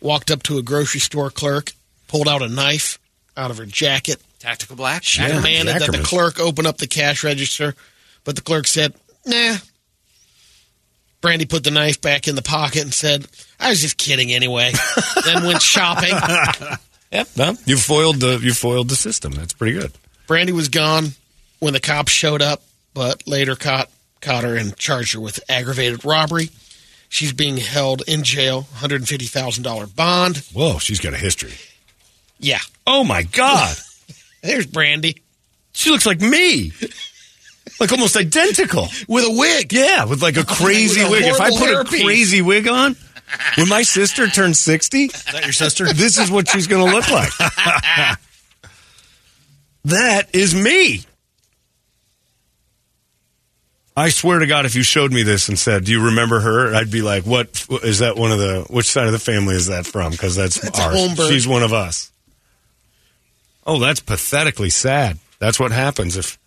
S7: walked up to a grocery store clerk, pulled out a knife out of her jacket.
S19: Tactical Black.
S7: She demanded that the clerk open up the cash register, but the clerk said, nah. Brandy put the knife back in the pocket and said, I was just kidding anyway. then went shopping.
S1: Yep. No, you foiled the you foiled the system. That's pretty good.
S7: Brandy was gone when the cops showed up, but later caught caught her and charged her with aggravated robbery. She's being held in jail, hundred and fifty thousand dollar bond.
S1: Whoa, she's got a history.
S7: Yeah.
S1: Oh my God.
S7: There's Brandy.
S12: She looks like me. Like almost identical.
S7: With a wig.
S12: Yeah, with like a crazy
S1: With a
S12: wig. If I
S1: horrible
S12: put
S1: hairpiece.
S12: a crazy wig on, when my sister turns 60, is
S6: that your sister?
S12: This is what she's going to look like. that is me.
S1: I swear to God, if you showed me this and said, "Do you remember her?" I'd be like, "What is that? One of the which side of the family is that from?" Because that's, ours.
S12: Holmberg.
S1: She's one of us. Oh, that's pathetically sad. That's what happens if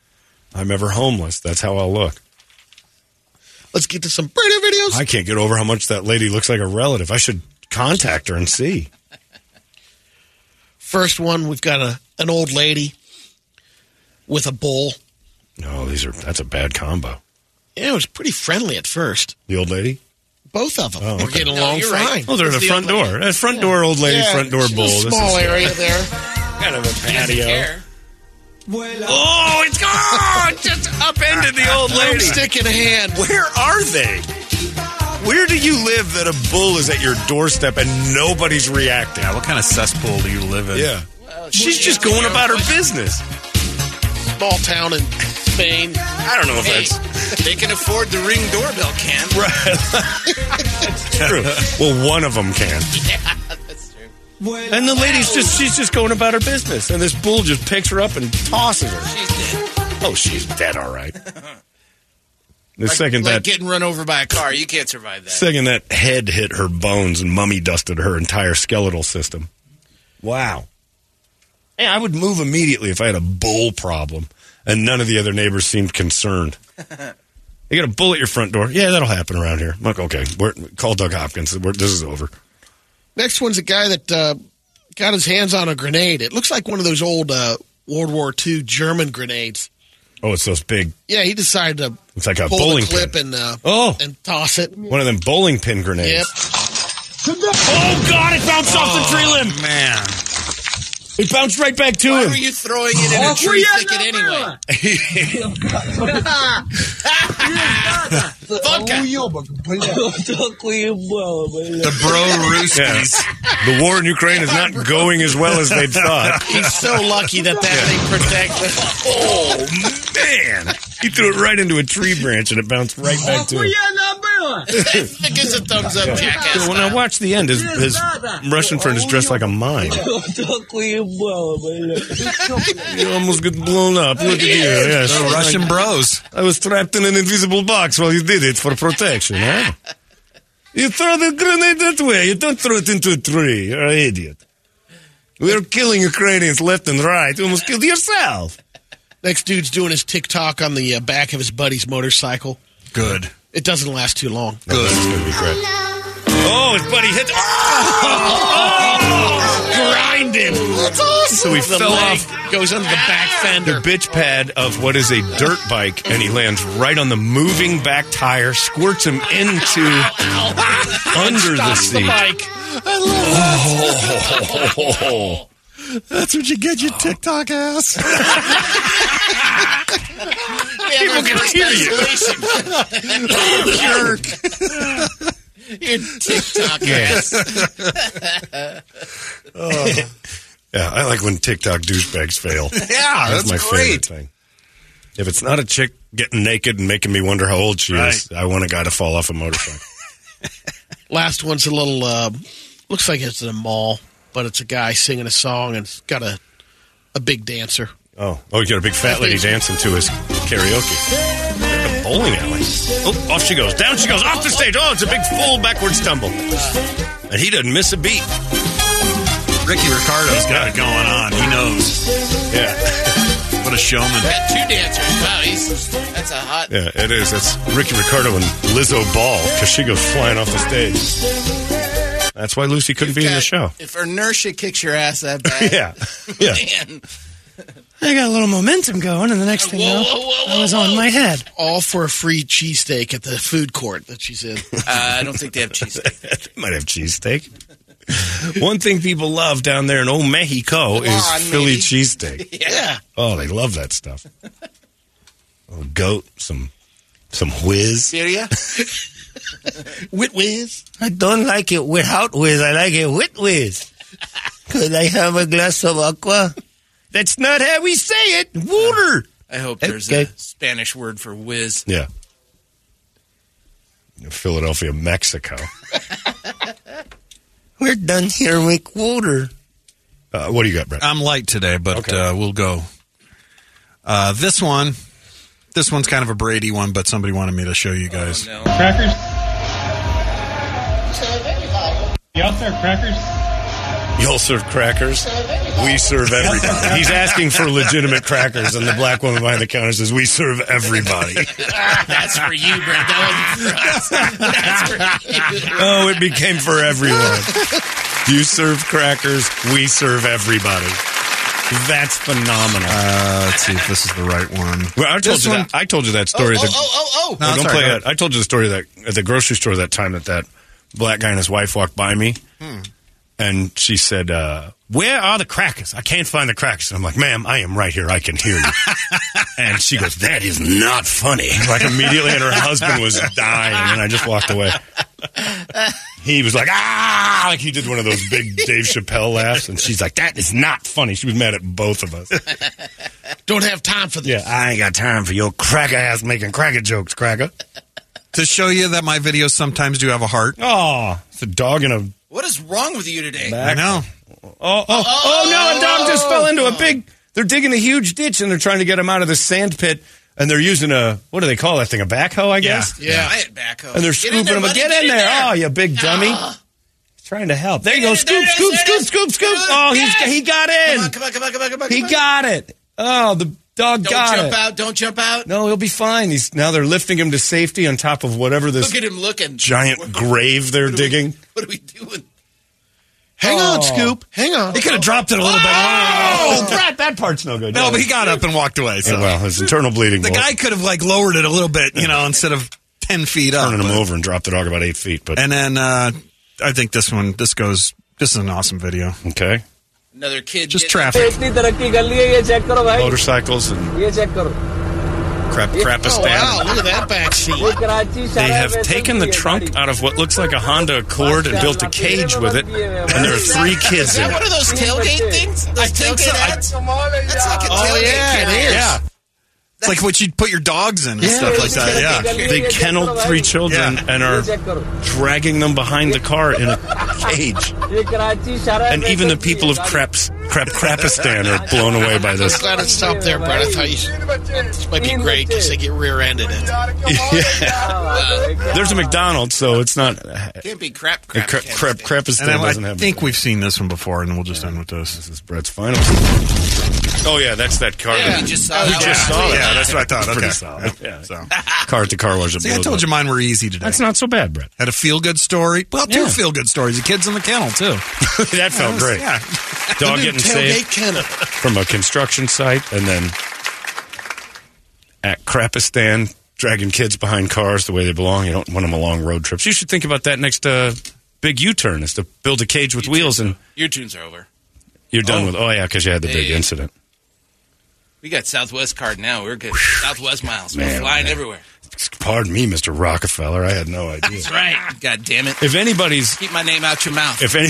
S1: I'm ever homeless. That's how I'll look.
S7: Let's get to some Brady videos.
S1: I can't get over how much that lady looks like a relative. I should contact her and see.
S7: First one, we've got a an old lady with a bull.
S1: No, Oh, these are that's a bad combo.
S7: Yeah, it was pretty friendly at first.
S1: The old lady.
S7: Both of them
S1: Oh,
S7: were
S1: okay.
S7: getting
S1: No,
S7: along
S1: you're
S7: fine.
S1: right. Oh, they're in the
S7: It's
S1: front
S7: old
S1: door.
S7: lady.
S1: That front door old lady, front door
S7: she's a
S1: bull. This is
S7: small
S1: good.
S7: area there.
S1: Kind of a
S23: Oh,
S1: it's gone! Just upended the old
S23: lady.
S7: Stick in a hand.
S1: Where are they? Where do you live that a bull is at your doorstep and nobody's reacting?
S6: Yeah, what kind of cesspool do you live in?
S1: Yeah. She's just going about her business.
S7: Small town in Spain.
S1: I don't know if
S19: Hey,
S1: that's
S19: they can afford the ring doorbell, Cam.
S1: true. well, one of them can. And the lady's just she's just going about her business, and this bull just picks her up and tosses her. Oh, she's dead, all right. The second
S19: like
S1: that
S19: getting run over by a car, you can't survive that.
S1: second that head hit her bones and mummy dusted her entire skeletal system. Wow. Man, I would move immediately if I had a bull problem, and none of the other neighbors seemed concerned. You got a bull at your front door. Yeah, that'll happen around here. I'm like, okay, we're, call Doug Hopkins. We're, this is over.
S7: Next one's a guy that uh, got his hands on a grenade. It looks like one of those old uh, World War II German grenades.
S1: Oh, it's those big.
S7: Yeah, he decided to
S1: It's like a
S7: pull
S1: bowling
S7: the clip and uh,
S1: Oh.
S7: and toss it.
S1: One of them bowling pin grenades.
S7: Yep.
S1: Oh God! It bounced off the tree limb. Man, it bounced right back to him.
S19: you throwing it in a
S23: Oh,
S19: tree
S23: yeah,
S19: thicket anyway?
S23: the
S1: Yeah. The war in Ukraine is not going as well as they thought.
S7: He's so lucky that that thing
S1: Oh
S7: protected.
S1: man! He threw it right into a tree branch and it bounced right back to him.
S7: that gives a thumbs up, jackass.
S1: So when I watched the end, his, his Russian friend is dressed like a mime. You almost get blown up. Look at you. Yes.
S6: They're Russian bros.
S1: I was trapped in an invisible box while you did it for protection. Huh? You throw the grenade that way. You don't throw it into a tree. You're an idiot. We're killing Ukrainians left and right. You almost killed yourself.
S7: Next dude's doing his TikTok on the uh, back of his buddy's motorcycle.
S6: Good.
S7: It doesn't last too long.
S1: Good. That's going to be great. Oh, his buddy hit.
S7: Grind him. That's awesome.
S1: So he fell
S7: off. Goes under the back
S1: The
S7: fender.
S1: bitch pad of what is a dirt bike, and he lands right on the moving back tire, squirts him into under the Oh.
S23: Stops the
S1: seat.
S23: bike.
S1: Oh.
S23: That's what you get, you TikTok ass.
S7: People can hear
S23: you.
S7: Your TikTok
S1: Yes.
S7: ass.
S13: Oh.
S1: Yeah, I like when TikTok douchebags fail.
S23: Yeah, that's great.
S1: thing. If it's not a chick getting naked and making me wonder how old she is, I want a guy to fall off a motorcycle.
S7: Last one's a little. Uh, looks like it's in a mall, but it's a guy singing a song and it's got a a big dancer.
S1: oh, oh, you got a big fat lady dancing to his karaoke. Like a bowling alley. Oh, off she goes. Down she goes. Off the stage. Oh, it's a big full backward stumble. And he doesn't miss a beat.
S6: Ricky Ricardo's got it going on. He knows.
S1: Yeah.
S6: what a showman.
S19: Got two dancers. Wow, he's, that's a hot.
S1: Yeah, it is. It's Ricky Ricardo and Lizzo Ball because she goes flying off the stage. That's why Lucy couldn't be in the show.
S19: If inertia kicks your ass that bad,
S1: Yeah. Yeah.
S19: man.
S13: I got a little momentum going, and the next thing you know, I was on my head.
S7: All for a free cheesesteak at the food court that she's in.
S19: Uh, I don't think they have cheese.
S1: they might have cheesesteak. One thing people love down there in Old Mexico is
S19: Come on,
S1: Philly
S19: maybe.
S1: cheesesteak.
S7: yeah.
S1: Oh, they love that stuff. A goat, some some whiz.
S19: Syria?
S7: Wit whiz?
S12: I don't like it without whiz. I like it with whiz. Could I have a glass of aqua? That's not how we say it. Water.
S19: I hope there's
S12: Okay.
S19: a Spanish word for whiz.
S1: Yeah. Philadelphia, Mexico.
S12: We're done here with water.
S1: Uh, what do you got, Brett?
S6: I'm light today, but uh, we'll go. Uh, this one, this one's kind of a Brady one, but somebody wanted me to show you
S19: Oh,
S6: guys.
S23: Crackers?
S1: Y'all serve crackers? Y'all serve crackers? We serve everybody. He's asking for legitimate crackers, and the black woman behind the counter says, We serve everybody.
S10: Ah,
S23: That's for you, Brett. That was That's for you.
S1: Oh, it became for everyone. You serve crackers, we serve everybody. That's phenomenal.
S6: Uh, let's see if this is the right one.
S1: Well, I told
S6: This
S1: you
S6: one-
S1: that. I told you that story.
S6: Oh,
S1: that,
S6: oh, oh, oh, oh. No,
S1: No, don't
S6: sorry,
S1: play
S6: go
S1: that. I told you the story that at the grocery store that time that that black guy and his wife walked by me, and she said, uh, "Where are the crackers? I can't find the crackers." And I'm like, "Ma'am, I am right here. I can hear you." and she goes, "That is not funny." Like immediately, and her husband was dying, and I just walked away. He was like, ah, like he did one of those big Dave Chappelle laughs. And she's like, that is not funny. She was mad at both of us.
S10: oh.
S7: Don't have time for
S1: Yeah, I ain't got time for your cracker ass making cracker jokes, cracker.
S6: to show you that my videos sometimes do have a heart.
S1: Oh, it's a dog and a.
S19: What is wrong with you today?
S6: I know.
S1: Oh, oh, oh no, a dog just fell into a big. They're digging a huge ditch and they're trying to get him out of the sand pit. And they're using a, what do they call that thing? A backhoe, I guess?
S19: I had backhoe.
S1: And they're
S19: Get
S1: scooping
S19: in there,
S1: him.
S19: buddy,
S1: Get in there. Oh, you big dummy. Trying to help. There you go. Scoop, scoop, scoop, scoop, scoop. Oh, he's, he got in.
S19: Come on, come on, come on, come on.
S1: He
S19: come on.
S1: got it. Oh, the dog
S19: Don't
S1: got
S19: jump
S1: it.
S19: out. Don't jump out.
S1: No, he'll be fine. He's now they're lifting him to safety on top of whatever this
S19: Look at him looking.
S1: giant grave they're digging.
S19: What are we doing?
S7: Hang on,
S1: Oh.
S7: Scoop. Hang on.
S1: He could have dropped it a little bit. Oh, Brett, that part's no good.
S6: No, but he got up and walked away. So.
S1: Yeah, well, his internal bleeding.
S6: The
S1: will-
S6: guy could have like lowered it a little bit, you know, instead of ten feet up.
S1: turning him
S6: but-
S1: over and dropped the dog about eight feet. But
S6: And then uh, I think this one, this goes. This is an awesome video.
S1: Okay.
S19: Another kid.
S6: Just
S19: did-
S6: traffic.
S24: इतनी तरक्की कर ली है ये check करो भाई
S1: motorcycles and
S24: ये check करो
S1: crap,
S24: Oh, wow, look at that ये Karachi
S1: They have taken the trunk out of what looks like a Honda Accord and built a cage with it, and there are three kids
S23: Is
S1: in
S23: that one
S1: it.
S23: of those tailgate things? I think so. That's, that's like a
S6: Oh,
S23: tailgate.
S6: yeah, it
S10: eh?
S23: carrier.
S6: is. Yeah. It's like what you'd put your dogs in and stuff like that. Yeah.
S1: They kenneled three children and are dragging them behind the car in a cage.
S24: ये कराची शहर
S1: And even the people of Kreps, Krep, Krepistan are blown away by
S7: I'm
S1: this.
S7: glad it stopped there, Brett. I thought you, this might be great because they get rear-ended in it. Uh,
S1: Yeah. There's a McDonald's, so it's not. uh,
S19: Can't be crap.
S1: Crep,
S19: crap
S1: Krep, Krepistan
S6: And I, I
S1: doesn't have.
S6: think we've seen this one before, and we'll just end with this. This
S1: is Brett's final. Oh yeah, that's that car.
S19: Yeah,
S1: that-
S19: we just saw
S1: we
S19: that
S1: just
S19: one.
S1: saw it.
S19: Yeah, that's what I
S6: thought.
S1: It's pretty
S6: Okay.
S1: solid. Yeah.
S6: So.
S1: Car at the car wash. that
S6: See, I
S1: blows
S6: told
S1: up.
S6: you mine were easy today.
S1: That's not so bad, Brett.
S6: Had a feel good story. Well, two
S1: Yeah.
S6: feel good stories. The kids in the kennel too.
S1: that felt
S6: was-
S1: great.
S6: Yeah.
S1: Dog
S6: The new
S1: getting
S6: tailgate
S1: saved from a construction site, and then at Krapistan, dragging kids behind cars the way they belong. You don't want them along road trips. You should think about that next uh, big U-turn is to build a cage with wheels, and
S19: Your tunes are over.
S1: you're done with. Oh yeah, because you had the big
S19: Yeah.
S1: incident.
S19: We got Southwest card now. We're good. Southwest miles. We're
S1: Man,
S19: flying
S1: man.
S19: everywhere.
S1: Pardon me, Mister Rockefeller. I had no idea.
S19: That's right. God damn it.
S1: If anybody's
S19: Keep my name out your mouth.
S1: if any,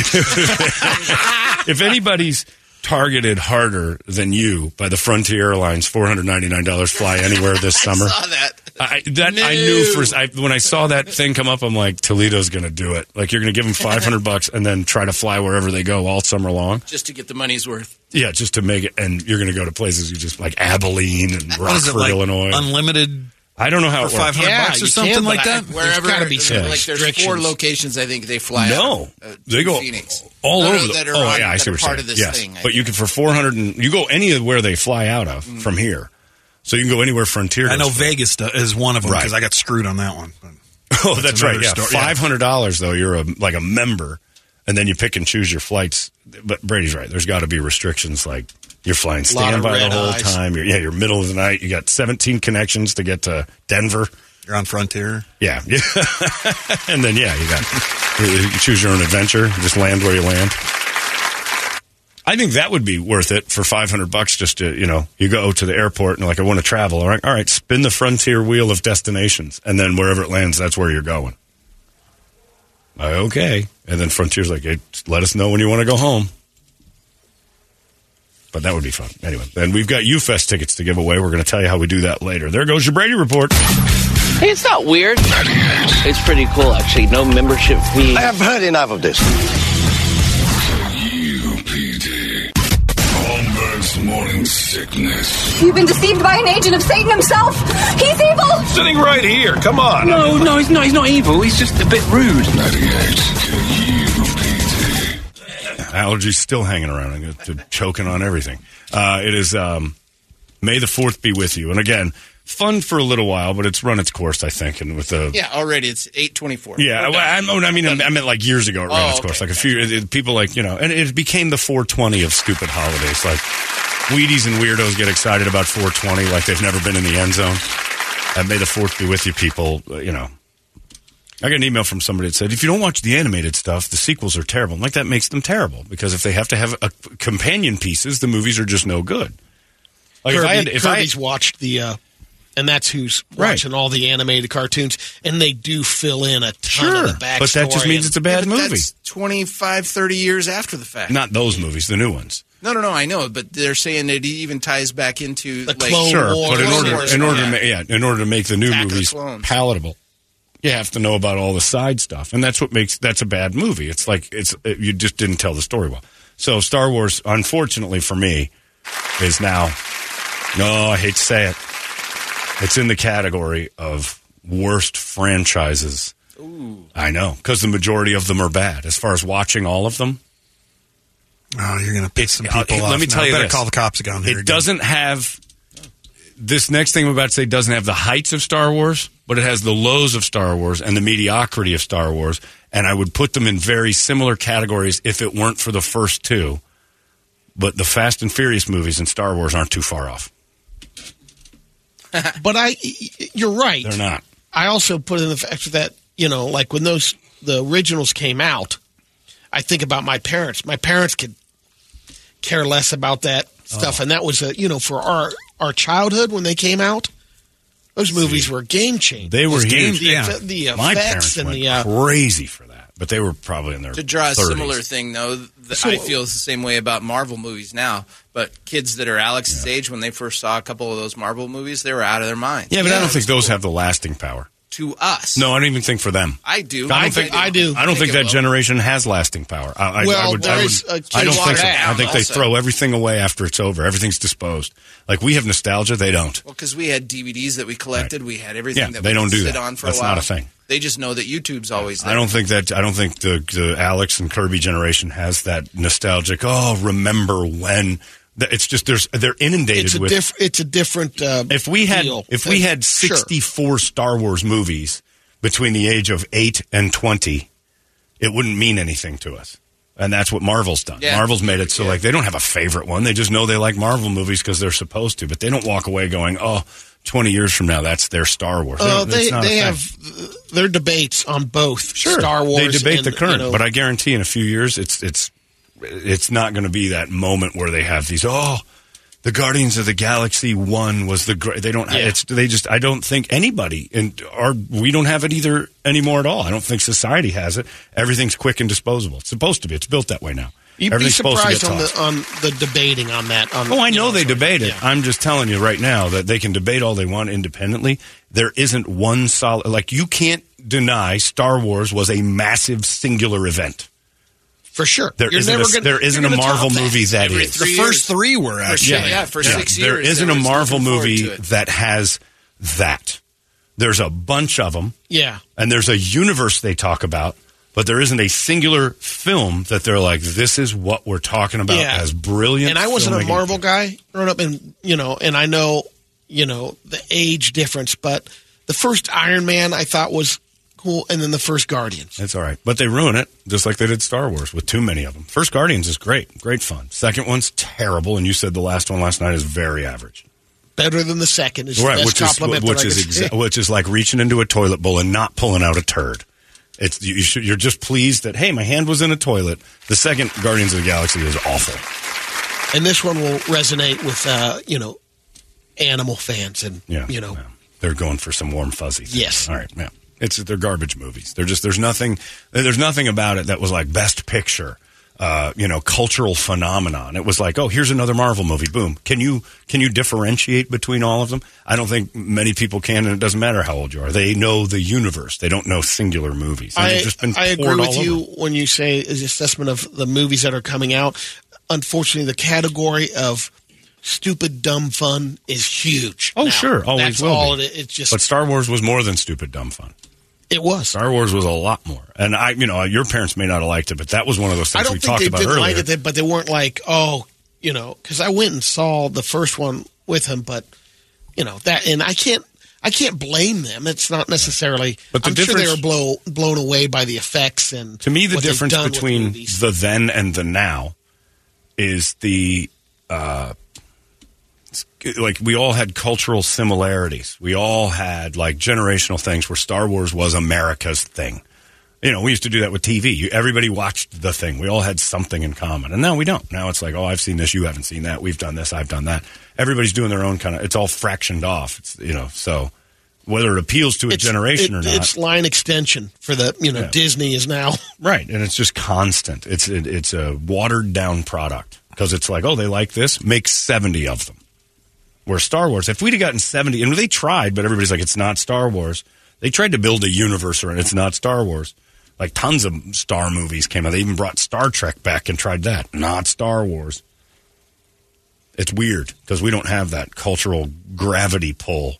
S1: if anybody's targeted harder than you by the Frontier Airlines four hundred ninety nine dollars fly anywhere this summer.
S19: saw that.
S1: I, that I knew for I, when I saw that thing come up, I'm like Toledo's going to do it. Like you're going to give them 500 bucks and then try to fly wherever they go all summer long.
S19: Just to get the money's worth.
S1: Yeah, just to make it, and you're going to go to places you just like Abilene and
S6: What is it
S1: Rockford,
S6: like?
S1: Illinois.
S6: Unlimited.
S1: I don't know how
S6: for
S1: it works.
S6: 500 bucks or something like that.
S19: Wherever,
S7: gotta be some
S19: like there's four
S7: restrictions.
S19: locations. I think they fly.
S1: No.
S19: out, uh,
S1: They
S19: to
S1: go
S19: Phoenix.
S1: all
S19: No, no,
S1: over. The,
S19: that are
S1: oh
S19: on-
S1: yeah, I
S19: that
S1: see
S19: are
S1: what you're saying.
S19: part of this
S1: yes,
S19: thing. I Mm.
S1: but you can for 400 and you go anywhere they fly out of from here, so you can go anywhere Frontier.
S6: I know
S1: goes from.
S6: Vegas do- is one of them
S1: Right.
S6: because I got screwed on that one.
S1: Oh, that's,
S6: That's
S1: right.
S6: another
S1: Yeah,
S6: story. Yeah.
S1: five hundred dollars though. You're a like a member, and then you pick and choose your flights. But Brady's right. There's got to be restrictions like You're flying
S6: Lot of
S1: standby the
S6: red
S1: whole
S6: eyes.
S1: time. You're, yeah, you're middle of the night. You got 17 connections to get to Denver.
S6: You're on Frontier.
S1: Yeah, yeah. and then yeah, you got you you choose your own adventure. Just land where you land. I think that would be worth it for 500 bucks. Just to you know, you go to the airport and like I want to travel. All right, all right, spin the frontier wheel of destinations, and then wherever it lands, that's where you're going. Like, okay, and then Frontier's like, hey, just let us know when you want to go home. But that would be fun. Anyway, and we've got UFest tickets to give away. We're going to tell you how we do that later. There goes your Brady report.
S11: Hey, it's not weird. It's pretty cool, actually. No membership fee. I have heard enough of this.
S3: Holmberg's morning sickness.
S4: You've been deceived by an agent of Satan himself. He's evil.
S5: Sitting right here. Come on. No, no, he's not. He's not evil. He's just a bit rude.
S1: Allergies still hanging around. I'm gonna- to- choking on everything. Uh, it is um, May the 4th be with you. And again, fun for a little while, but it's run its course, I think. And with the.
S19: Yeah, already it's eight twenty four.
S1: Yeah, well, I'm- I mean, I meant like years ago it ran
S19: Oh,
S1: its course. Like a few it- it- people, like you know, and it became the 420 of stupid holidays. Like Wheaties and weirdos get excited about 420, like they've never been in the end zone. And may the fourth be with you, people. uh, You know, I got an email from somebody that said, if you don't watch the animated stuff, the sequels are terrible. I'm like, that makes them terrible because if they have to have a, companion pieces, the movies are just no good. Like, if
S7: Kirby,
S1: I had- if I-
S7: Kirby's watched the, uh, and that's who's
S1: Right.
S7: watching all the animated cartoons, and they do fill in a ton of the backstory.
S1: but that just means
S7: and-
S1: it's a bad movie.
S19: 25, 30 years after the fact.
S1: Not those movies, the new ones.
S19: No, no, no. I know, but they're saying it even ties back into the like,
S1: sure, but in
S19: Clone
S1: order
S19: Wars
S1: in order
S19: and
S1: to
S19: all
S1: ma- yeah, in order to make the new
S19: Attack of the
S1: movies
S19: Clones.
S1: palatable, you have to know about all the side stuff, and that's what makes that's a bad movie. It's like it's it, you just didn't tell the story well. So Star Wars, unfortunately for me, is now no, I hate to say it, it's in the category of worst franchises. I know because the majority of them are bad. As far as watching all of them,
S6: Oh, you're going to piss some
S1: uh,
S6: people off.
S1: Let me
S6: now.
S1: tell you,
S6: better
S1: this.
S6: call the cops again.
S1: It doesn't have this next thing I'm about to say doesn't have the heights of Star Wars, but it has the lows of Star Wars and the mediocrity of Star Wars. And I would put them in very similar categories if it weren't for the first two. But the Fast and Furious movies and Star Wars aren't too far off.
S7: but I, you're right.
S1: They're not.
S7: I also put in the fact that you know, like when those the originals came out, I think about my parents. My parents could care less about that
S1: Oh.
S7: stuff, and that was a you know for our our childhood when they came out. Those movies were game changers.
S1: They were
S7: Those
S1: huge.
S7: games- The, the effects
S1: My parents
S7: and
S1: went
S7: the uh,
S1: crazy for that, but they were probably in their
S19: To draw a
S1: 30s.
S19: similar thing, though, th
S1: So-
S19: I feel it's the same way about Marvel movies now. But kids that are Alex's age, when they first saw a couple of those Marvel movies, they were out of their mind.
S1: Yeah, but I don't think those have the lasting power.
S19: to us,
S1: No, I don't even think for them.
S19: I do.
S1: I don't think I do. I don't think, that generation has lasting power. I, I,
S19: Well,
S1: I would.
S19: there
S1: I, would
S19: is a
S1: I don't think.
S19: Kiwanis
S1: So. I
S19: Down
S1: think they
S19: also.
S1: throw everything away after it's over. Everything's disposed. Like we have nostalgia, they don't.
S19: Well, because we had DVDs that we collected, we had everything
S1: Yeah,
S19: that
S1: they
S19: we
S1: don't
S19: could
S1: do
S19: sit
S1: that.
S19: on for
S1: That's
S19: a while.
S1: not a thing.
S19: They just know that YouTube's always there.
S1: I don't think that. I don't think the the Alex and Kirby generation has that nostalgic. Oh, remember when? That- It's just there's they're inundated
S7: it's a
S1: with.
S7: diff, it's a different. Uh,
S1: if we had
S7: deal.
S1: if we
S7: Uh,
S1: had
S7: sure.
S1: 64 Star Wars movies between the age of 8 and 20 it wouldn't mean anything to us and that's what Marvel's done.
S19: Yeah.
S1: Marvel's made it so like they don't have a favorite one. They just know they like Marvel movies because they're supposed to, but they don't walk away going, "Oh, 20 years from now that's their Star Wars."
S7: Uh,
S1: don't- it's
S7: they
S1: not a
S7: they
S1: thing.
S7: have uh, their debates on both Star Wars.
S1: They debate
S7: and,
S1: the current,
S7: you know,
S1: but I guarantee in a few years it's it's it's not going to be that moment where they have these. Oh, the Guardians of the Galaxy one was the great. They don't. ha It's they just. I don't think anybody and our we don't have it either anymore at all. I don't think society has it. Everything's quick and disposable. It's supposed to be. It's built that way now.
S7: You'd be
S1: Everything's supposed to get
S7: surprised on
S1: tossed.
S7: the on the debating on that. On,
S1: Oh, I know they debate it. I'm just telling you right now that they can debate all they want independently. There isn't one solid, like, you can't deny Star Wars was a massive singular event.
S7: For sure.
S1: There
S6: You're
S1: not
S6: never
S1: a,
S6: gonna-
S1: there isn't a
S6: you're gonna
S1: Marvel
S6: top that.
S1: movie that
S6: Every
S1: is.
S6: three The first years. three were
S1: Yeah,
S6: actually-
S1: Yeah,
S6: Yeah, for six
S1: There
S6: years,
S1: isn't
S6: there
S1: a
S6: was
S1: Marvel
S6: looking forward
S1: movie
S6: to it.
S1: that has that. There's a bunch of them.
S7: Yeah.
S1: And there's a universe they talk about, but there isn't a singular film that they're like, this is what we're talking about
S7: Yeah.
S1: as brilliant.
S7: And I wasn't a
S1: filmmaking."
S7: Marvel guy growing up, and you know, and I know, you know, the age difference, but the first Iron Man I thought was cool. And then the first Guardians.
S1: It's all right. But they ruin it, just like they did Star Wars with too many of them. First Guardians is great, great fun. Second one's terrible, and you said the last one last night is very average.
S7: Better than the second is the best
S1: which is
S7: compliment.
S1: which
S7: that I
S1: is
S7: could say.
S1: exa- which is like reaching into a toilet bowl and not pulling out a turd. It's you, you should, you're just pleased that hey, my hand was in a toilet. The second Guardians of the Galaxy is awful.
S7: and this one will resonate with uh, you know animal fans and
S1: Yeah,
S7: you know
S1: They're going for some warm fuzzy. things.
S7: Yes.
S1: All right. Yeah. It's they're garbage movies. They're just there's nothing there's nothing about it that was like best picture, uh, you know, cultural phenomenon. It was like, oh, here's another Marvel movie. Boom. Can you can you differentiate between all of them? I don't think many people can, and it doesn't matter how old you are. They know the universe. They don't know singular movies. And
S7: I,
S1: they've just been
S7: I agree
S1: poured all
S7: with
S1: over
S7: you when you say the assessment of the movies that are coming out. Unfortunately, the category of stupid, dumb fun is huge.
S1: Oh,
S7: now.
S1: sure, always
S7: That's
S1: will.
S7: all
S1: be.
S7: it- it's just
S1: but Star Wars was more than stupid dumb fun.
S7: It was
S1: Star Wars was a lot more, and I, you know, your parents may not have liked it, but that was one of those things
S7: I don't
S1: we
S7: think
S1: talked
S7: they
S1: about
S7: didn't
S1: earlier.
S7: like it, they- but they weren't like, oh, you know, because I went and saw the first one with him, but you know that, and I can't, I can't blame them. It's not necessarily,
S1: But the
S7: I'm sure they
S1: difference-
S7: were blow, blown away by the effects and
S1: To me, the
S7: what they've
S1: difference
S7: done with
S1: between
S7: movies.
S1: the then and the now is the uh, it's g- like we all had cultural similarities. We all had like generational things where Star Wars was America's thing. You know, we used to do that with TV. You, everybody watched the thing. We all had something in common, and now we don't. Now it's like, oh, I've seen this, you haven't seen that. We've done this, I've done that. Everybody's doing their own kind of. It's all fractioned off. It's you know, so whether it appeals to a generation
S7: it-
S1: or not,
S7: It's line extension for the you know
S1: Yeah.
S7: Disney is now
S1: Right, and it's just constant. It's it, it's a watered down product because it's like, oh, they like this, make seventy of them. Where Star Wars, if we'd have gotten seventy, and they tried, but everybody's like, it's not Star Wars. They tried to build a universe around it's not Star Wars. Like tons of Star movies came out. They even brought Star Trek back and tried that. Not Star Wars. It's weird because we don't have that cultural gravity pull.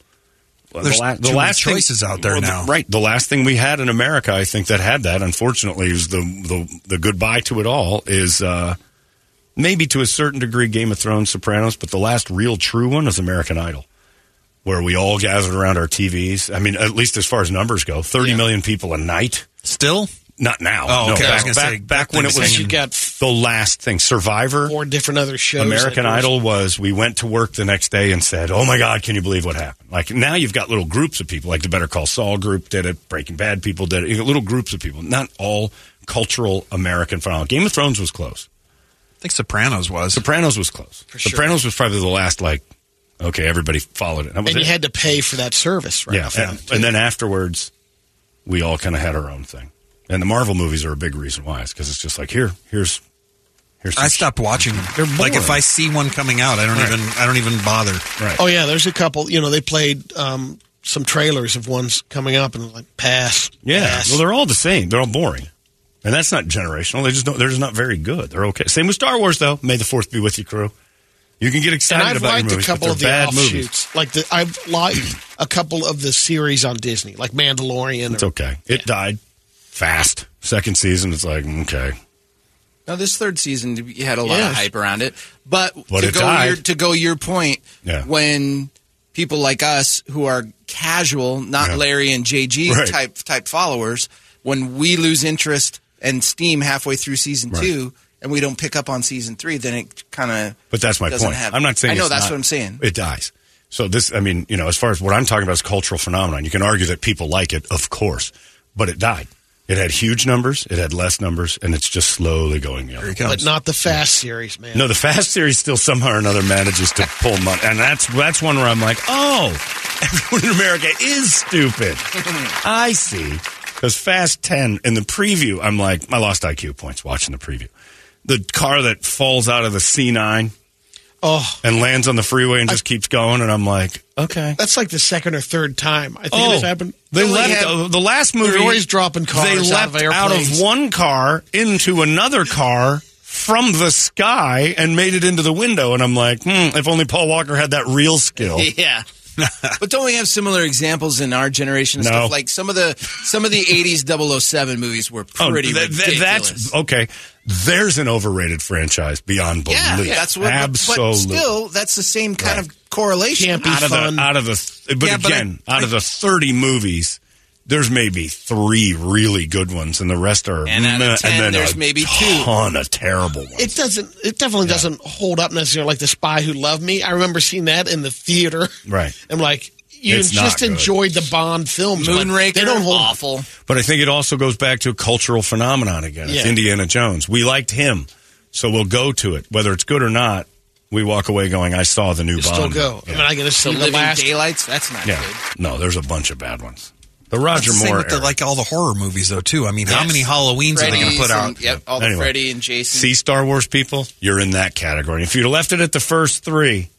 S6: There's
S1: la-
S6: too many choices out there
S1: the-
S6: now.
S1: right? The last thing we had in America, I think, that had that, unfortunately, is the the, the goodbye to it all is uh, maybe to a certain degree Game of Thrones, Sopranos, but the last real true one is American Idol, where we all gathered around our TVs. I mean, at least as far as numbers go, thirty million people a night.
S6: Still,
S1: not now.
S6: Oh,
S1: No,
S6: okay. I
S1: back,
S6: was gonna
S1: back,
S6: say,
S1: back
S6: that
S1: when it
S6: thing
S1: was
S6: is- You got
S1: the last thing, Survivor.
S7: four different other shows.
S1: American
S7: that goes-
S1: Idol was we went to work the next day and said, "Oh my God, can you believe what happened?" Like now you've got little groups of people, like the Better Call Saul group did it, Breaking Bad people did it, you got little groups of people. Not all cultural American phenomenon. Game of Thrones was close.
S6: I think Sopranos was.
S1: Sopranos was close.
S7: For sure.
S1: Sopranos was probably the last like, okay, everybody followed it. That
S7: and
S1: was
S7: you
S1: it.
S7: had to pay for that service, right?
S1: yeah, and, and then afterwards, we all kind of had our own thing. And the Marvel movies are a big reason why, is because it's just like here, here's, here's.
S6: I stopped watching them. Like if I see one coming out, I don't
S1: Right.
S6: even I don't even bother.
S1: Right.
S7: Oh yeah, there's a couple. You know, they played um, some trailers of ones coming up and like pass.
S1: Yeah,
S7: pass.
S1: well, they're all the same. They're all boring, and that's not generational. They just don't, they're just not very good. They're okay. Same with Star Wars, though. May the Fourth be with you, crew. You can get
S7: and
S1: excited
S7: I've
S1: about your
S7: liked
S1: movies,
S7: a couple
S1: but
S7: of the
S1: they're bad
S7: offshoots.
S1: movies.
S7: Like the, I've liked a couple of the series on Disney, like Mandalorian.
S1: It's
S7: or-
S1: okay. It died fast. Second season, it's like okay.
S19: Now this third season, you had a lot
S1: Yes.
S19: of hype around it, but,
S1: But
S19: to
S1: it
S19: go
S1: died.
S19: your to go your point,
S1: Yeah.
S19: when people like us who are casual, not
S1: Yeah.
S19: Larry and JG
S1: Right.
S19: type type followers, when we lose interest and steam halfway through season
S1: Right.
S19: two, and we don't pick up on season three, then it kind of.
S1: But that's my
S19: doesn't
S1: point.
S19: have-
S1: I'm not saying
S19: I know
S1: it's
S19: that's
S1: not-
S19: what I'm saying.
S1: It dies. So this, I mean, you know, as far as what I'm talking about is cultural phenomenon. You can argue that people like it, of course, but it died. It had huge numbers. It had less numbers, and it's just slowly going. The other way.
S7: but not the Fast series, man.
S1: No, the Fast series still somehow or another manages to pull money, and that's that's one where I'm like, oh, everyone in America is stupid. I see. Because Fast Ten in the preview, I'm like, I lost IQ points watching the preview. The car that falls out of the C9,
S7: oh,
S1: and lands on the freeway and just keeps going, and I'm like, okay.
S7: That's like the second or third time I think
S1: Oh,
S7: it's happened.
S1: they
S7: only
S1: left-
S7: had-
S1: uh, the last movie-
S7: They're always dropping cars.
S1: they leapt
S7: out of,
S1: out
S7: airplanes.
S1: of one car into another car from the sky and made it into the window, and I'm like, hmm, if only Paul Walker had that real skill.
S19: Yeah. but don't we have similar examples in our generation and
S1: No.
S19: stuff? Like some of the some of the '80s 007 movies were pretty
S1: th- th-
S19: ridiculous.
S1: Oh, that's okay. There's an overrated franchise beyond belief.
S19: yeah, that's what.
S1: absolutely.
S19: But still, that's the same kind of correlation.
S1: out of the out of the th- but
S19: Yeah, but I-
S1: again out of the 30 movies there's maybe three really good ones, and the rest are
S19: And out of
S1: meh,
S19: 10,
S1: then
S19: there's
S1: a
S19: maybe two.
S1: ton of terrible ones.
S7: It doesn't. It definitely doesn't hold up necessarily like the Spy Who Loved Me. I remember seeing that in the theater.
S1: Right.
S7: I'm like, you
S1: It's not
S7: just
S1: good.
S7: enjoyed the Bond films. but
S19: Moonraker,
S7: They don't hold up.
S19: awful.
S1: But I think it also goes back to a cultural phenomenon again. It's
S19: Yeah.
S1: Indiana Jones. We liked him, so we'll go to it, whether it's good or not. We walk away going, "I saw the new
S7: You
S1: Bond."
S7: still go. I mean, I gotta see
S19: the
S7: the
S19: Living
S7: last.
S19: Daylights. That's not
S1: Yeah,
S19: good.
S1: no, there's a bunch of bad ones. The Roger
S6: That's the same
S1: Moore
S6: with the,
S1: era.
S6: like all the horror movies though too. I mean, how
S19: Yes.
S6: many Halloweens are they going to
S19: Freddy's
S6: put
S19: and-
S6: out?
S19: Yep, all the
S1: Anyway.
S19: Freddy and Jason.
S1: See Star Wars people, you're in that category. If you'd left it at the first three,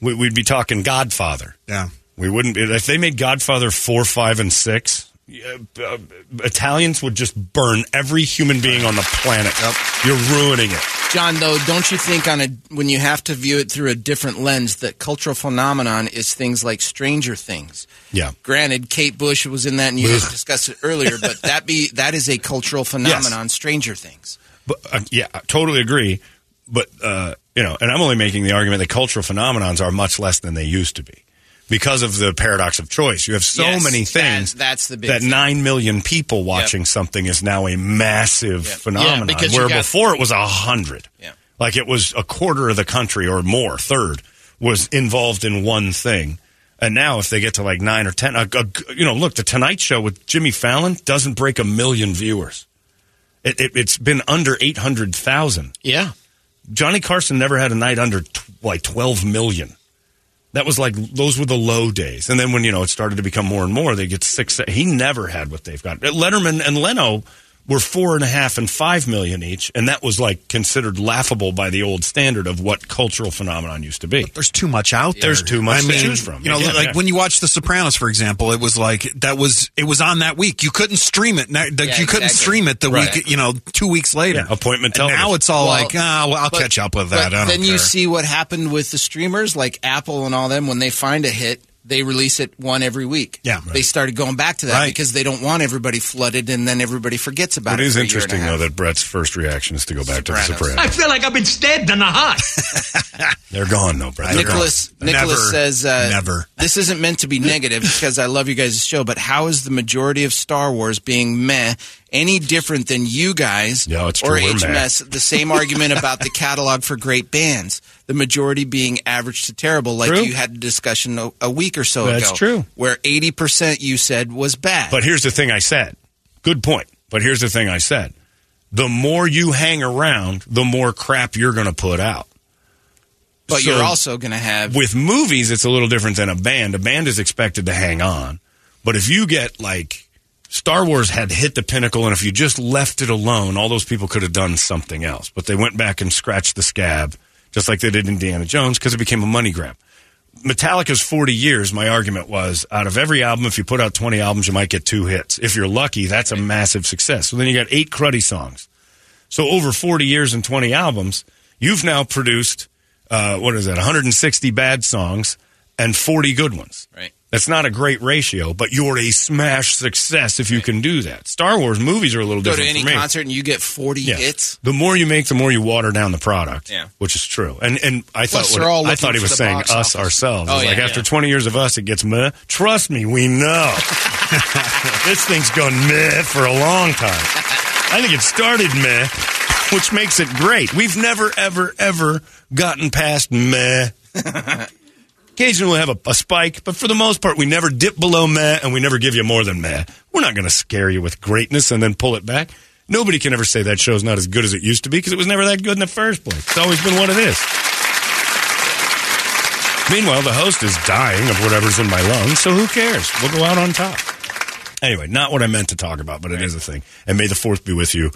S1: we, we'd be talking Godfather.
S6: Yeah.
S1: We wouldn't. If they made Godfather four, five, and six, yeah, uh, Italians would just burn every human being on the planet. You're ruining it.
S19: John, though, don't you think on a when you have to view it through a different lens that cultural phenomenon is things like Stranger Things?
S1: Yeah.
S19: Granted, Kate Bush was in that, and you guys
S1: Ugh.
S19: discussed it earlier, but that be that is a cultural phenomenon. Stranger Things.
S1: But uh, yeah, I totally agree. But uh, you know, and I'm only making the argument that cultural phenomenons are much less than they used to be because of the paradox of choice. You have so
S19: Yes,
S1: many things.
S19: that- that's the big
S1: that
S19: thing.
S1: nine million people watching something is now a massive phenomenon.
S19: Yeah, because you
S1: where
S19: got-
S1: before it was a hundred.
S19: Yeah.
S1: Like it was a quarter of the country or more, third was involved in one thing. And now, if they get to like nine or ten, a, a- you know, look, the Tonight Show with Jimmy Fallon doesn't break a million viewers. It, it, it's been under eight hundred thousand.
S7: Yeah.
S1: Johnny Carson never had a night under t- like 12 million. That was like, those were the low days. And then when, you know, it started to become more and more, they get six. He never had what they've got. Letterman and Leno were four and a half and five million each. And that was like considered laughable by the old standard of what cultural phenomenon used to be.
S6: There's too much out there.
S1: There's too much
S6: I
S1: to
S6: mean,
S1: choose from.
S6: You know,
S1: Yeah,
S6: like
S1: yeah.
S6: when you watch The Sopranos, for example, it was like that was it was on that week. You couldn't stream it. Now, like,
S19: Yeah,
S6: you couldn't
S19: exactly.
S6: stream it the
S19: Right.
S6: week. You know, two weeks later.
S1: appointment.
S6: And now
S19: television.
S6: it's all
S19: Well,
S6: like, ah, well, I'll
S19: but-
S6: catch up with that.
S19: But
S6: I don't
S19: then you
S6: care.
S19: see what happened with the streamers like Apple and all them when they find a hit. They release it one every week.
S6: Yeah.
S19: They started going back to that
S6: Right.
S19: because they don't want everybody flooded and then everybody forgets about
S1: It
S19: it.
S1: is
S19: for a year and a
S1: interesting,
S19: half.
S1: though, that Brett's first reaction is to go back to the
S19: Sopranos.
S1: Sopranos.
S25: feel like I've been stabbed in the heart.
S1: They're gone, though, Brett. They're
S19: Nicholas
S1: gone.
S19: Nicholas says uh,
S6: never.
S19: This isn't meant to be negative because I love you guys' show, but how is the majority of Star Wars being meh any different than you guys
S1: No, it's
S19: or
S1: true, we're meh.
S19: HMS? The same argument about the catalog for great bands, the majority being average to terrible, like
S1: True.
S19: you had a discussion a, a week or so
S1: That's
S19: ago.
S1: true.
S19: Where eighty percent you said was bad.
S1: But here's the thing I said. Good point. But here's the thing I said. The more you hang around, the more crap you're going to put out.
S19: But
S1: so-
S19: you're also going to have
S1: With movies, it's a little different than a band. A band is expected to hang on. But if you get like Star Wars had hit the pinnacle, and if you just left it alone, all those people could have done something else. But they went back and scratched the scab, just like they did Indiana Jones, because it became a money grab. Metallica's 40 years, my argument was out of every album, if you put out 20 albums, you might get two hits. If you're lucky, that's a massive success. So then you got eight cruddy songs. So over 40 years and 20 albums, you've now produced, uh, what is that, 160 bad songs and 40 good ones.
S19: Right.
S1: That's not a great ratio, but you're a smash success if you can do that. Star Wars movies are a little
S19: go to
S1: different
S19: any
S1: for me.
S19: concert and you get forty
S1: Yeah.
S19: hits.
S1: The more you make, the more you water down the product.
S19: Yeah.
S1: which is true. And and I
S19: Plus,
S1: thought what-
S19: they're all
S1: I
S19: looking
S1: thought he
S19: for
S1: was
S19: the
S1: saying us
S19: box office.
S1: ourselves.
S19: Oh,
S1: It's
S19: yeah,
S1: like
S19: yeah.
S1: after twenty years of us, it gets meh. Trust me, we know. this thing's gone meh for a long time. I think it started meh, which makes it great. We've never ever ever gotten past meh. Occasionally we'll have a, a spike, but for the most part, we never dip below meh and we never give you more than meh. We're not going to scare you with greatness and then pull it back. Nobody can ever say that show's not as good as it used to be because it was never that good in the first place. It's always been what it is. Meanwhile, the host is dying of whatever's in my lungs, so who cares? We'll go out on top. Anyway, not what I meant to talk about, but it is a thing. And may the fourth be with you.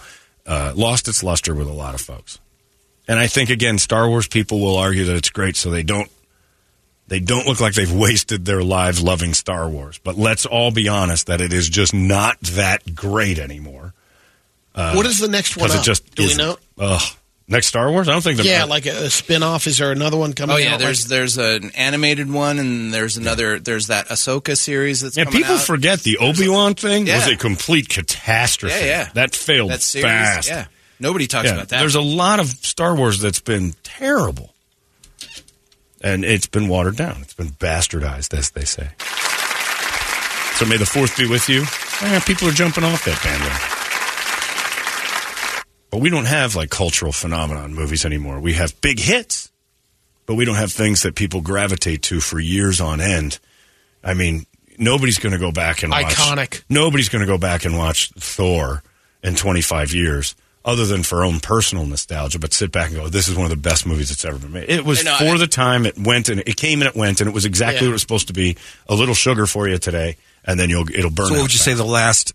S1: Uh, lost its luster with a lot of folks. And I think again, Star Wars people will argue that it's great, so they don't they don't look like they've wasted their lives loving Star Wars. But let's all be honest that it is just not that great anymore. Uh,
S7: what is the next one?
S1: Because it
S7: up?
S1: just
S7: do we
S1: isn't.
S7: know?
S1: Ugh. Next Star Wars? I don't think. the-
S7: Yeah, like a, a spin off. Is there another one coming?
S19: Oh yeah,
S7: out?
S19: there's there's an animated one, and there's another there's that Ahsoka series that's
S1: yeah,
S19: coming
S1: people
S19: out.
S1: forget the Obi Wan thing was
S19: Yeah.
S1: a complete catastrophe.
S19: Yeah, yeah.
S1: that failed
S19: that series.
S1: fast.
S19: Yeah, nobody talks
S1: Yeah,
S19: about that.
S1: There's a lot of Star Wars that's been terrible. And it's been watered down. It's been bastardized, as they say. So may the fourth be with you. Eh, people are jumping off that bandwagon. But we don't have like cultural phenomenon movies anymore. We have big hits, but we don't have things that people gravitate to for years on end. I mean, nobody's going to go back and watch
S7: Iconic.
S1: Nobody's going to go back and watch Thor in 25 years. Other than for own personal nostalgia, but sit back and go, this is one of the best movies that's ever been made. It was
S19: I know,
S1: for
S19: I-
S1: the time it went and it came and it went and it was exactly
S19: Yeah.
S1: what it was supposed to be. A little sugar for you today, and then you'll it'll burn.
S6: So what
S1: out
S6: would you say
S1: fast.
S6: the last,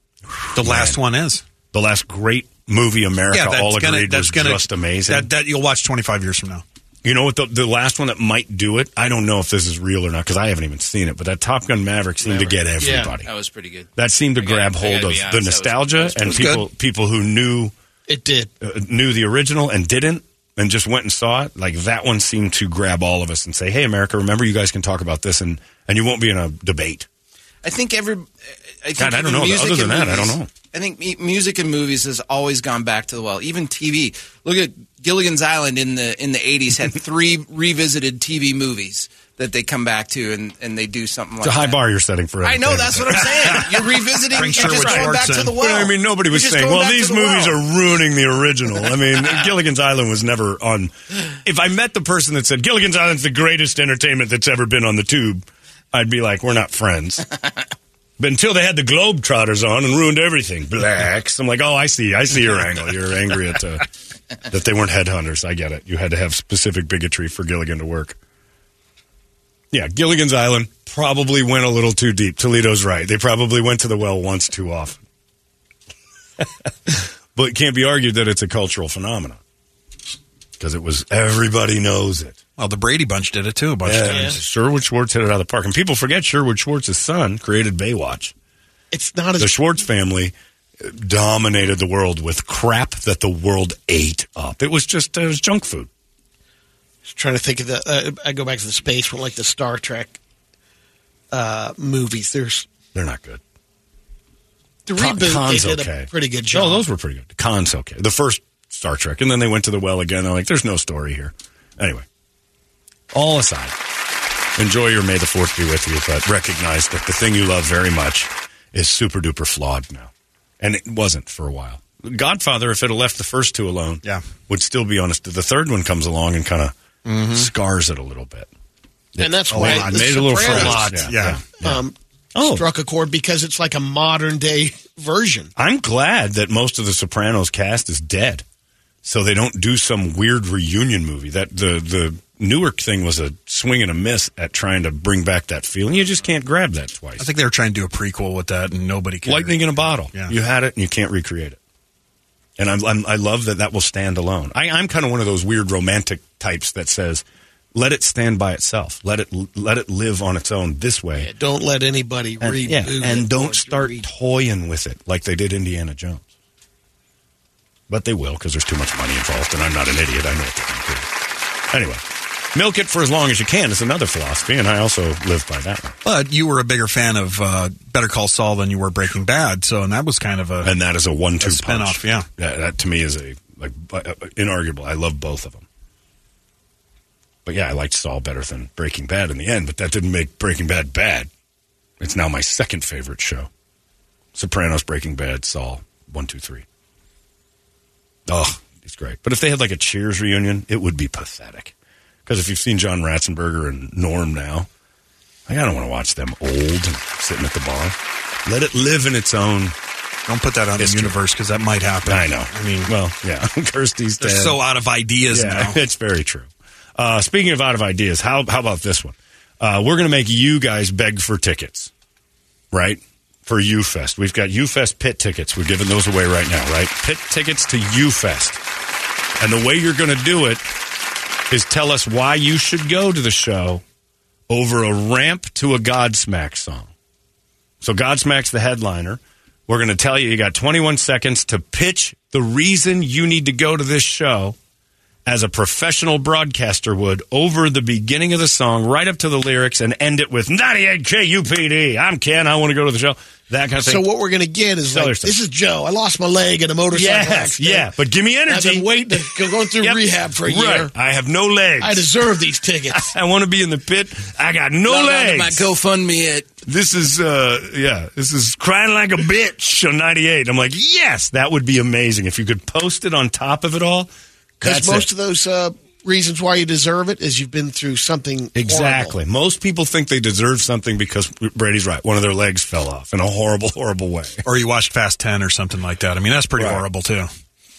S6: the last one is?
S1: The last great movie America all agreed was
S6: gonna-
S1: just amazing.
S6: That, that you'll watch 25 years from now.
S1: You know what? The, the last one that might do it, I don't know if this is real or not because I haven't even seen it, but that Top Gun Maverick seemed to get everybody.
S19: that was pretty good.
S1: That seemed to
S19: I gotta-
S1: grab
S19: I
S1: hold
S19: gotta
S1: of
S19: be honest,
S1: the
S19: that was-
S1: nostalgia
S19: that
S1: and
S19: was good.
S1: people people who knew
S7: it did
S1: uh, knew the original and didn't and just went and saw it. Like that one seemed to grab all of us and say, "Hey, America, remember you guys can talk about this and and you won't be in a debate."
S19: I think every. I think
S1: God, I
S19: even
S1: don't know.
S19: music
S1: Other than that,
S19: and
S1: I
S19: movies-
S1: don't know.
S19: I think mu- music and movies has always gone back to the well. Even TV. Look at Gilligan's Island in the in the eighties had three revisited TV movies that they come back to and, and they do something like
S1: It's a high
S19: that.
S1: bar you're setting for.
S19: I know
S1: everything.
S19: that's what I'm saying. You're revisiting.
S1: Bring
S19: You're
S1: Sherwood
S19: just going back
S1: Schwartz
S19: to
S1: in.
S19: the well.
S1: Well, I mean, nobody
S19: You're
S1: was
S19: just
S1: saying,
S19: going
S1: "Well,
S19: back to
S1: these
S19: the
S1: movies
S19: well."
S1: are ruining the original." I mean, Gilligan's Island was never on. If I met the person that said Gilligan's Island's the greatest entertainment that's ever been on the tube, I'd be like, "We're not friends." But until they had the Globetrotters on and ruined everything, blacks. I'm like, oh, I see, I see your angle. You're angry at uh, that they weren't headhunters. I get it. You had to have specific bigotry for Gilligan to work. Yeah, Gilligan's Island probably went a little too deep. Toledo's right. They probably went to the well once too often. but it can't be argued that it's a cultural phenomenon because it was everybody knows it.
S6: Well, the Brady Bunch did it too a bunch of
S1: Yeah,
S6: times.
S1: Sherwood Schwartz hit it out of the park, and people forget Sherwood Schwartz's son created Baywatch.
S7: It's not as
S1: the Schwartz family dominated the world with crap that the world ate up. It was just uh, it was junk food.
S7: trying to think of the. Uh, I go back to the space one, like the Star Trek uh, movies. There's
S1: They're not good.
S7: the
S1: Con-
S7: reboot.
S1: Con's
S7: they did
S1: okay.
S7: a pretty good job.
S1: Oh, those were pretty good. Con's okay. The first Star Trek, and then they went to the well again. They're like, "There's no story here." Anyway, all aside, enjoy your May the Fourth be with you, but recognize that the thing you love very much is super duper flawed now, and it wasn't for a while. Godfather, if it had left the first two alone, yeah, would still be honest. The third one comes along and kind of scars it a little bit.
S7: and that's
S1: a
S7: why
S1: lot.
S7: the
S1: Made a little
S7: Sopranos,
S1: fraught. Yeah, yeah,
S7: Um,
S1: Oh.
S7: struck a chord because it's like a modern day version.
S1: I'm glad that most of the Sopranos cast is dead, so they don't do some weird reunion movie. That the the Newark thing was a swing and a miss at trying to bring back that feeling. You just can't grab that twice.
S6: I think they were trying to do a prequel with that, and nobody cared.
S1: Lightning in a bottle.
S6: Yeah.
S1: You had it, and you can't recreate it. And I'm, I'm, I love that that will stand alone. I, I'm kind of one of those weird romantic types that says, "Let it stand by itself. Let it let it live on its own this way."
S7: Don't let anybody
S1: and,
S7: reboot.
S1: yeah, and
S7: it.
S1: don't start toying with it like they did Indiana Jones. But they will because there's too much money involved, and I'm not an idiot. I know what they're going to do. Anyway, milk it for as long as you can is another philosophy, and I also live by that one.
S6: But you were a bigger fan of uh, Better Call Saul than you were Breaking Bad, so and that was kind of a
S1: And that is a one-two
S6: a spinoff.
S1: punch.
S6: Yeah,
S1: that, that to me is a like bu- uh, inarguable. I love both of them. But yeah, I liked Saul better than Breaking Bad in the end, but that didn't make Breaking Bad bad. It's now my second favorite show. Sopranos, Breaking Bad, Saul, one, two, three. Oh, it's great. But if they had like a Cheers reunion, it would be pathetic. Because if you've seen John Ratzenberger and Norm now, like, I don't want to watch them old and sitting at the bar. Let it live in its own.
S6: Don't put that on the universe because that might happen.
S1: I know.
S6: I mean,
S1: well, yeah. Kirsty's
S6: They're
S1: dead.
S6: so out of ideas
S1: Yeah,
S6: now.
S1: It's very true. Uh, speaking of out of ideas, how how about this one? Uh, we're going to make you guys beg for tickets, right? For U Fest, we've got U Fest pit tickets. We're giving those away right now, right? Pit tickets to U Fest, and the way you're going to do it is tell us why you should go to the show over a ramp to a Godsmack song. So Godsmack's the headliner. We're going to tell you you got 21 seconds to pitch the reason you need to go to this show as a professional broadcaster would over the beginning of the song, right up to the lyrics, and end it with 98 KUPD. I'm Ken. I want to go to the show. That kind of thing.
S7: So what we're gonna get is
S1: Other
S7: like,
S1: stuff.
S7: this is Joe. I lost my leg in a motorcycle
S1: Yes,
S7: accident.
S1: yeah, but give me energy.
S7: I've been waiting to go going through
S1: Yep.
S7: rehab for a
S1: Right.
S7: year.
S1: I have no legs.
S7: I deserve these tickets.
S1: I want to be in the pit. I got no
S19: Log on to
S1: legs.
S19: my
S1: GoFundMe it. This is uh yeah, this is crying like a bitch on 98. I'm like, "Yes, that would be amazing if you could post it on top of it all."
S7: Because
S1: That's
S7: most
S1: it.
S7: of those uh, reasons why you deserve it is you've been through something horrible.
S1: Exactly. Most people think they deserve something because Brady's right. One of their legs fell off in a horrible, horrible way.
S6: Or you watched Fast 10 or something like that. I mean, that's pretty
S1: Right.
S6: horrible, too.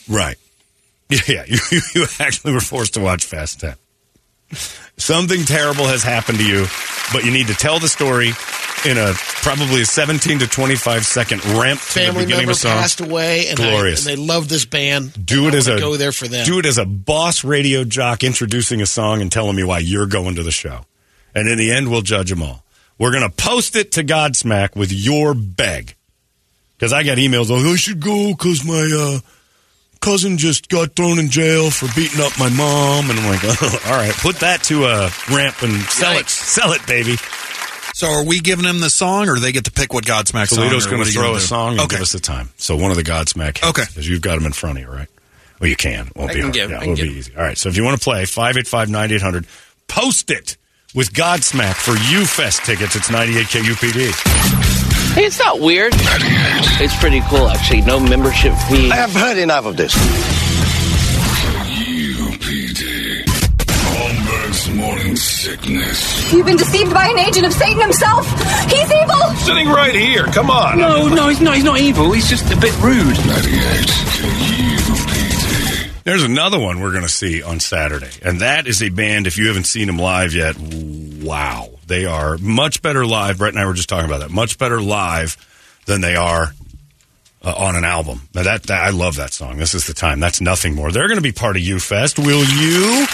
S1: Right. Yeah, you, you actually were forced to watch Fast 10. Something terrible has happened to you, but you need to tell the story in a probably a 17 to 25 second ramp to the
S7: Family
S1: beginning
S7: member
S1: of a song.
S7: passed away, and, I-
S1: Glorious.
S7: and they love this band.
S1: do it
S7: I
S1: as
S7: wanna
S1: a
S7: go there for them.
S1: Do it as a boss radio jock introducing a song and telling me why you're going to the show. And in the end, we'll judge them all. We're gonna post it to Godsmack with your beg, because I got emails. Like, I should go because my uh, cousin just got thrown in jail for beating up my mom, and I'm like, "Oh, all right, put that to a ramp and sell it, sell it, baby.
S6: So are we giving them the song, or they get to pick what Godsmack song?
S1: Toledo's
S6: or
S1: going
S6: what
S1: to
S6: are you
S1: throw
S6: gonna
S1: a
S6: do?
S1: song and
S6: Okay.
S1: give us the time. So one of the Godsmack hits.
S6: Okay.
S1: Because you've got them in front of you, right? Well, you can. It won't
S19: I
S1: be
S19: can
S1: hard.
S19: give-
S1: Yeah,
S19: I
S1: it
S19: can
S1: will be
S19: give.
S1: easy. All right. So if you want to play, 585-9800. Post it with Godsmack for U-Fest tickets. It's 98 KUPD.
S11: Hey, it's not weird. It's pretty cool, actually. No membership fee. I have heard enough of this.
S3: UPD. Holmberg's morning sickness.
S4: You've been deceived by an agent of Satan himself. He's evil.
S5: Sitting right here. Come on. No, no, he's not. He's not evil. He's just a bit rude.
S1: There's another one we're going to see on Saturday. And that is a band, if you haven't seen them live yet, wow. They are much better live. Brett and I were just talking about that. Much better live than they are uh, on an album. Now that, that- I love that song. This is the time. That's nothing more. They're going to be part of U Fest. Will you?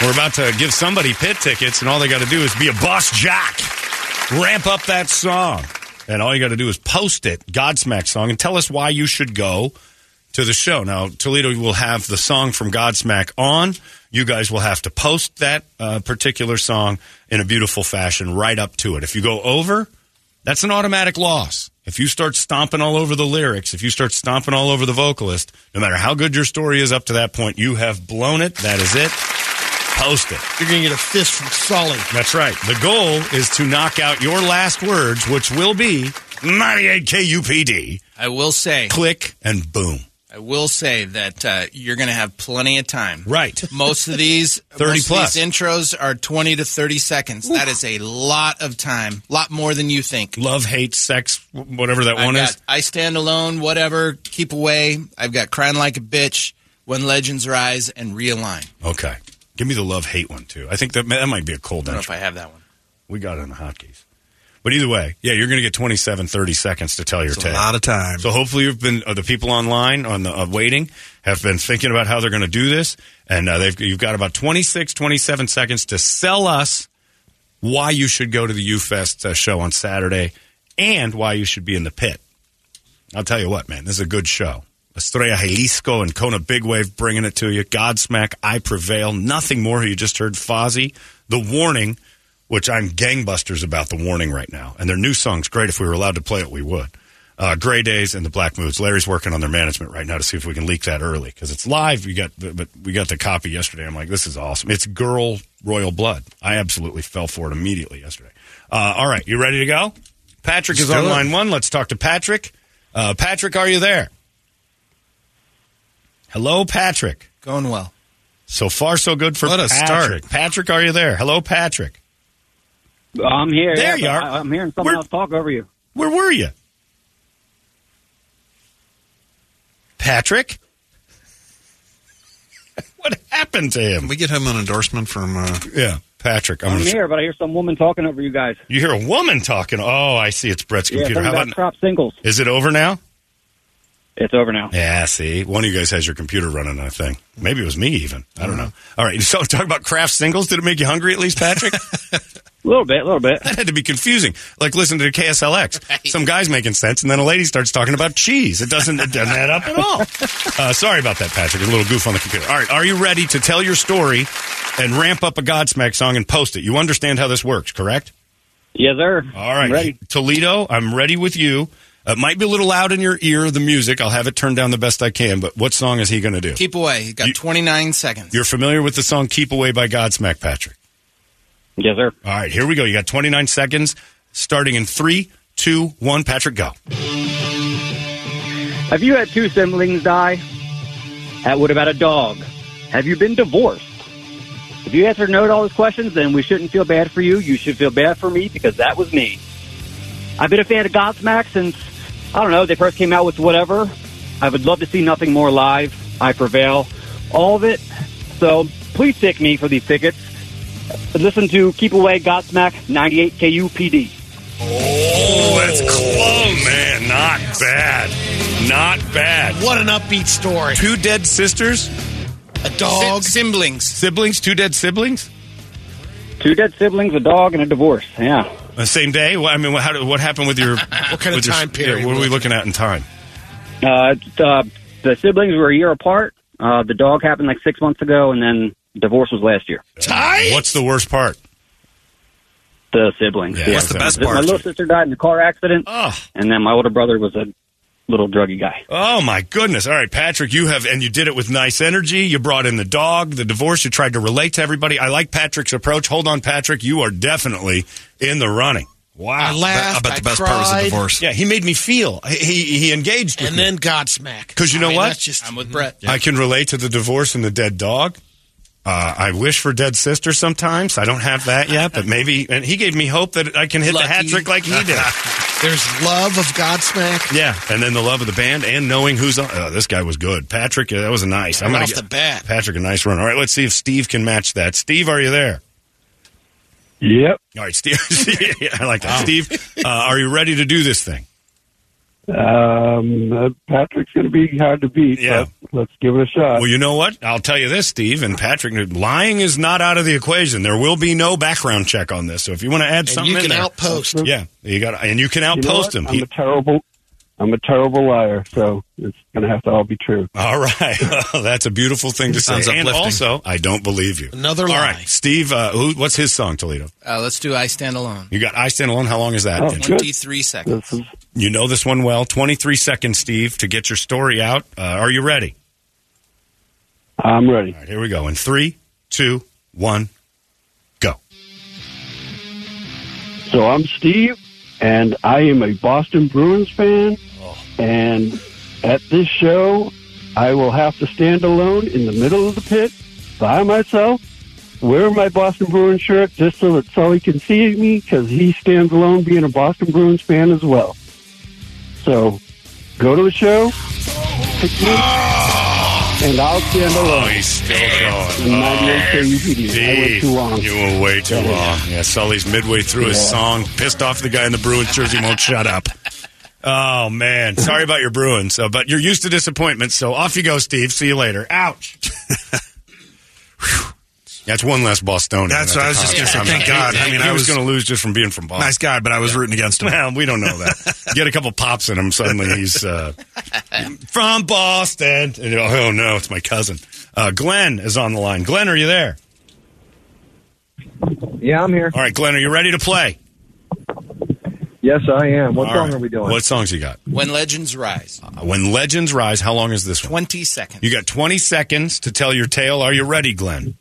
S1: We're about to give somebody pit tickets, and all they got to do is be a boss jock. Ramp up that song, and all you got to do is post it, Godsmack song, and tell us why you should go to the show. Now Toledo will have the song from Godsmack on. You guys will have to post that uh, particular song in a beautiful fashion right up to it. If you go over, that's an automatic loss. If you start stomping all over the lyrics, if you start stomping all over the vocalist, no matter how good your story is up to that point, you have blown it. That is it. Post it.
S7: You're going to get a fist from Solid.
S1: That's right. The goal is to knock out your last words, which will be 98 KUPD.
S19: I will say.
S1: Click and boom.
S19: I will say that uh, you're going to have plenty of time.
S1: Right.
S19: Most of these
S1: 30
S19: most of
S1: plus.
S19: these intros are 20 to 30 seconds. That is a lot of time. A lot more than you think.
S1: Love, hate, sex, wh- whatever that
S19: I've
S1: one
S19: got
S1: is.
S19: I stand alone, whatever, keep away. I've got crying like a bitch, when legends rise and realign.
S1: Okay. Give me the love hate one, too. I think that, that might be a cold
S19: I don't know if
S1: entry.
S19: I have that one.
S1: We got it on the hotkeys. But either way, yeah, you're going to get 27, 30 seconds to tell your
S6: It's a
S1: tale.
S6: lot of time.
S1: So hopefully you've been uh, the people online on the uh, waiting have been thinking about how they're going to do this, and uh, they've you've got about 26, 27 seconds to sell us why you should go to the U Fest uh, show on Saturday and why you should be in the pit. I'll tell you what, man, this is a good show. Estrella Jalisco and Kona Big Wave bringing it to you. Godsmack, I Prevail, nothing more. You just heard Fozzy, The Warning, which I'm gangbusters about The Warning right now. And their new song's great. If we were allowed to play it, we would. Uh, Gray Days and The Black Moods. Larry's working on their management right now to see if we can leak that early because it's live. We got, the, but we got the copy yesterday. I'm like, this is awesome. It's Girl Royal Blood. I absolutely fell for it immediately yesterday. Uh, all right, you ready to go? Patrick is
S22: Let's
S1: on
S22: do it.
S1: line one. Let's talk to Patrick. Uh, Patrick, are you there? Hello, Patrick.
S19: Going well.
S1: So far, so good for
S6: Let us start.
S1: Patrick. Patrick, are you there? Hello, Patrick.
S26: I'm here.
S1: There
S26: yeah,
S1: you
S26: but
S1: are.
S26: I, am hearing someone else talk over you.
S1: Where were you? Patrick? what happened to him?
S6: Can we get him an endorsement from. Uh,
S1: yeah, Patrick. I'm,
S26: I'm
S1: gonna-
S26: here, but I hear some woman talking over you guys.
S1: You hear a woman talking. Oh, I see. It's Brett's
S26: Yeah,
S1: computer.
S26: something
S1: How
S26: about
S1: about?
S26: crop singles.
S1: Is it over now?
S26: It's over now.
S1: Yeah, see, one of you guys has your computer running. I think maybe it was me. Even I don't know. All right, so talk about craft singles. Did it make you hungry at least, Patrick?
S26: A little bit, a little bit.
S1: That had to be confusing. Like listen to KSLX. Some guy's making sense, and then a lady starts talking about cheese. It doesn't, it doesn't add up at all. Uh, sorry about that, Patrick. A little goof on the computer. All right, are you ready to tell your story and ramp up a Godsmack song and post it? You understand how this works, correct?
S26: Yes, sir.
S1: All right, Toledo, I'm ready with you. It might be a little loud in your ear, the music. I'll have it turned down the best I can, but what song is he going to do?
S19: Keep away. You got 29 seconds.
S1: You're familiar with the song Keep Away by Godsmack, Patrick?
S26: Yes, sir.
S1: All right, here we go. You got 29 seconds starting in three, two, one. Patrick, go.
S26: Have you had two siblings die? At what about a dog? Have you been divorced? If you answer no to all those questions, then we shouldn't feel bad for you. You should feel bad for me because that was me. I've been a fan of Godsmack since, I don't know, they first came out with whatever. I would love to see nothing more live. I prevail. All of it. So please take me for these tickets. Listen to Keep Away Godsmack 98 KUPD.
S1: Oh, that's close. Man, not bad. Not bad.
S12: What an upbeat story.
S1: Two dead sisters?
S12: A dog.
S19: siblings.
S1: Siblings? Two dead siblings?
S26: Two dead siblings, a dog, and a divorce. Yeah.
S1: The same day? Well, I mean, what, how, did- what happened with your. what
S26: kind of time period
S1: what are
S26: was
S1: we
S26: it?
S1: looking at in time?
S26: Uh, uh, the siblings were a year apart. Uh, the dog happened like six months ago, and then divorce was last year.
S1: What's the worst part?
S26: The siblings.
S1: Yeah, What's the best
S26: My
S1: part?
S26: little sister died in a car accident, and then my older brother was a little druggy guy.
S1: Oh my goodness! All right, Patrick, you have and you did it with nice energy. You brought in the dog, the divorce. You tried to relate to everybody. I like Patrick's approach. Hold on, Patrick, you are definitely in the running. Wow!
S12: I laughed, About the I best part was the cried. divorce.
S1: Yeah, he made me feel. He he, he engaged with
S12: And then Godsmack.
S1: 'Cause you
S12: I
S1: know
S12: mean,
S1: what?
S12: That's just, Mm-hmm. I'm
S19: with Brett.
S1: I can relate to the divorce and the dead dog. Uh, I wish for dead sister sometimes. I don't have that yet, but maybe. And he gave me hope that I can hit the hat
S12: Lucky.
S1: trick like he did.
S12: There's love of Godsmack.
S1: Yeah, and then the love of the band and knowing who's on. Oh, this guy was good, Patrick. uh, That was a nice.
S12: Right
S1: gonna
S12: off
S1: get-
S12: the bat.
S1: Patrick, a nice run. All right, let's see if Steve can match that. Steve, are you there?
S26: Yep.
S1: All right, Steve. yeah, I like that. Steve, uh, are you ready to do this thing?
S16: Um, uh, Patrick's going to be hard to beat.
S1: Yeah.
S16: But let's give it a shot.
S1: Well, you know what? I'll tell you this, Steve and Patrick. Lying is not out of the equation. There will be no background check on this. So if you want to add something,
S16: you
S1: in
S16: can
S1: there-
S16: outpost.
S1: Yeah, you got, and you can
S16: You know
S1: outpost
S16: what?
S1: him.
S16: I'm a terrible. I'm a terrible liar, so it's going to have to all be true.
S1: All right, that's a beautiful thing to say.
S16: Sounds
S1: And
S16: uplifting.
S1: also, I don't believe you.
S19: Another
S1: All
S19: lie.
S1: right, Steve. Uh, who, what's his song, Toledo?
S19: Uh, let's do I Stand Alone.
S1: You got I Stand Alone. How long is
S16: Oh,
S1: that?
S19: 23 seconds.
S1: You know this one well. 23 seconds, Steve, to get your story out. Uh, are you ready?
S16: I'm ready.
S1: All right, here we go. In three, two, one.
S16: So I'm Steve, and I am a Boston Bruins fan. And at this show, I will have to stand alone in the middle of the pit by myself, wear my Boston Bruins shirt just so that Sully can see me because he stands alone being a Boston Bruins fan as well. So go to the show, pick me, and I'll stand alone.
S1: Oh, he's still going.
S16: And my name is KUPD. I went
S1: Steve,
S16: too long.
S1: You were way too
S16: Yeah.
S1: long. Yeah, Sully's midway through his
S16: Yeah.
S1: song, pissed off the guy in the Bruins jersey, won't shut up. Oh, man. Sorry about your Bruins, uh, but you're used to disappointment, so off you go, Steve. See you later. Ouch. Whew. That's one less Bostonian.
S6: That's what I was just gonna say. Thank God. I mean,
S1: he
S6: I
S1: was
S6: was-
S1: going to lose just from being from Boston.
S6: Nice guy, but I was rooting against him.
S1: Well, we don't know that. Get a couple pops in him, suddenly he's uh, from Boston. And, oh no, it's my cousin. Uh, Glenn is on the line. Glenn, are you there?
S27: Yeah, I'm here.
S1: All right, Glenn, are you ready to play?
S27: Yes, I am. What
S1: All
S27: song
S1: right.
S27: are we doing?
S1: What songs you got?
S19: When Legends Rise.
S1: Uh, When legends rise. How long is this one?
S19: 20 seconds.
S1: You got 20 seconds to tell your tale. Are you ready, Glenn?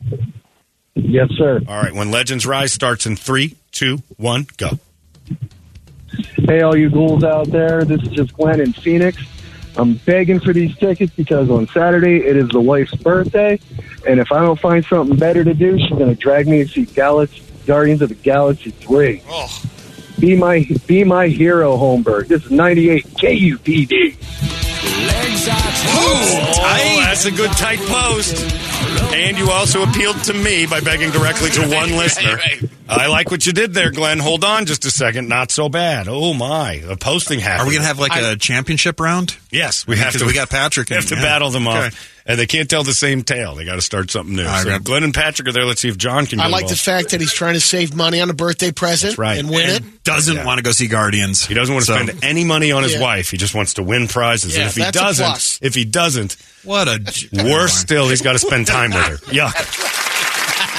S27: Yes, sir.
S1: All right, when legends rise starts in three, two, one, go.
S27: Hey, all you ghouls out there, this is just Glenn in Phoenix. I'm begging for these tickets because on Saturday it is the wife's birthday, and if I don't find something better to do, she's going to drag me to see Galaxy, Guardians of the Galaxy 3. Be my be my hero, Holmberg. This is 98 KUPD.
S1: Oh, that's a good tight post. And you also appealed to me by begging directly to one listener. I like what you did there, Glenn. Hold on just a second. Not so bad. Oh my, the posting happened.
S6: Are we gonna have, like,
S1: a
S6: a championship round?
S1: Yes, we have
S6: Because
S1: to.
S6: we got Patrick
S1: We have
S6: in,
S1: to
S6: yeah.
S1: battle them off.
S6: Okay.
S1: and they can't tell the same tale. They got to start something new.
S7: I
S1: So
S7: got-
S1: Glenn and Patrick are there. Let's see if John can. Get
S7: I like the
S1: involved.
S7: fact that he's trying to save money on a birthday present
S1: right
S7: and win it.
S6: Doesn't want to go see Guardians.
S1: He doesn't want to
S6: So-
S1: spend any money on his
S7: Yeah.
S1: wife. He just wants to win prizes.
S7: Yeah,
S1: and if he
S7: that's a
S1: doesn't,
S7: plus.
S1: if he doesn't,
S6: what a
S1: worse still, he's got to spend time with her. Yuck.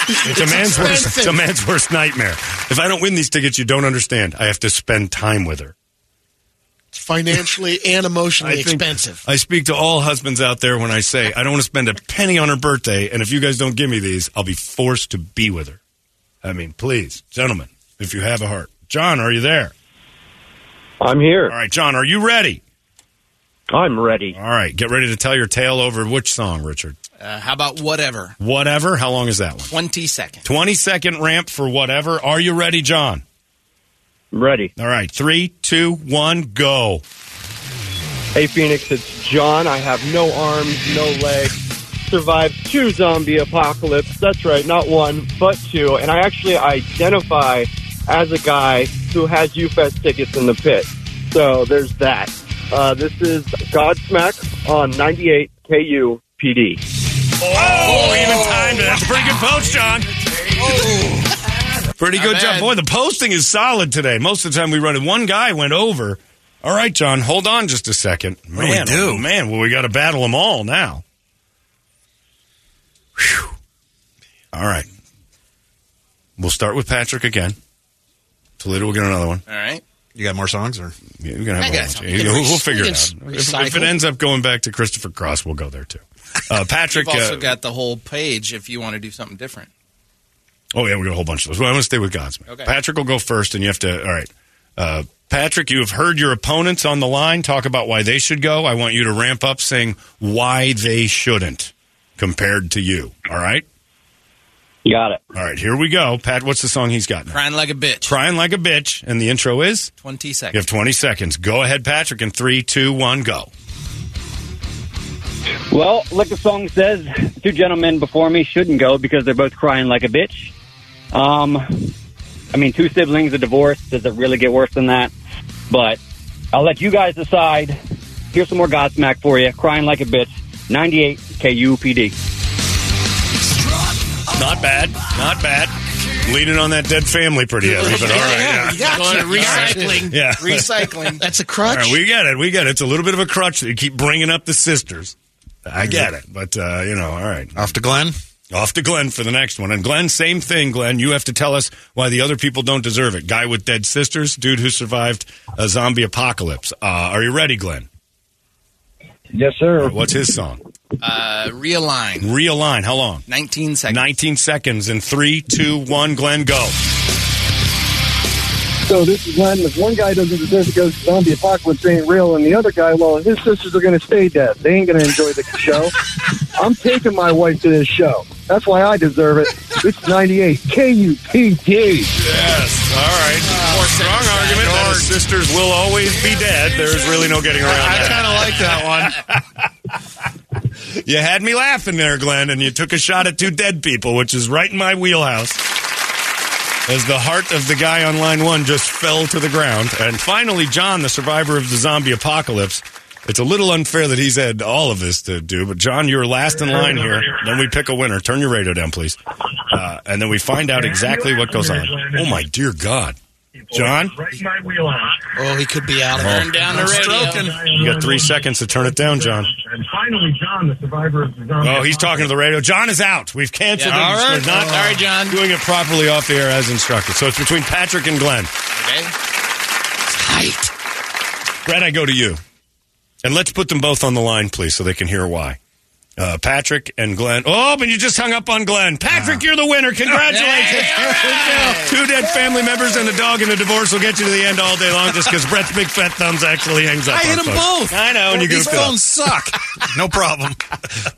S1: It's, a man's worst. It's a
S7: expensive.
S1: man's worst nightmare. If I don't win these tickets, you don't understand. I have to spend time with her.
S7: It's financially and emotionally
S1: I think-
S7: expensive.
S1: I speak to all husbands out there when I say I don't want to spend a penny on her birthday, and if you guys don't give me these, I'll be forced to be with her. I mean, please, gentlemen, if you have a heart. John, are you there?
S26: I'm here. All
S1: right, John, are you ready?
S26: I'm ready.
S1: All right, get ready to tell your tale over which song, Richard?
S19: Uh, how about whatever?
S1: Whatever. How long is that one?
S19: 20 seconds.
S1: 20 second ramp for whatever. Are you ready, John?
S26: Ready.
S1: All right, three, two, one, go.
S26: Hey, Phoenix, it's John. I have no arms, no legs. Survived two zombie apocalypse. That's right, not one, but two. And I actually identify as a guy who has UFest tickets in the pit. So there's that. Uh, this is Godsmack on 98 KU PD.
S1: Oh, even timed it. That's a pretty good post, John. Pretty good job. Boy, the posting is solid today. Most of the time we run it. One guy went over. All right, John, hold on just a second.
S6: do we
S1: Man,
S6: do?
S1: oh, man, well, we got to battle them all now. Whew. All right. We'll start with Patrick again. Toledo will get another one.
S19: All right.
S6: You got more songs, or
S1: Yeah, we're gonna
S19: I
S1: have a
S19: got
S1: bunch.
S19: something. We can
S1: We'll,
S19: re-
S1: we'll figure
S19: we
S1: it out.
S19: can
S1: If,
S19: recycle.
S1: if it ends up going back to Christopher Cross, we'll go there too. Uh, Patrick,
S19: You've also
S1: uh,
S19: got the whole page if you want to do something different.
S1: Oh yeah, we got a whole bunch of those. Well, I want to stay with Godsmack.
S19: Okay.
S1: Patrick will go first, and you have to. All right, uh, Patrick, you have heard your opponents on the line talk about why they should go. I want you to ramp up, saying why they shouldn't compared to you. All right.
S26: Got it.
S1: All right, here we go. Pat, what's the song he's got now?
S19: Crying like a bitch.
S1: Crying like a bitch, and the intro is.
S19: 20
S1: You
S19: seconds.
S1: have twenty seconds. Go ahead, Patrick. In three, two, one, go.
S26: Well, like the song says, two gentlemen before me shouldn't go because they're both crying like a bitch. Um, I mean, two siblings, a divorce. Does it really get worse than that? But I'll let you guys decide. Here's some more Godsmack for you. Crying like a bitch. 98 KUPD.
S1: Not bad. Not bad. Leaning on that dead family pretty heavy, but all right. yeah.
S7: Recycling.
S1: Yeah.
S7: Recycling. That's a crutch.
S1: All right, we get it. We get it. It's a little bit of a crutch that you keep bringing up the sisters. I get it. But, uh, you know, all right.
S6: Off to Glenn?
S1: Off to Glenn for the next one. And Glenn, same thing, Glenn. You have to tell us why the other people don't deserve it. Guy with dead sisters, dude who survived a zombie apocalypse. Uh, are you ready, Glenn?
S26: Yes, sir.
S1: What's his song?
S19: Uh, realign.
S1: Realign. How long?
S19: 19 seconds.
S1: 19 seconds. In three, two, one, Glenn, go.
S27: So this is when this one guy doesn't deserve to go to zombie apocalypse ain't real, and the other guy, well, his sisters are going to stay dead. They ain't going to enjoy the show. I'm taking my wife to this show. That's why I deserve it. It's 98 KUPD.
S1: Yes. All right. Strong argument. that his sisters will always be dead. There's really no getting around that.
S6: kind of like that one.
S1: You had me laughing there, Glenn, and you took a shot at two dead people, which is right in my wheelhouse. As the heart of the guy on line one just fell to the ground. And finally, John, the survivor of the zombie apocalypse. It's a little unfair that he's had all of this to do, but John, you're last in line here. Then we pick a winner. Turn your radio down, please. Uh, and then we find out exactly what goes on. Oh, my dear God. John?
S7: Oh, he could be out of
S1: Oh.
S7: it.
S1: Turn down the I'm radio. You got three seconds to turn it down, John.
S26: And finally, John, the survivor of the zombie.
S1: Oh, he's talking to the radio. John is out. We've canceled
S19: Yeah.
S1: him.
S19: All right.
S1: We're not
S19: All right, John.
S1: doing it properly off the air as instructed. So it's between Patrick and Glenn.
S19: Okay.
S1: Brad, I go to you. And let's put them both on the line, please, so they can hear why. Uh, Patrick and Glenn. Oh, but you just hung up on Glenn. Patrick,
S6: Ah.
S1: you're the winner. Congratulations. Two dead family members and a dog and a divorce will get you to the end all day long just because Brett's big fat thumbs actually hangs up.
S6: I hit
S1: on
S6: them
S1: folks.
S6: both.
S1: I know, and you
S6: These
S1: goofed it up.
S6: phones suck. no problem.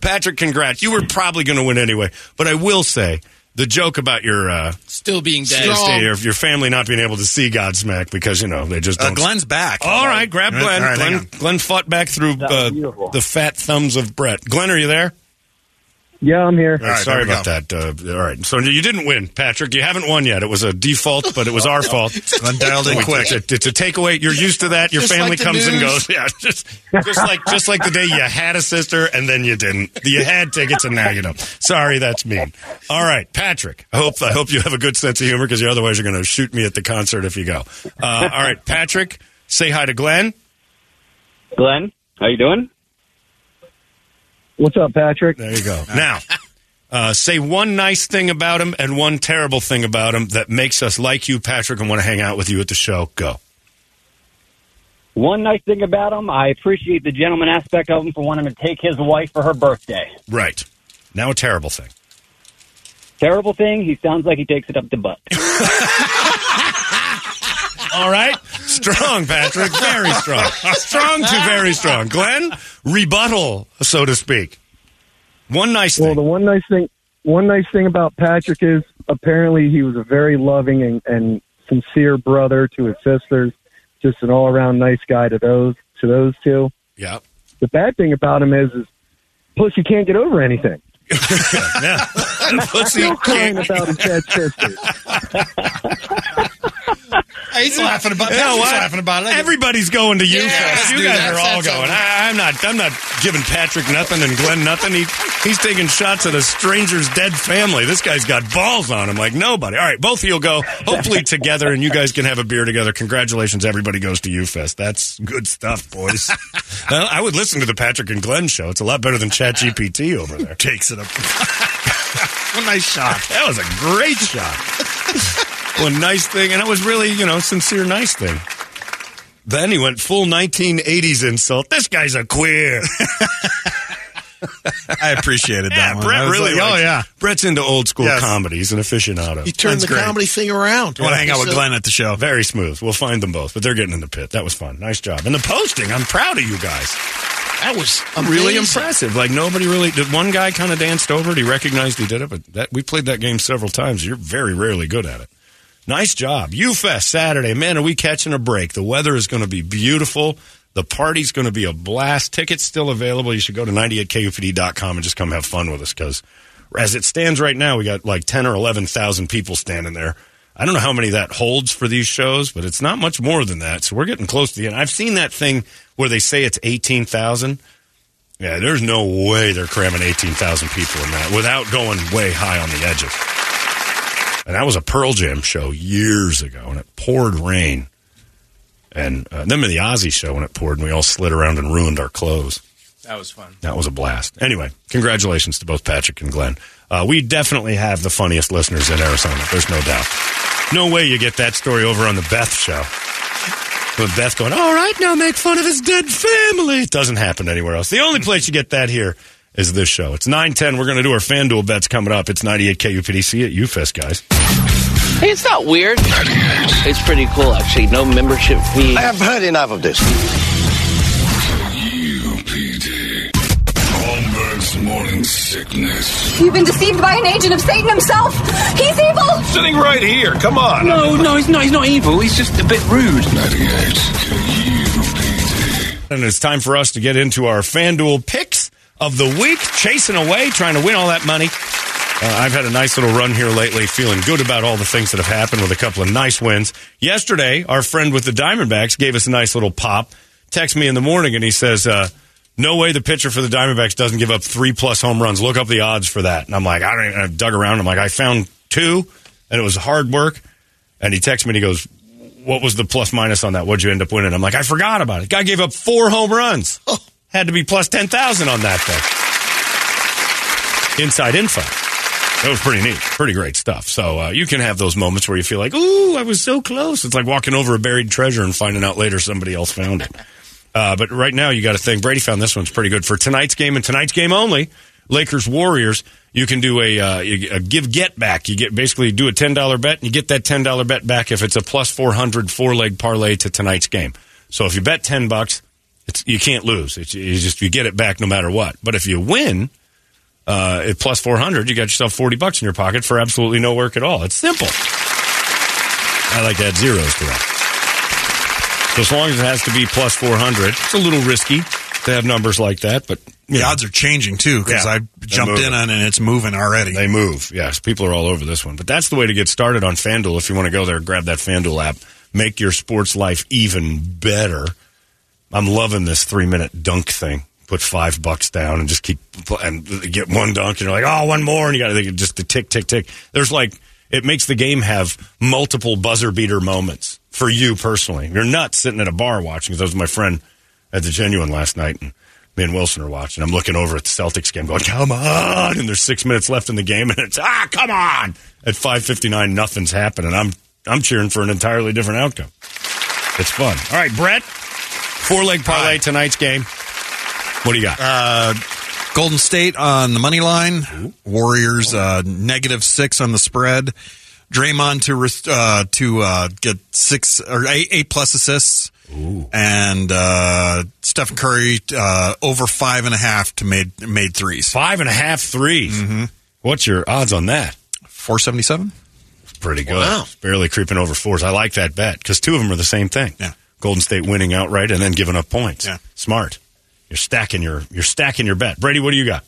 S1: Patrick, congrats. You were probably going to win anyway. But I will say the joke about your uh,
S19: Still being dead.
S1: stay, your, your family not being able to see Godsmack because you know they just
S6: Uh,
S1: don't.
S6: Glenn's back.
S1: All right, grab
S6: All right,
S1: Glenn.
S6: all right, hang
S1: Glenn,
S6: on.
S1: Glenn fought back through
S6: That was
S1: uh,
S6: beautiful.
S1: the fat thumbs of Brett. Glenn, are you there?
S27: Yeah, I'm here.
S1: All right, sorry about that. Uh, all right, so you didn't win, Patrick. You haven't won yet. It was a default, but it was our fault. I
S6: dialed in quick.
S1: It's a, it's a takeaway. You're used to that. Your
S6: Just
S1: family
S6: like the
S1: comes and
S6: news.
S1: goes. Yeah, just, just like just like the day you had a sister and then you didn't. You had tickets and now you don't. Sorry, that's mean. All right, Patrick. I hope I hope you have a good sense of humor because otherwise you're going to shoot me at the concert if you go. Uh, all right, Patrick. Say hi to Glenn.
S26: Glenn, how you doing?
S27: What's up, Patrick?
S1: There you go. Now, uh, say one nice thing about him and one terrible thing about him that makes us like you, Patrick, and want to hang out with you at the show. Go.
S26: One nice thing about him, I appreciate the gentleman aspect of him for wanting to take his wife for her birthday.
S1: Right. Now, a terrible thing.
S26: Terrible thing, he sounds like he takes it up the butt.
S1: All right. Strong, Patrick. Very strong. Strong to very strong. Glenn, rebuttal, so to speak. One nice
S27: Well, the one nice thing, one nice thing about Patrick is apparently he was a very loving and, and sincere brother to his sisters. Just an all around nice guy to those to those two.
S1: Yep.
S27: The bad thing about him is, is plus you can't get over anything.
S1: yeah.
S27: Still crying about his dead sisters.
S1: He's laughing
S27: about that. He's laughing about it.
S1: Everybody's going to you.
S27: Yeah,
S1: folks.
S27: let's
S1: you
S27: do
S1: guys
S27: that.
S1: are all
S27: That's
S1: going.
S27: all.
S1: I, I'm not. I'm not giving Patrick nothing and Glenn nothing. He he's taking shots at a stranger's dead family. This guy's got balls on him like nobody. All right, both of you'll go. Hopefully together, and you guys can have a beer together. Congratulations, everybody goes to you fest. That's good stuff, boys. Well, I would listen to the Patrick and Glenn show. It's a lot better than Chat GPT over there. Takes it up.
S6: One nice shot.
S1: That was a great shot. One nice thing, and it was really, you know, sincere nice thing. Then he went full 1980s insult. This guy's a queer.
S6: I appreciated that
S1: Yeah,
S6: one. I
S1: Brett
S6: was
S1: really.
S6: like, oh
S1: likes-
S6: yeah.
S1: Brett's into old school
S6: Yes.
S1: comedy. He's an aficionado.
S7: You turned
S1: That's
S7: the
S1: great.
S7: comedy thing around.
S1: I want to hang out with
S7: So-
S1: Glenn at the show. Very smooth. We'll find them both, but they're getting in the pit. That was fun. Nice job. And the posting, I'm proud of you guys.
S7: That was
S1: Really
S7: amazing.
S1: impressive. Like nobody really did. One guy kind of danced over it. He recognized he did it, but that we played that game several times. You're very rarely good at it. Nice job. U Fest Saturday. Man, are we catching a break? The weather is going to be beautiful. The party's going to be a blast. Tickets still available. You should go to 98kupd.com and just come have fun with us because as it stands right now, we got like 10 or 11,000 people standing there. I don't know how many that holds for these shows, but it's not much more than that. So we're getting close to the end. I've seen that thing where they say it's 18,000. Yeah, there's no way they're cramming 18,000 people in that without going way high on the edges. And that was a Pearl Jam show years ago, and it poured rain. And uh, remember the Ozzy show when it poured, and we all slid around and ruined our clothes.
S19: That was fun.
S1: That was a blast. Anyway, congratulations to both Patrick and Glenn. Uh, we definitely have the funniest listeners in Arizona. There's no doubt. No way you get that story over on the Beth show. With Beth going, all right, now make fun of his dead family. It doesn't happen anywhere else. The only place you get that here is this show. It's 910. We're going to do our FanDuel bets coming up. It's 98 KUPD. See you at UFest, guys.
S11: Hey, it's not weird. It's pretty cool, actually. No membership fee. I have heard enough of this.
S3: Holmberg's morning sickness.
S4: You've been deceived by an agent of Satan himself. He's evil.
S5: Sitting right here. Come on. No, no, he's not. He's not evil. He's just a bit rude.
S1: And it's time for us to get into our FanDuel picks of the week, chasing away, trying to win all that money. Uh, I've had a nice little run here lately, feeling good about all the things that have happened with a couple of nice wins. Yesterday, our friend with the Diamondbacks gave us a nice little pop. Text me in the morning and he says, uh, No way the pitcher for the Diamondbacks doesn't give up three plus home runs. Look up the odds for that. And I'm like, I don't even, I dug around. I'm like, I found two and it was hard work. And he texts me and he goes, What was the plus minus on that? What'd you end up winning? I'm like, I forgot about it. Guy gave up four home runs. Had to be plus 10,000 on that thing. Inside info. That was pretty neat. Pretty great stuff. So uh, you can have those moments where you feel like, Ooh, I was so close. It's like walking over a buried treasure and finding out later somebody else found it. Uh, but right now, you got to think Brady found this one's pretty good for tonight's game and tonight's game only. Lakers Warriors. You can do a, uh, a give get back. You get basically do a ten dollar bet and you get that ten dollar bet back if it's a plus 400 four leg parlay to tonight's game. So if you bet ten bucks, it's, you can't lose. It's, you just you get it back no matter what. But if you win, uh, at plus 400, you got yourself 40 bucks in your pocket for absolutely no work at all. It's simple. I like to add zeros to that. So as long as it has to be plus 400, it's a little risky to have numbers like that, but
S6: The odds are changing too because
S1: Yeah.
S6: I
S1: They're
S6: jumped in
S1: moving.
S6: on it and it's moving already.
S1: They move. Yes, people are all over this one. But that's the way to get started on FanDuel. If you want to go there, grab that FanDuel app. Make your sports life even better. I'm loving this three minute dunk thing. Put five bucks down and just keep and get one dunk. And you're like, oh, one more, and you got to just the tick, tick, tick. There's like it makes the game have multiple buzzer beater moments for you personally. You're not sitting at a bar watching. Those was my friend at the genuine last night, and me and Wilson are watching. I'm looking over at the Celtics game, going, "Come on!" And there's six minutes left in the game, and it's ah, come on! At 5:59, nothing's happening. I'm I'm cheering for an entirely different outcome. It's fun. All right, Brett, four leg parlay tonight's game. What do you got?
S6: Uh, Golden State on the money line. Warriors uh, negative six on the spread. Draymond to rest- uh, to uh, get six or eight, eight plus assists, and uh, Stephen Curry uh, over five and a half to made made threes. Mm-hmm.
S1: Five and a half threes. What's your odds on that?
S6: Four seventy seven.
S1: Pretty good. It's barely creeping over fours. I like that bet because two of them are the same thing. Yeah. Golden State winning outright and then giving up points. Yeah. Smart. You're stacking your you're stacking your bet. Brady, what do you got?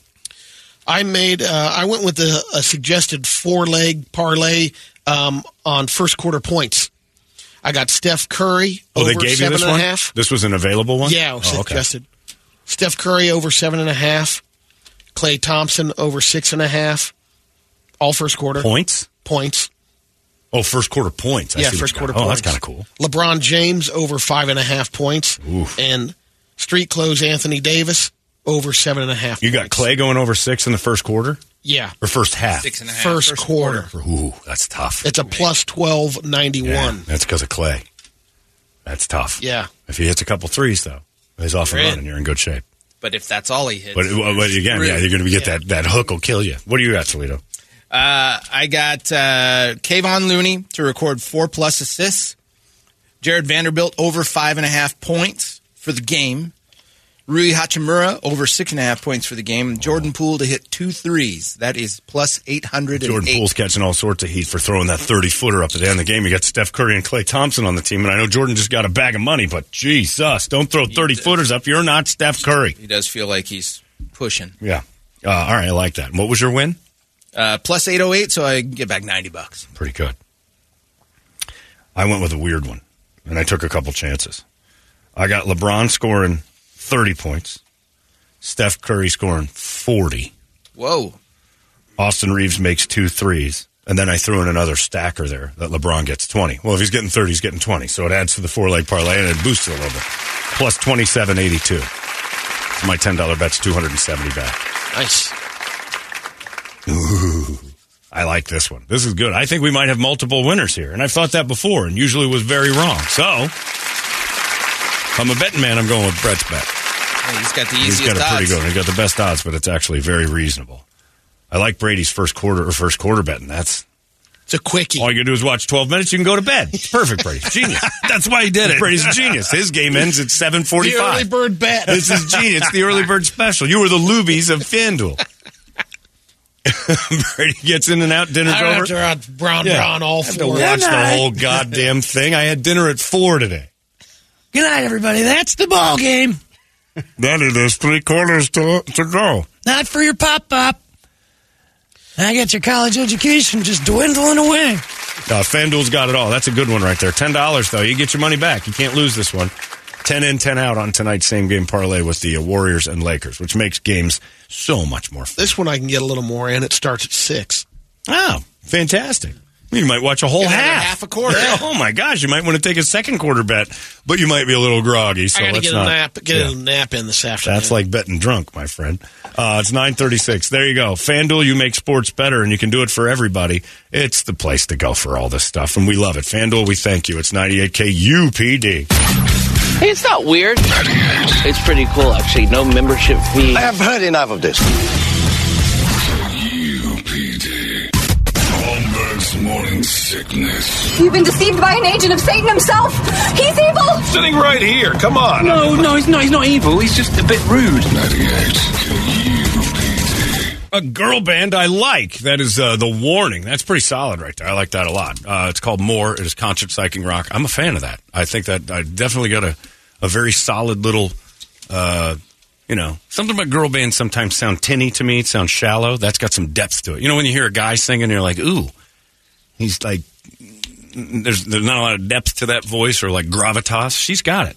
S7: I made. Uh, I went with a, a suggested four-leg parlay um, on first quarter points. I got Steph Curry
S1: Oh,
S7: over
S1: they gave you
S7: seven
S1: this
S7: and a
S1: one.
S7: half.
S1: This was an available one.
S7: Yeah, it was
S1: Oh, okay.
S7: suggested. Steph Curry over seven and a half. Clay Thompson over six and a half. All first quarter
S1: Points.
S7: Points.
S1: Oh, first quarter points. I
S7: yeah,
S1: see what
S7: first
S1: you got.
S7: quarter.
S1: Oh,
S7: points.
S1: that's kind of cool.
S7: LeBron James over five and a half points,
S1: Oof.
S7: and street clothes Anthony Davis over seven and a half.
S1: You got Clay going over six in the first quarter
S7: Yeah,
S1: or first half.
S7: and a half. First, quarter.
S1: Ooh, that's tough.
S7: It's a plus twelve ninety
S1: Yeah,
S7: one.
S1: That's because of Clay. That's tough.
S7: Yeah.
S1: If he hits a couple threes though, he's off and
S19: You're in.
S1: running. You're in good shape.
S19: But if that's all he hits,
S1: But, well, but again, yeah, you're going to get that that hook will kill you. What do you got, Toledo?
S19: Uh, I got uh, Kayvon Looney to record four plus assists. Jared Vanderbilt over five and a half points for the game. Rui Hachimura over six and a half points for the game. Jordan Poole to hit two threes. That is plus 808.
S1: Jordan Poole's catching all sorts of heat for throwing that 30 footer up at the end of the game. You got Steph Curry and Clay Thompson on the team, and I know Jordan just got a bag of money, but Jesus, don't throw 30 footers up. You're not Steph Curry.
S19: He does feel like he's pushing.
S1: Yeah. Uh, all right, I like that. And what was your win?
S19: Uh, plus 808, so I get back 90 bucks.
S1: Pretty good. I went with a weird one, and I took a couple chances. I got LeBron scoring 30 points, Steph Curry scoring 40.
S19: Whoa.
S1: Austin Reeves makes two threes, and then I threw in another stacker there that LeBron gets 20. Well, if he's getting 30, he's getting 20. So it adds to the four leg parlay and it boosts it a little bit. Plus 2782. So my $10 bet's 270 back.
S7: Nice.
S1: Ooh. I like this one. This is good. I think we might have multiple winners here. And I've thought that before and usually was very wrong. So, if I'm a betting man, I'm going with Brett's bet.
S19: Hey, he's got the
S1: He's got
S19: easiest
S1: a pretty
S19: odds.
S1: good. one. He's got the best odds, but it's actually very reasonable. I like Brady's first quarter or first quarter betting. That's
S7: it's a quickie.
S1: All you gotta do is watch twelve minutes. You can go to bed. It's perfect, Brady. Genius. That's why he did it. Brady's a genius. His game ends at seven
S7: The early
S1: forty-five.
S7: bird bet.
S1: This is genius. The early bird special. You were the Lubies of FanDuel. Brady gets in and out. Dinner's
S7: I don't have
S1: over.
S7: to watch Brown Brown all
S1: I have
S7: four.
S1: to watch the
S10: Night.
S1: whole goddamn thing. I had dinner at four today.
S10: Good night, everybody. That's the ball game.
S1: Daddy, there's three quarters to, to go.
S10: Not for your pop pop. I got your college education just dwindling away.
S1: Uh, FanDuel's got it all. That's a good one right there. Ten dollars though, you get your money back. You can't lose this one. Ten in, ten out on tonight's same game parlay with the uh, Warriors and Lakers, which makes games so much more fun.
S7: This one I can get a little more in. It starts at six.
S1: Oh, fantastic! You might watch a whole
S7: Get another
S1: half,
S7: half a quarter.
S1: Yeah, oh my gosh, you might want to take a second quarter bet, but you might be a little groggy. So
S7: I got to
S1: let's
S7: get
S1: not.
S7: a nap. Get
S1: Yeah.
S7: a nap in this afternoon.
S1: That's like betting drunk, my friend. Uh, it's nine thirty six. There you go. FanDuel, you make sports better, and you can do it for everybody. It's the place to go for all this stuff, and we love it. FanDuel, we thank you. It's ninety eight k UPD.
S11: Hey, it's not weird. It's pretty cool, actually. No membership fee. I have heard enough of this.
S3: UPD. Holmberg's morning sickness.
S4: You've been deceived by an agent of Satan himself. He's evil.
S5: Sitting right here. Come on. No, no, he's not. He's not evil. He's just a bit rude.
S1: A girl band I like. That is uh, the warning. That's pretty solid right there. I like that a lot. Uh, it's called More. It is concert psyching rock. I'm a fan of that. I think that I definitely got a, a very solid little uh, You know, something about girl bands sometimes sound tinny to me. It sounds shallow. That's got some depth to it. You know, when you hear a guy singing, you're like, ooh, he's like, there's there's not a lot of depth to that voice or like gravitas. She's got it.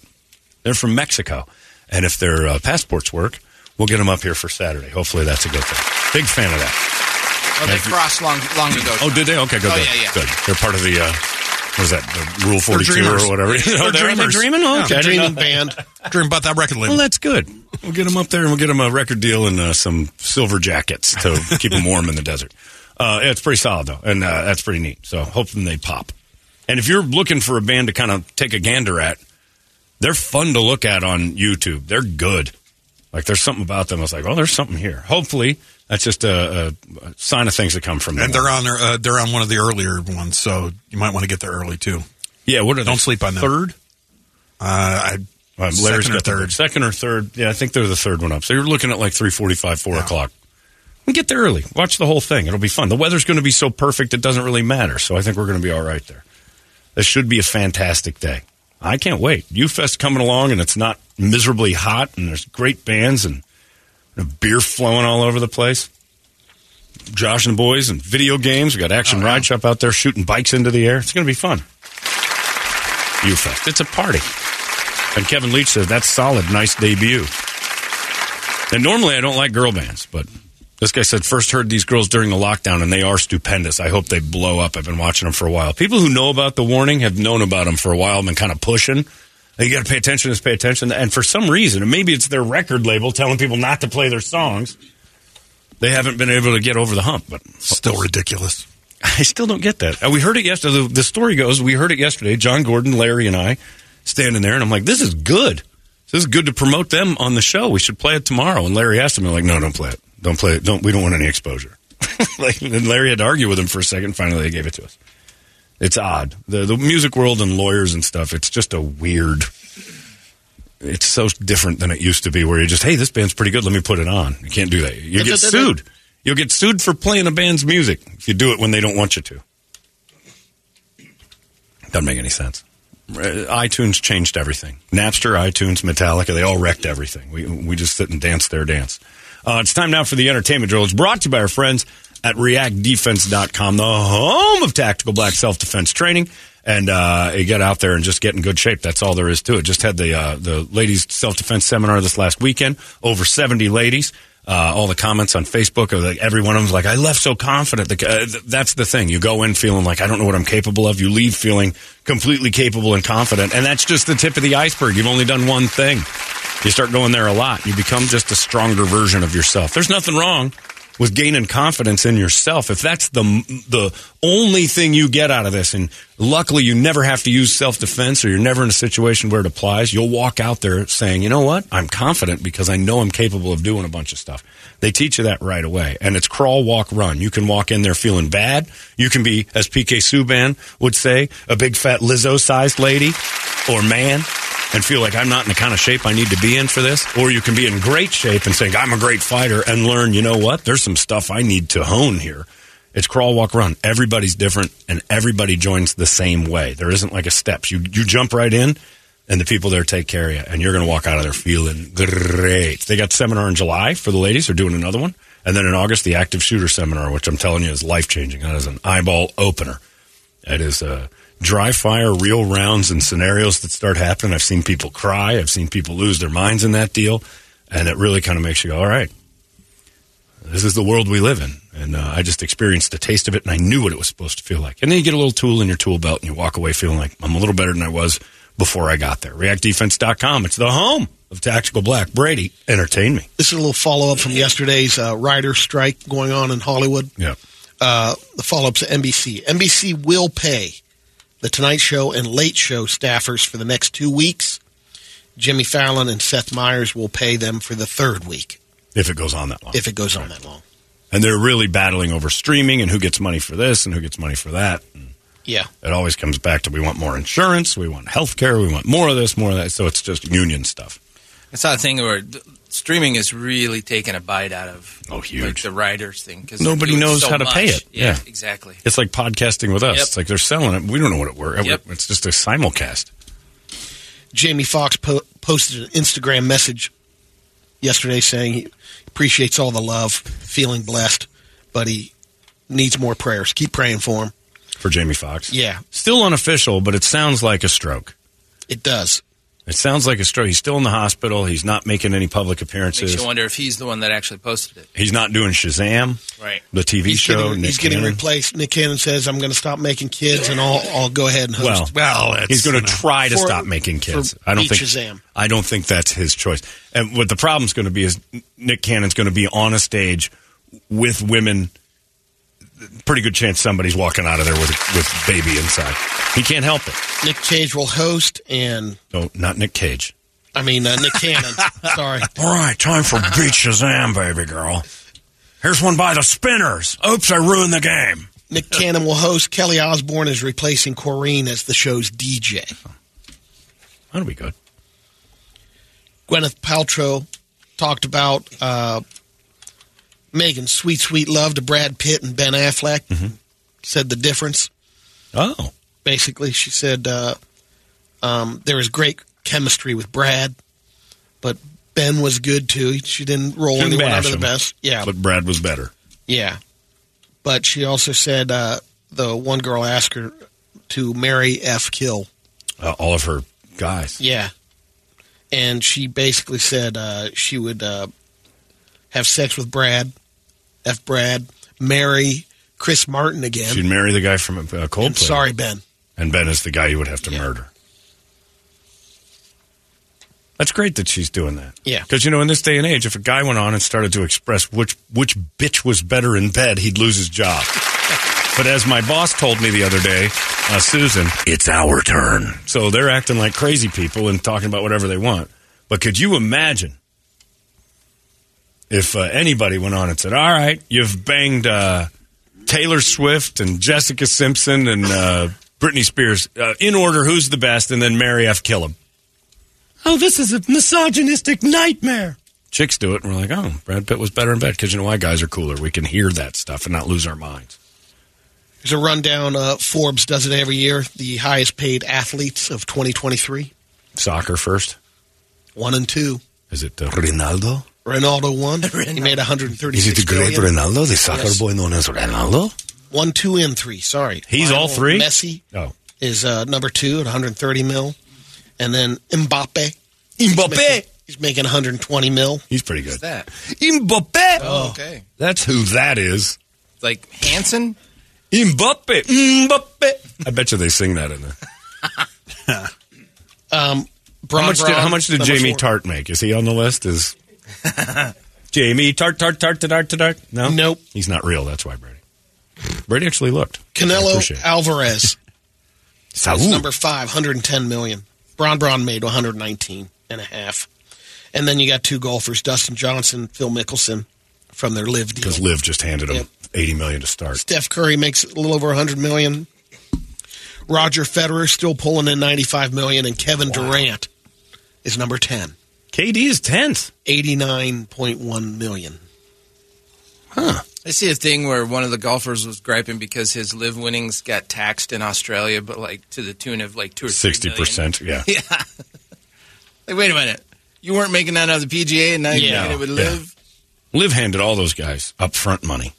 S1: They're from Mexico, and if their uh, passports work, we'll get them up here for Saturday. Hopefully, that's a good thing. Big fan of that.
S19: Oh, they
S1: If you-
S19: crossed long, long ago.
S1: Oh, did they? Okay, good.
S19: Oh,
S1: good,
S19: yeah, yeah.
S1: good. They're part of the uh, what is that? The Rule Forty Two
S6: dreamers.
S1: or whatever.
S6: They're
S1: Oh, they're-
S6: dreamers.
S1: they're dreaming.
S6: Yeah.
S1: Okay, I didn't
S6: Dreaming
S1: know.
S6: band. Dream about that record label.
S1: Well, that's good. We'll get them up there and we'll get them a record deal and uh, some silver jackets to keep them warm in the desert. Uh, yeah, it's pretty solid though, and uh, that's pretty neat. So hoping they pop. And if you're looking for a band to kind of take a gander at, they're fun to look at on YouTube. They're good. Like there's something about them. I was like, oh, there's something here. Hopefully, that's just a, a- a sign of things to come from.
S6: And
S1: them.
S6: they're on their, uh, they're on one of the earlier ones, so you might want to get there early too.
S1: Yeah, what are
S6: don't
S1: they,
S6: sleep on them.
S1: third?
S6: Uh, I,
S1: Larry's
S6: second or
S1: got the-
S6: third.
S1: second or third. Yeah, I think they're the third one up. So you're looking at like three forty-five, four o'clock. And get there early. Watch the whole thing. It'll be fun. The weather's going to be so perfect it doesn't really matter. So I think we're going to be all right there. This should be a fantastic day. I can't wait. UFest coming along, and it's not miserably hot, and there's great bands and, and beer flowing all over the place. Josh and the boys and video games. We got Action Ride Shop out there shooting bikes into the air. It's going to be fun. UFest. It's a party. And Kevin Leach says that's solid, nice debut. And normally I don't like girl bands, but this guy said first heard these girls during the lockdown, and they are stupendous. I hope they blow up. I've been watching them for a while. People who know about the warning have known about them for a while, been kind of pushing. You got to pay attention, just pay attention. And for some reason, and maybe it's their record label telling people not to play their songs. They haven't been able to get over the hump, but
S6: still ridiculous.
S1: I still don't get that. Uh, We heard it yesterday. The, the story goes, we heard it yesterday. John Gordon, Larry, and I standing there, and I'm like, this is good. This is good to promote them on the show. We should play it tomorrow. And Larry asked him, I'm like, no, don't play it. Don't play it. Don't. We don't want any exposure. like, and Larry had to argue with him for a second. Finally, they gave it to us. It's odd. The the music world and lawyers and stuff. It's just a weird. It's so different than it used to be, where you just, hey, this band's pretty good. Let me put it on. You can't do that. You get sued. You'll get sued for playing a band's music if you do it when they don't want you to. Doesn't make any sense. Uh, iTunes changed everything. Napster, iTunes, Metallica, they all wrecked everything. We, we just sit and dance their dance. Uh, it's time now for the entertainment drill. It's brought to you by our friends at reactdefense.com, the home of tactical black self defense training. And uh, you get out there and just get in good shape. That's all there is to it. Just had the uh, the ladies self defense seminar this last weekend. Over seventy ladies. Uh, all the comments on Facebook are like every one of them's like, "I left so confident." The, uh, th- that's the thing. You go in feeling like I don't know what I'm capable of. You leave feeling completely capable and confident, and that's just the tip of the iceberg. You've only done one thing. You start going there a lot. You become just a stronger version of yourself. There's nothing wrong with gaining confidence in yourself. If that's the the only thing you get out of this, and luckily you never have to use self defense, or you're never in a situation where it applies, you'll walk out there saying, "You know what? I'm confident because I know I'm capable of doing a bunch of stuff." They teach you that right away, and it's crawl, walk, run. You can walk in there feeling bad. You can be, as PK Subban would say, a big fat Lizzo sized lady or man and feel like I'm not in the kind of shape I need to be in for this. Or you can be in great shape and think I'm a great fighter and learn, you know what? There's some stuff I need to hone here. It's crawl, walk, run. Everybody's different and everybody joins the same way. There isn't like a steps. You, you jump right in and the people there take care of you and you're going to walk out of there feeling great. They got seminar in July for the ladies. They're doing another one. And then in August, the active shooter seminar, which I'm telling you is life changing. That is an eyeball opener. That is uh, dry fire, real rounds and scenarios that start happening. I've seen people cry. I've seen people lose their minds in that deal. And it really kind of makes you go, all right, this is the world we live in. And uh, I just experienced a taste of it and I knew what it was supposed to feel like. And then you get a little tool in your tool belt and you walk away feeling like I'm a little better than I was before I got there. ReactDefense.com. It's the home of Tactical Black. Brady, entertain me.
S7: This is a little follow up from yesterday's uh, rider strike going on in Hollywood.
S1: Yeah.
S7: Uh, the follow up to NBC. NBC will pay the Tonight Show and Late Show staffers for the next two weeks. Jimmy Fallon and Seth Meyers will pay them for the third week
S1: If it goes on that long.
S7: if it goes on that long.
S1: And they're really battling over streaming and who gets money for this and who gets money for that.
S7: Yeah.
S1: It always comes back to we want more insurance, we want health care, we want more of this, more of that. So it's just union stuff.
S19: I saw a thing where th- streaming is really taking a bite out of oh huge like the writers thing because
S1: Nobody knows how to pay it.
S19: Yeah, exactly.
S1: It's like podcasting with us.
S19: Yep.
S1: It's like they're selling it. We don't know what it works.
S19: Yep.
S1: It's just a simulcast.
S7: Jamie Foxx po- posted an Instagram message yesterday saying he appreciates all the love, feeling blessed, but he needs more prayers. Keep praying for him.
S1: for Jamie Foxx.
S7: Yeah.
S1: Still unofficial, but it sounds like a stroke.
S7: It does.
S1: It sounds like a stroke. He's still in the hospital. He's not making any public appearances.
S19: Makes you wonder if he's the one that actually posted it.
S1: He's not doing Shazam.
S19: Right.
S1: The TV
S19: He's
S1: show.
S19: getting-
S1: Nick
S7: He's getting
S1: Cannon.
S7: replaced. Nick Cannon says, "I'm going to stop making kids, and I'll, I'll go ahead and
S1: Well,
S7: host."
S1: he's going to try to
S7: For-
S1: stop making kids.
S7: for
S1: I don't
S7: Beat
S1: think.
S7: Shazam.
S1: I don't think that's his choice. And what the problem's going to be is Nick Cannon's going to be on a stage with women. Pretty good chance somebody's walking out of there with with baby inside. He can't help it.
S7: Nick Cage will host, and
S1: No, not Nick Cage.
S7: I mean uh, Nick Cannon. Sorry.
S1: All right, time for Beat Shazam, baby girl. Here's one by the Spinners. Oops, I ruined the game.
S7: Nick Cannon will host. Kelly Osborne is replacing Corrine as the show's DJ.
S1: That'll be good.
S7: Gwyneth Paltrow talked about uh, Megan's sweet, sweet love to Brad Pitt and Ben Affleck. Said the difference.
S1: Mm-hmm. Oh.
S7: Basically, she said uh, um, there was great chemistry with Brad, but Ben was good too. She didn't roll
S1: Couldn't
S7: anyone
S1: bash
S7: under the
S1: him.
S7: best. Yeah.
S1: but Brad was better.
S7: Yeah. But she also said uh, the one girl asked her to marry F. Kill.
S1: Uh, all of her guys.
S7: Yeah. And she basically said uh, she would uh, have sex with Brad, F. Brad, marry Chris Martin again.
S1: She'd marry the guy from uh, Coldplay.
S7: I'm sorry, Ben.
S1: And Ben is the guy you would have to murder. That's great that she's doing that.
S7: Yeah.
S1: Because, you know, in this day and age, if a guy went on and started to express which, which bitch was better in bed, he'd lose his job. but as my boss told me the other day, uh, Susan, it's our turn. So they're acting like crazy people and talking about whatever they want. But could you imagine if uh, anybody went on and said, all right, you've banged uh, Taylor Swift and Jessica Simpson and uh, Britney Spears uh, in order, who's the best, and then Mary F. Kill 'em.
S28: Oh, this is a misogynistic nightmare.
S1: chicks do it, and we're like, oh, Brad Pitt was better in bed because you know why guys are cooler. We can hear that stuff and not lose our minds.
S7: There's a rundown. Uh, Forbes does it every year. The highest paid athletes of 2023.
S1: Soccer first.
S7: One and two.
S1: Is it uh, Ronaldo?
S7: Ronaldo won. He made 136
S1: Is it the great
S7: million.
S1: Ronaldo, the soccer
S7: Yes.
S1: boy known as Ronaldo?
S7: One, two, and three. Sorry.
S1: He's all
S7: Lionel
S1: three?
S7: Messi
S1: Oh.
S7: is uh, number two at 130 mil. And then Mbappe.
S1: Mbappe.
S7: He's making, he's making 120 mil. Uh,
S1: He's pretty good.
S29: that?
S1: Mbappe.
S29: Oh, okay.
S1: That's who that is.
S29: Like Hanson?
S1: Mbappe. Mbappe. I bet you they sing that in there.
S7: Um,
S1: how, much did, how much did
S7: Number
S1: Jamie
S7: four.
S1: Tart make? Is he on the list? Is Jamie Tart, Tart, Tart, Tart, Tart? No?
S7: Nope.
S1: He's not real. That's why Brady. Brady actually looked. I Oh, appreciate
S7: Canelo
S1: it.
S7: Alvarez.
S1: Saul.
S7: is number five, 110 million. Bron Bron made 119 and a half. And then you got two golfers, Dustin Johnson, Phil Mickelson, from their live deal.
S1: Because Liv just handed him 80 million to start.
S7: Steph Curry makes a little over 100 million. Roger Federer still pulling in 95 million, and Kevin Durant is number 10.
S1: KD is 10th.
S7: 89.1 million.
S19: I see a thing where one of the golfers was griping because his live winnings got taxed in Australia, but like to the tune of like two or three
S1: 60%,
S19: million.
S1: yeah.
S19: yeah. Like, wait a minute, you weren't making that out of the PGA, and now you're making it with
S1: Yeah.
S19: live.
S1: Liv handed all those guys upfront money.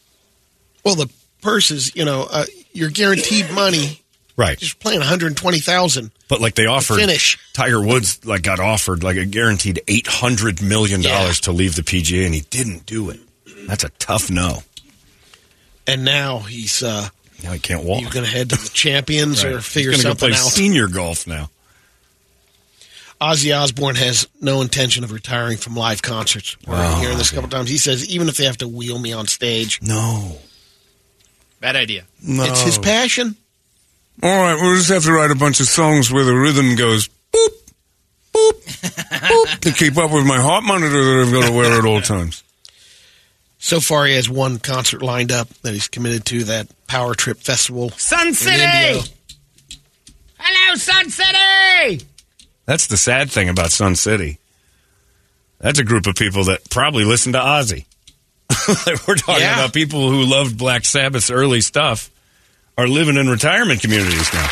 S7: Well, the purses, you know, uh, you're guaranteed money.
S1: Right.
S7: Just playing 120,000.
S1: But like they offered
S7: finish.
S1: Tiger Woods like got offered like a guaranteed 800 million dollars to leave the PGA and he didn't do it. That's a tough no.
S7: And now he's uh,
S1: Now he can't walk.
S7: you're going to head to the champions
S1: Right.
S7: or
S1: He's
S7: figure
S1: gonna go
S7: something
S1: play
S7: out.
S1: senior golf now.
S7: Ozzy Osbourne has no intention of retiring from live concerts. We're
S1: Wow.
S7: hearing this a couple times. He says, even if they have to wheel me on stage,
S1: No.
S19: Bad idea.
S1: No.
S7: It's his passion.
S1: All right, we'll just have to write a bunch of songs where the rhythm goes boop, boop, boop to keep up with my heart monitor that I've got to wear at all times.
S7: So far, he has one concert lined up that he's committed to that Power Trip Festival.
S10: Sun
S7: in Indio.
S10: City! Hello, Sun City!
S1: That's the sad thing about Sun City. That's a group of people that probably listened to Ozzy. We're talking
S10: Yeah.
S1: about people who loved Black Sabbath's early stuff are living in retirement communities now.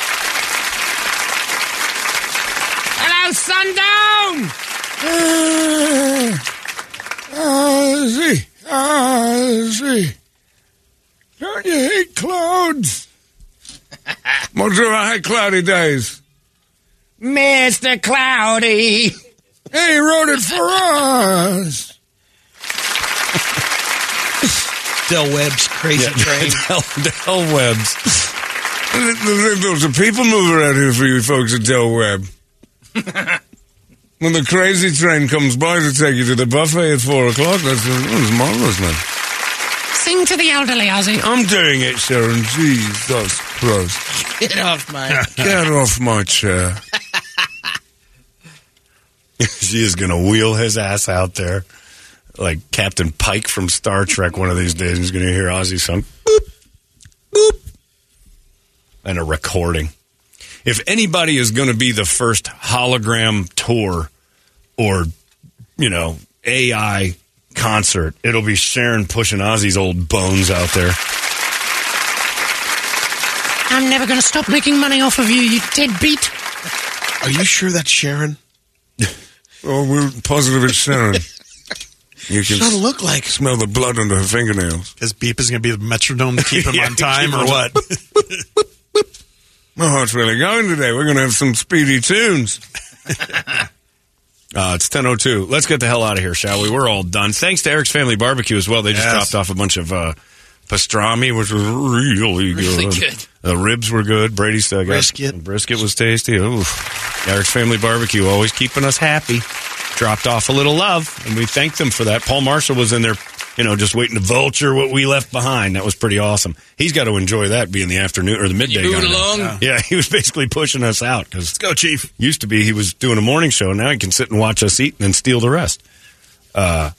S10: Hello, Sundown!
S30: Ah, Ozzy, Ozzy, don't you hate clouds? Most of our cloudy days.
S9: Mr. Cloudy.
S30: Hey, he wrote it for us.
S7: Del Webb's Crazy Train.
S30: Del, Del Webb's. There's a people mover out here for you folks at Del Webb. when the crazy train comes by to take you to the buffet at four o'clock, that's, that's marvelous, man.
S9: Sing to the elderly, Ozzy.
S30: I'm doing it, Sharon. Jesus Christ.
S19: Get off my.
S30: Get off my chair.
S1: she is going to wheel his ass out there like Captain Pike from Star Trek one of these days. He's going to hear Ozzy song. Boop, boop, and a recording. If anybody is going to be the first hologram tour or, you know, AI concert, it'll be Sharon pushing Ozzy's old bones out there.
S9: I'm never going to stop making money off of you, you deadbeat.
S7: Are you sure that's Sharon?
S30: Oh, we're positive it's Sharon. You can
S7: She doesn't look like-
S30: smell the blood under her fingernails.
S6: His beep is going to be the metronome to keep him
S30: Yeah,
S6: on time,
S30: keep
S6: or
S30: him-
S6: what?
S30: My heart's really going today. We're going to have some speedy tunes.
S1: Uh, it's 10.02. Let's get the hell out of here, shall we? We're all done. Thanks to Eric's Family Barbecue as well. They just
S30: Yes.
S1: dropped off a bunch of uh, pastrami, which was really good.
S30: Really good.
S1: The ribs were good. Brady's uh, got-
S30: Brisket.
S1: Brisket was tasty. Ooh. Eric's Family Barbecue always keeping us happy. Dropped off a little love, and we thank them for that. Paul Marshall was in there, you know, just waiting to vulture what we left behind. That was pretty awesome. He's got to enjoy that being the afternoon or the midday.
S22: moving
S1: guy now.
S22: along?
S1: Yeah. Yeah, he was basically pushing us out. Cause Let's go, Chief. Used to be he was doing a morning show. Now he can sit and watch us eat and then steal the rest. Uh,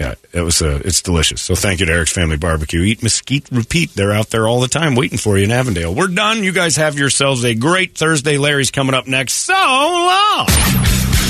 S1: yeah, it was uh, it's delicious. So thank you to Eric's Family Barbecue. Eat mesquite, repeat. They're out there all the time waiting for you in Avondale. We're done. You guys have yourselves a great Thursday. Larry's coming up next. So long.